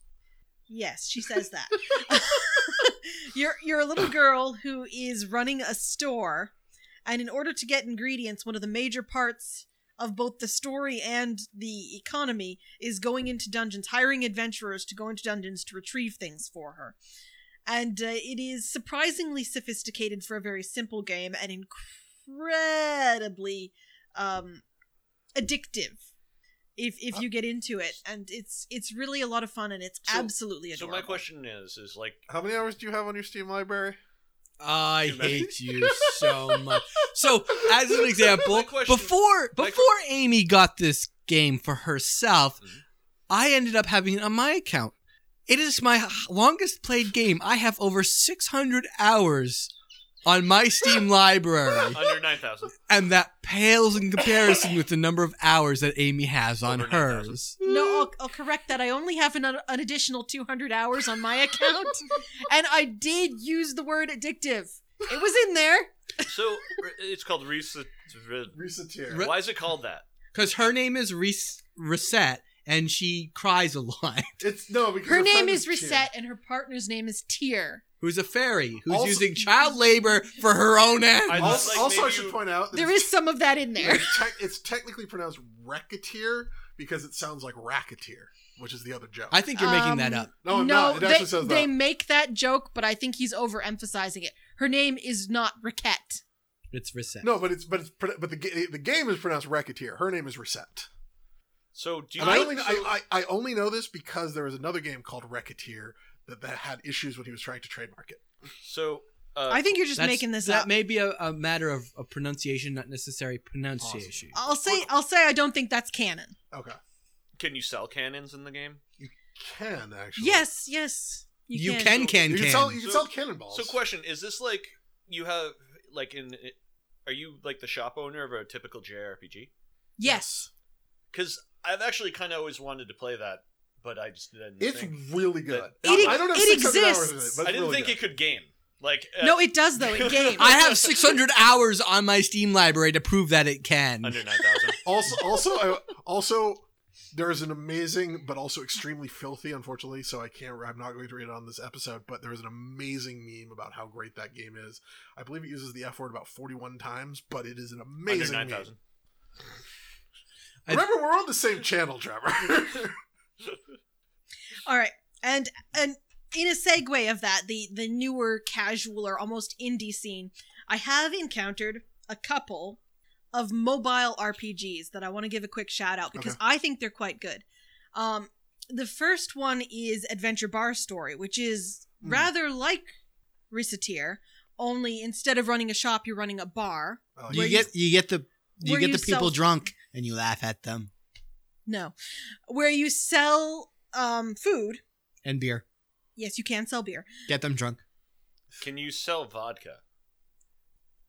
D: Yes, she says that. you're you're a little girl who is running a store, and in order to get ingredients, one of the major parts of both the story and the economy is going into dungeons, hiring adventurers to go into dungeons to retrieve things for her. And uh, it is surprisingly sophisticated for a very simple game and incredibly um, addictive if if you get into it and it's it's really a lot of fun and it's
C: Uh, So-
D: absolutely
C: So
D: adorable.
C: my question is, is like,
A: How many hours do you have on your Steam library?
E: I
C: Too many.
E: hate you so much. So, as an example,
C: My question-
E: before
C: my que-
E: before Amy got this game for herself,
C: Mhm.
E: I ended up having it on my account. It is my h- longest played game. I have over 600 hours on my Steam library,
C: under nine thousand.
E: and that pales in comparison with the number of hours that Amy has on
C: Over 9,000.
E: hers.
D: No, I'll, I'll correct that. I only have an, an additional 200 hours on my account, and I did use the word addictive. It was in there.
C: So r- it's called reset.
A: Recent tier.
E: Re-
C: Why is it called that?
E: Because her name is Res- Reset, and she cries a lot.
A: It's no because
D: Her name
A: friend
D: is
A: Tier.
D: Reset, and her partner's name is Tear.
E: Who's a fairy who's
A: Also-
E: using child labor for her own ends.
C: I
A: Also,
C: like
A: also I
C: maybe
A: should
C: you-
A: point out that
D: There
A: it's-
D: is some of that in there.
A: It's, tec- it's technically pronounced racketeer because it sounds like racketeer, which is the other joke.
E: I think you're making that
D: Um,
E: up.
A: No, I'm not. It actually
D: they,
A: says
D: they
A: that.
D: make that joke, but I think he's overemphasizing it. Her name is not Raquette.
E: It's reset.
A: no, but it's but it's pro- but the ga- the game is pronounced racketeer. Her name is Reset.
C: So do you?
A: And I, only
C: so,
A: I, I, I only know this because there was another game called Racketeer that, that had issues when he was trying to trademark it.
C: so uh,
D: I think you're just
E: That's-
D: making this
E: that
D: up.
E: may be a, a matter of, of pronunciation, not necessary pronunciation.
D: I'll say I'll say I don't think that's canon.
A: Okay,
C: can you sell cannons in the game?
A: can actually
D: Yes, yes.
E: You,
D: can.
E: can, can,
A: you
E: can.
A: can sell you can
C: So-
A: sell cannonballs.
C: So question is this like you have like in? Are you like the shop owner of a typical JRPG?
D: Yes.
C: Because I've actually kind of always wanted to play that, but I just didn't.
A: it's
C: think,
A: really good.
D: It-
A: I don't have
D: it
A: 600 hours in it,
D: exists.
A: but
C: I
A: it's
C: didn't
A: really
C: think
A: good.
C: it could game. Like uh,
D: No, it does though. It games.
E: I have 600 hours on my Steam library to prove that it can.
C: under nine thousand.
A: also also I, also there is an amazing but also extremely filthy unfortunately so i can't i'm not going to read it on this episode but there is an amazing meme about how great that game is i believe it uses the f word about 41 times but it is an
C: Under
A: amazing
C: nine
A: meme.
C: thousand.
E: I-
A: remember we're on the same channel trevor
D: All right, and and in a segue of that, the the newer, casual, or almost indie scene, I have encountered a couple of mobile RPGs that I want to give a quick shout out because
A: Okay.
D: I think they're quite good. Um, the first one is Adventure Bar Story, which is
A: Hmm.
D: rather like Risatir, only instead of running a shop, you're running a bar.
A: I like
E: you
A: it.
E: get you get the you
D: where
E: get
D: you
E: the people
D: self-
E: drunk and you laugh at them
D: No, where you sell um, food.
E: and beer.
D: Yes, you can sell beer.
E: Get them drunk.
C: Can you sell vodka?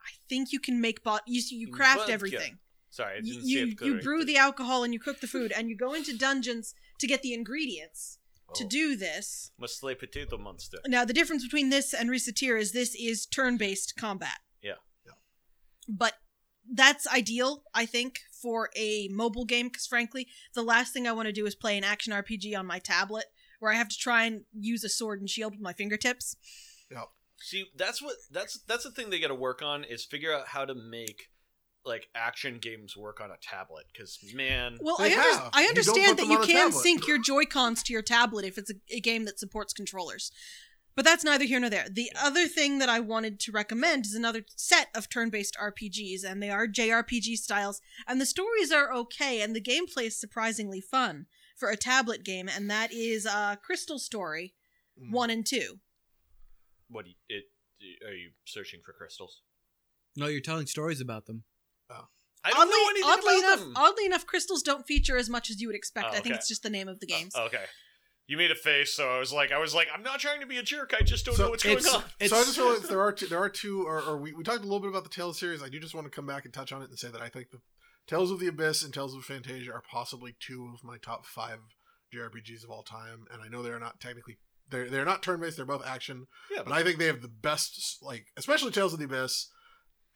D: I think you can make bot. You you craft
C: Vodka.
D: everything.
C: Sorry, I didn't see
D: You
C: it.
D: you, you
C: clearly.
D: brew the alcohol and you cook the food and you go into dungeons to get the ingredients to
C: Oh.
D: do this.
C: Muscle potato monster.
D: Now the difference between this and Resetir is this is turn-based combat.
C: Yeah.
A: Yeah.
D: But that's ideal, I think, for a mobile game because frankly, the last thing I want to do is play an action RPG on my tablet where I have to try and use a sword and shield with my fingertips.
C: See, that's what that's that's the thing they got to work on is figure out how to make like action games work on a tablet. Because man,
D: Well, I,
A: They
D: under-
A: have. You
D: I
A: don't put
D: understand that
A: them
D: you
A: on a
D: can
A: tablet.
D: sync your Joy Cons to your tablet if it's a, a game that supports controllers, But that's neither here nor there. The other thing that I wanted to recommend is another set of turn based RPGs, and they are JRPG styles, and the stories are okay, and the gameplay is surprisingly fun for a tablet game, and that is uh, Crystal Story
A: Hmm.
D: 1 and 2.
C: What do you, it, are you searching for crystals?
E: No, you're telling stories about them.
C: I don't know anything
D: oddly
C: about
D: enough,
C: them.
D: Oddly enough, crystals don't feature as much as you would expect.
C: Oh,
D: I think
C: okay.
D: it's just the name of the games.
C: Uh, okay. You made a face, so I was like, I was like, I'm not trying to be a jerk. I just don't
A: So
C: know what's going
E: It's,
C: on.
E: it's
A: so I just realized there are two, there are two, or, or we, we talked a little bit about the Tales series. I do just want to come back and touch on it and say that I think the Tales of the Abyss and Tales of Fantasia are possibly two of my top five JRPGs of all time. And I know they're not technically they're they're not turn based. They're both action,
C: Yeah,
A: but I think they have the best like especially Tales of the Abyss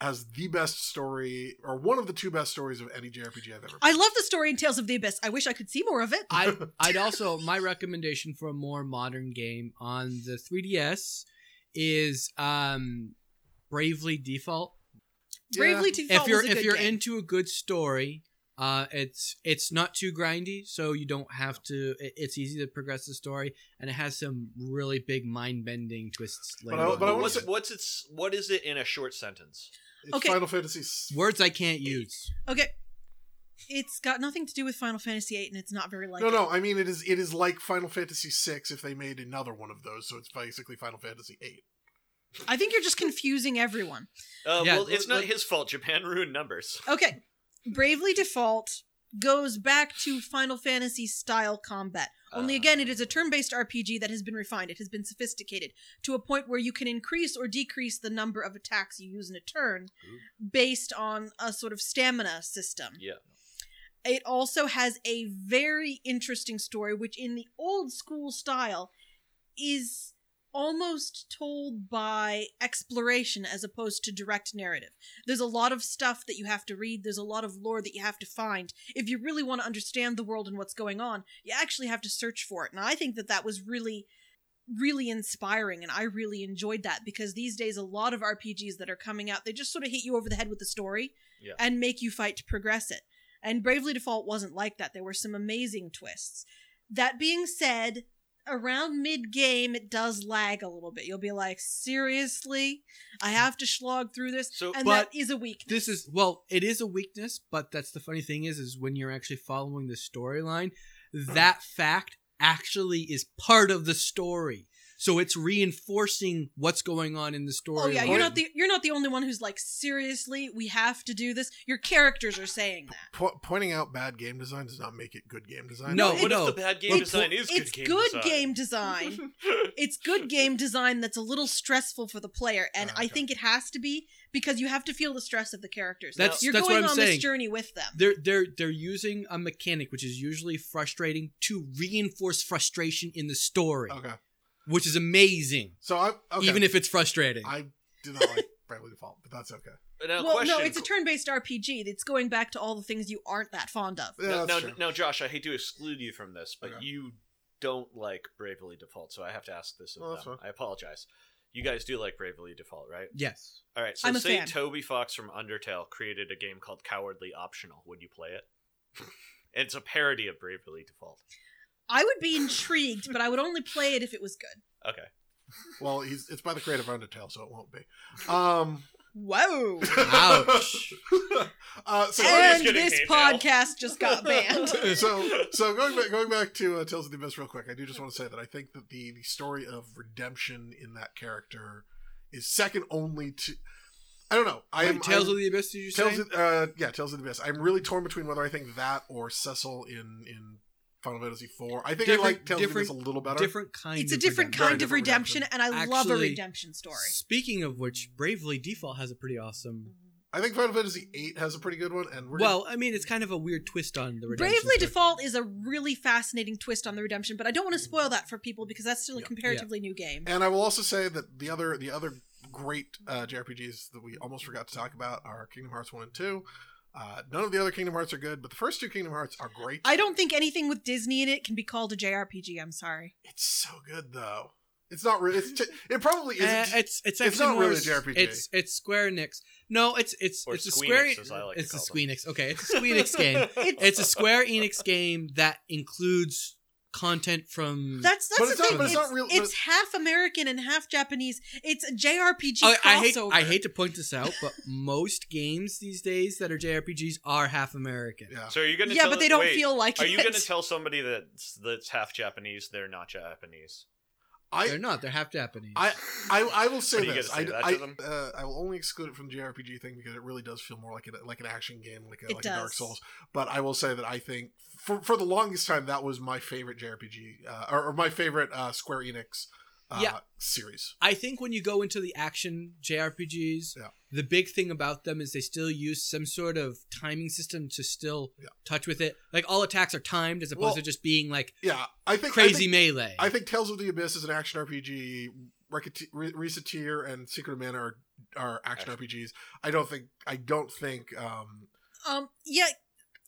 A: has the best story or one of the two best stories of any JRPG I've ever.
D: I love the story in Tales of the Abyss. I wish I could see more of it.
E: I I'd also my recommendation for a more modern game on the 3DS is um Bravely Default.
D: Bravely Default
E: if you're
D: was a
E: if
D: good
E: you're
D: game.
E: into a good story, uh it's it's not too grindy, so you don't have to it- it's easy to progress the story and it has some really big mind-bending twists
A: But
E: later.
A: I-
E: on.
A: but I wanna
C: what's
A: say-
C: what's its what is it in a short sentence?
A: It's
D: Okay.
A: Final Fantasy. s-
E: words I can't use.
D: Okay. It's got nothing to do with Final Fantasy VIII, and it's not very like
A: no,
D: it.
A: no. I mean, it is it is like Final Fantasy VI if they made another one of those. So it's basically Final Fantasy VIII.
D: I think you're just confusing everyone.
C: Uh,
E: Yeah,
C: well, it's
E: let-
C: not
E: let-
C: his fault. Japan ruined numbers.
D: Okay. Bravely Default goes back to Final Fantasy style combat. Only
C: Uh.
D: again, it is a turn based RPG that has been refined, it has been sophisticated to a point where you can increase or decrease the number of attacks you use in a turn based on a sort of stamina system.
C: Yeah.
D: It also has a very interesting story, which in the old school style is almost told by exploration as opposed to direct narrative. There's a lot of stuff that you have to read, there's a lot of lore that you have to find. If you really want to understand the world and what's going on, you actually have to search for it. And I think that that was really really inspiring and I really enjoyed that because these days a lot of RPGs that are coming out they just sort of hit you over the head with the story
C: Yeah.
D: and make you fight to progress it. And Bravely Default wasn't like that. There were some amazing twists. That being said, around mid game, it does lag a little bit. You'll be like, seriously? I have to slog through this?
C: So-
D: and
E: but
D: that is a weakness.
E: This is well, it is a weakness, but that's the funny thing is is when you're actually following the storyline, that fact actually is part of the story. So it's reinforcing what's going on in the story.
D: Oh yeah, you're
E: line.
D: not the you're not the only one who's like seriously, we have to do this. Your characters are saying that.
A: Po- pointing out bad game design does not make it good game design.
E: No,
C: what
E: no.
C: if the bad game
D: It's-
C: design is
D: it's
C: good game
D: good
C: design?
D: game design. it's good game design that's a little stressful for the player, and
A: Ah,
D: I
A: okay.
D: think it has to be because you have to feel the stress of the characters.
E: That's-
D: you're
E: that's what
D: going
E: I'm
D: on this
E: saying.
D: journey with them.
E: they're they're they're using a mechanic which is usually frustrating to reinforce frustration in the story,
A: Okay.
E: which is amazing,
A: So I okay.
E: even if it's frustrating.
A: I do not like Bravely Default, but that's okay.
C: Now,
D: well,
C: question,
D: no, it's a turn-based RPG that's going back to all the things you aren't that fond of.
A: Yeah,
C: now,
A: that's
C: now,
A: true.
C: now, Josh, I hate to exclude you from this, but
A: Okay.
C: you don't like Bravely Default, so I have to ask this of
A: Oh, that's
C: them.
A: fine.
C: I apologize. You guys do like Bravely Default, right?
E: yes,
C: All right. So
D: I'm a
C: say
D: fan.
C: Toby Fox from Undertale created a game called Cowardly Optional. Would you play it? it's a parody of Bravely Default.
D: I would be intrigued, but I would only play it if it was good.
C: Okay.
A: Well, he's it's by the creative Undertale, so it won't be. Um.
D: Whoa!
E: Ouch.
A: uh, so,
C: Hey!
D: and
C: Somebody's getting
D: this
C: hate mail.
D: podcast just got banned.
A: so so going back going back to uh, Tales of the Abyss real quick, I do just want to say that I think that the the story of redemption in that character is second only to. I don't know. I
E: Wait,
A: am
E: Tales
A: I'm-
E: of the Abyss. Did you
A: Tales
E: say?
A: of, uh, yeah, Tales of the Abyss. I'm really torn between whether I think that or Cecil in in Final Fantasy IV. I think I
E: Different-
A: like Tales of the Abyss a
E: different-
A: little better.
E: different kind.
D: it's a
E: of
D: different
E: redemption.
D: kind of redemption, and I love a
E: Actually-
D: redemption story. Mm-hmm.
E: Speaking of which, Bravely Default has a pretty awesome.
A: I think Final Fantasy VIII has a pretty good one, and we're
E: Well, I mean, it's kind of a weird twist on the redemption.
D: Bravely
E: story.
D: Default is a really fascinating twist on the redemption, but I don't want to spoil that for people because that's still a
A: Yeah.
D: comparatively new game.
A: And I will also say that the other the other great uh, JRPGs that we almost forgot to talk about are Kingdom Hearts one and two. Uh, none of the other Kingdom Hearts are good, but the first two Kingdom Hearts are great.
D: I don't think anything with Disney in it can be called a JRPG. I'm sorry.
A: It's so good though. It's not really. It's t- it probably
E: Uh,
A: is. not
E: it's it's
A: it's
E: actually
A: not
E: more
A: really
E: s-
A: a JRPG.
E: It's it's Square Enix. No, it's it's
C: Or
E: it's a
C: Squeenix,
E: Square. E
C: as I like to
E: it's a
C: call them.
E: Squeenix. Okay, it's a Squeenix game. It's a Square Enix game that includes content from.
D: That's that's
A: But
D: the
A: it's not-
D: thing.
A: but
D: It's,
A: it's not
D: it's,
A: real-
D: half American and half Japanese. It's a JRPG
E: I,
D: crossover.
E: I hate I hate to point this out, but most games these days that are JRPGs are half American.
A: Yeah.
C: So are you gonna?
D: Yeah,
C: tell-
D: but they don't
C: wait,
D: feel like
C: Are
D: it.
C: you gonna tell somebody that's that's half Japanese they're not Japanese?
A: I
E: they're not. They're half Japanese.
A: I, I I will
C: What
A: say
C: are you
A: this.
C: gonna
A: I,
C: say that
A: I-
C: to them?
A: uh, I will only exclude it from the JRPG thing because it really does feel more like an, like an action game, like a,
D: It
A: like a Dark
D: does.
A: Souls. But I will say that I think for for the longest time that was my favorite JRPG uh, or, or my favorite uh, Square Enix uh,
E: Yeah.
A: series.
E: I think when you go into the action JRPGs,
A: Yeah.
E: the big thing about them is they still use some sort of timing system to still
A: Yeah.
E: touch with it. Like all attacks are timed as opposed
A: Well,
E: to just being like
A: Yeah, I think I
E: crazy
A: think-
E: melee.
A: I think Tales of the Abyss is an action RPG. Recite- Re- Reseteer and Secret of Mana are, are action RPGs. I don't think I don't think um,
D: Um, yeah,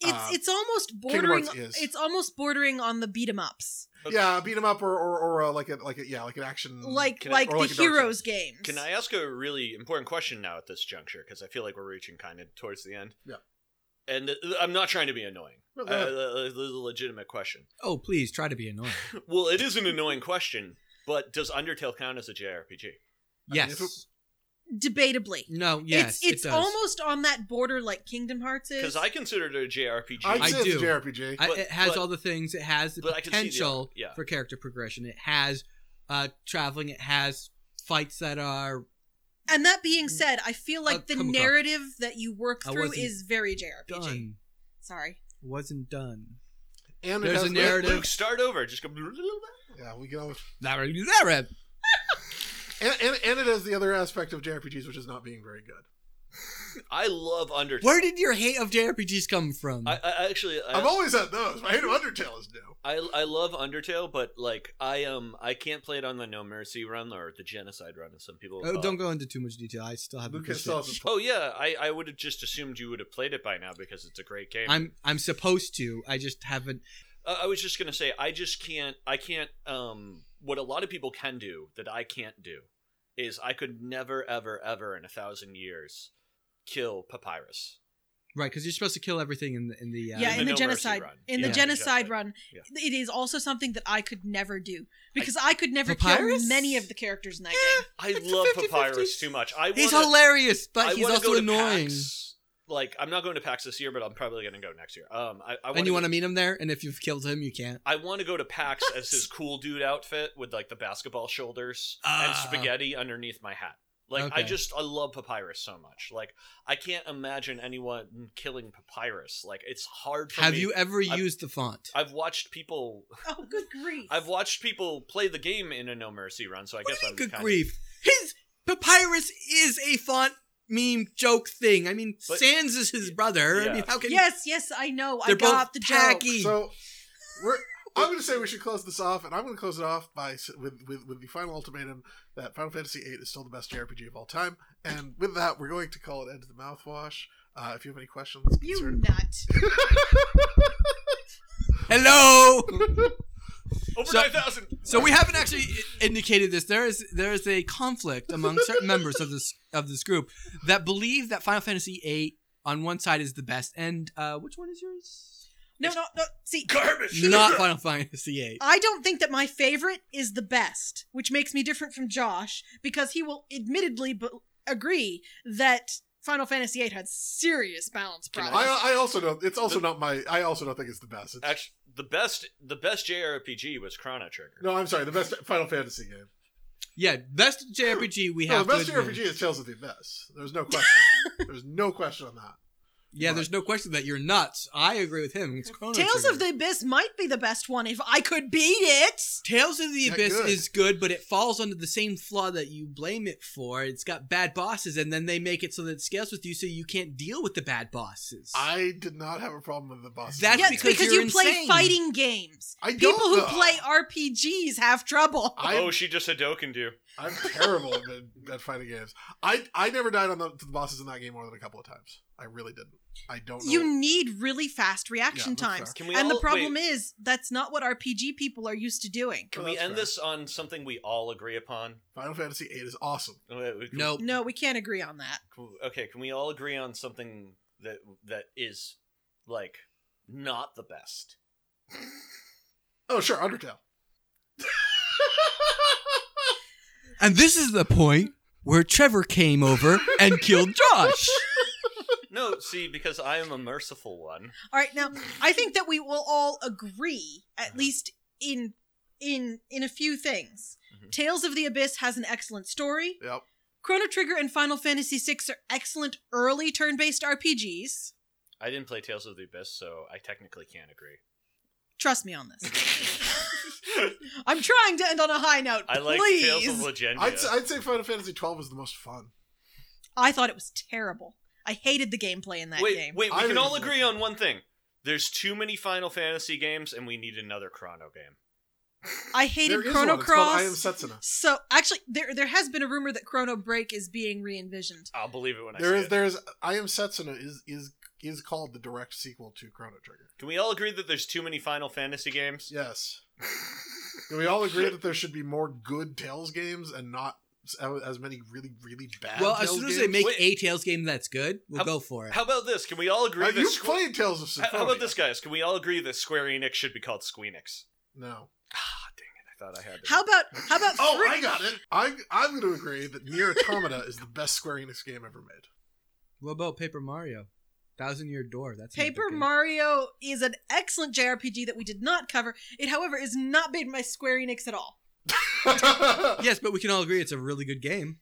D: it's
A: Uh,
D: it's almost
A: Kingdom
D: bordering.
A: Hearts is.
D: It's almost bordering on the beat 'em ups,
C: Okay.
A: yeah beat 'em up or or, or uh, like a like a yeah like an action
D: like
C: Can I-
D: like
A: Hmm, or
D: the
A: like a Dark
D: heroes games.
C: Can I ask a really important question now at this juncture? Because I feel like we're reaching kind of towards the end.
A: Yeah.
C: And uh, I'm not trying to be annoying.
A: No,
C: Uh,
A: go ahead.
C: uh, this is a legitimate question.
E: oh, please try to be annoying.
C: Well, it is an annoying question, but does Undertale count as a JRPG?
A: I mean,
E: yes.
A: if it-
D: Debatably,
E: no. Yes.
D: it's it's
E: it does.
D: almost on that border like Kingdom Hearts is.
C: Because I consider it a JRPG.
A: I'd
E: I
A: say it's
E: do.
A: a JRPG.
E: I,
C: but-
E: it has
C: but-
E: all the things. It has the
C: but I can see the-
E: potential
C: yeah.
E: for character progression. It has uh, traveling. It has fights that are
D: and that being said, I feel like
E: Uh,
D: the
E: come across.
D: narrative that you work
E: I
D: through
E: wasn't
D: is very JRPG.
E: done.
D: Sorry,
E: Wasn't done.
A: and
E: there's
A: it has
E: a
A: the-
E: narrative-
C: Luke, start over. Just go.
A: Yeah, we go.
E: That
A: And, and, and it has the other aspect of JRPGs, which is not being very good.
C: I love Undertale.
E: Where did your hate of JRPGs come from?
C: I, I actually I,
A: I've always had those. My hate of Undertale is new.
C: I I love Undertale, but like I um I can't play it on the No Mercy run or the Genocide run, as some people.
E: Oh,
C: call it.
E: don't go into too much detail. I still haven't.
A: Lucas
E: Lucas
A: still hasn't
C: Oh yeah, I, I would have just assumed you would have played it by now because it's a great game.
E: I'm I'm supposed to. I just haven't.
C: Uh, I was just gonna say I just can't I can't um what a lot of people can do that I can't do is I could never ever ever in a thousand years kill Papyrus.
E: Right, because you're supposed to kill everything in the in the. Uh,
D: yeah,
C: In
D: in,
C: the
D: the,
C: No Mercy
D: genocide,
C: run.
D: in
E: Yeah.
D: the genocide
C: Exactly.
D: run,
C: Yeah.
D: it is also something that I could never do because I, could never
E: Papyrus?
D: kill many of the characters in that game.
C: I
E: It's a
C: love
E: 50-50.
C: Papyrus too much. I
E: he's
C: wanna,
E: hilarious, but
C: I
E: he's
C: wanna
E: also
C: go to
E: annoying.
C: PAX. Like I'm not going to PAX this year, but I'm probably going to go next year. Um, I, I
E: and you want
C: want
E: to meet him there, and if you've killed him, you can't.
C: I want to go to PAX as his cool dude outfit with like the basketball shoulders and
E: Ah.
C: spaghetti underneath my hat. Like I
E: Okay.
C: just I love Papyrus so much. Like I can't imagine anyone killing Papyrus. Like it's hard for
E: Have
C: me.
E: you e-, ever
C: I've-
E: used the font?
C: I've watched people.
D: Oh, good grief!
C: I've watched people play the game in a No Mercy run, so I
E: What
C: guess
E: do you
C: I'm
E: mean, good
C: kind
E: grief. His papyrus is a font meme joke thing. I mean,
C: But-
E: Sans is his brother.
C: Yeah.
E: I mean, how can
D: yes, yes, I know. I
E: They're both
D: got the joke.
E: tacky.
A: So, we're, I'm going to say we should close this off, and I'm going to close it off by s- with, with with the final ultimatum that Final Fantasy VIII is still the best JRPG of all time. And with that, we're going to call it end to the mouthwash. Uh, if you have any questions,
D: You
A: concern-
D: nut.
E: Hello.
C: of over
E: So-
C: nine thousand.
E: So we haven't actually i- indicated this. There is there is a conflict among certain members of this of this group that believe that Final Fantasy VIII on one side is the best, and uh, which one is yours?
D: No, no, no. See,
C: garbage.
E: Not Final Fantasy VIII.
D: I don't think that my favorite is the best, which makes me different from Josh because he will admittedly b- agree that Final Fantasy VIII had serious balance
C: Can I-
D: problems.
A: I, I also don't. It's also not my. I also don't think it's the best. It's,
C: Actually, the best the best JRPG was Chrono Trigger.
A: no, I'm sorry. The best Final Fantasy game.
E: Yeah, best JRPG we
A: No,
E: have.
A: the best
E: to admit.
A: JRPG is Tales of the Abyss. There's no question. There's no question on that.
E: Yeah, there's no question that you're nuts. I agree with him. It's Chrono
D: Tales
E: Trigger.
D: of the Abyss might be the best one if I could beat it.
E: Tales of the
A: Not
E: Abyss
A: good.
E: is good, but it falls under the same flaw that you blame it for. It's got bad bosses, and then they make it so that it scales with you, so you can't deal with the bad bosses.
A: I did not have a problem with the boss.
E: That's
D: yeah,
E: because
D: because, you
E: you're
D: play
E: insane.
D: fighting games.
A: I
D: People
A: don't
D: who
A: know.
D: play RPGs have trouble.
A: I-
C: oh, she just Hadoken do.
A: I'm terrible at, at fighting games. I I never died on the, to the bosses in that game more than a couple of times. I really didn't. I don't. know.
D: You need really fast reaction
A: Yeah, that's
D: times.
A: fair.
C: Can we
D: and
C: all-
D: the problem
C: wait.
D: is that's not what RPG people are used to doing.
C: Can
A: Oh,
C: we
A: that's
C: end
A: fair.
C: this on something we all agree upon?
A: Final Fantasy VIII is awesome.
C: Uh, we-
E: Nope.
D: No, we can't agree on that.
C: Cool. Okay, can we all agree on something that that is like not the best?
A: Oh, sure, Undertale.
E: And this is the point where Trevor came over and killed Josh.
C: No, see, because I am a merciful one.
D: All right, now I think that we will all agree,
A: Uh-huh.
D: at least in in in a few things.
A: Mm-hmm.
C: Mhm.
D: Tales of the Abyss has an excellent story.
A: Yep.
D: Chrono Trigger and Final Fantasy VI are excellent early turn-based RPGs.
C: I didn't play Tales of the Abyss, so I technically can't agree.
D: Trust me on this. I'm trying to end on a high note.
C: I like
D: please.
C: Tales of Legendia.
A: I'd,
E: uh,
A: s- I'd say Final Fantasy twelve is the most fun.
D: I thought it was terrible. I hated the gameplay in that
C: wait,
D: game.
C: wait, we
A: I
C: can
A: really
C: all
A: like
C: agree
A: it.
C: on one thing. There's too many Final Fantasy games, and we need another Chrono game.
D: I
A: There
D: hated
A: is
D: Chrono
A: one. It's called
D: Cross.
A: I am Setsuna.
D: so actually, there there has been a rumor that Chrono Break is being re-envisioned.
C: I'll believe it when I
A: There
C: see
A: is
C: it.
A: there is I am Setsuna is is is called the direct sequel to Chrono Trigger.
C: Can we all agree that there's too many Final Fantasy games?
A: Yes. Can we all agree that there should be more good Tales games and not s- as many really really bad?
E: well, as
A: Tales
E: soon as they
A: games?
E: make
C: Wait.
E: a Tails game that's good, we'll
C: How-
E: go for it.
C: How about this? Can we all agree
A: Uh,
C: that
A: you
C: Squ-
A: played Tales of
C: How-
A: Symphonia.
C: How about this, guys? Can we all agree that Square Enix should be called Squeenix?
A: No.
C: Ah, dang it! I thought I had. it.
D: How about how about
A: Oh,
D: three-
A: I got it. I I'm going to agree that Nier Automata is the best Square Enix game ever made.
E: What about Paper Mario? Thousand Year Door. That's an
D: Paper
E: epic game.
D: Mario is an excellent JRPG that we did not cover. It, however, is not made by Square Enix at all.
E: Yes, but we can all agree it's a really good game.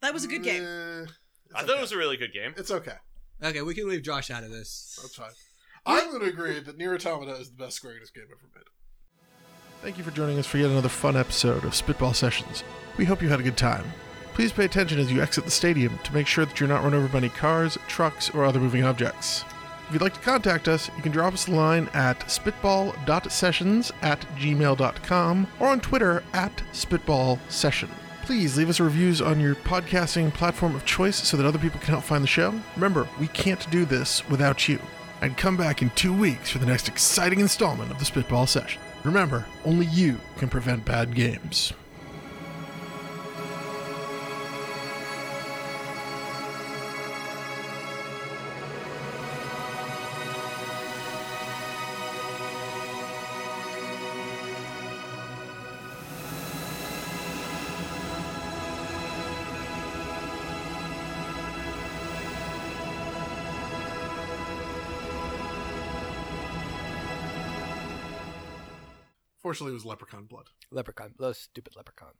D: That was a good game.
A: Eh, it's
C: I thought
A: okay.
C: it was a really good game.
A: It's okay.
E: Okay, we can leave Josh out of this.
A: That's fine. I'm going to agree that Nier Automata is the best Square Enix game ever made. Thank you for joining us for yet another fun episode of Spitball Sessions. We hope you had a good time. Please pay attention as you exit the stadium to make sure that you're not run over by any cars, trucks, or other moving objects. If you'd like to contact us, you can drop us a line at spitball.sessions at gmail.com or on Twitter at spitballsession. Please leave us reviews on your podcasting platform of choice so that other people can help find the show. Remember, we can't do this without you. And come back in two weeks for the next exciting installment of the Spitball Session. Remember, only you can prevent bad games. Fortunately, it was leprechaun blood.
B: Leprechaun. Those stupid leprechaun.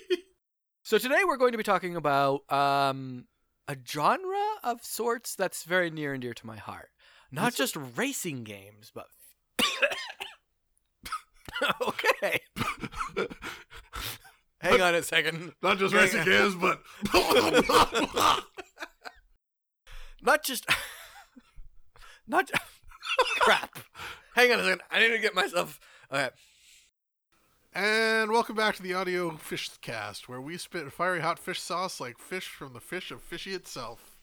B: so today we're going to be talking about um, a genre of sorts that's very near and dear to my heart. Not just racing games, but okay. Hang on a second.
A: Not just
B: Yeah.
A: racing games, but
B: Not just. Not. Crap. Hang on a second. I need to get myself. Okay.
A: and welcome back to the audio fish cast, where we spit fiery hot fish sauce like fish from the fish of fishy itself.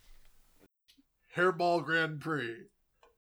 A: Hairball Grand Prix.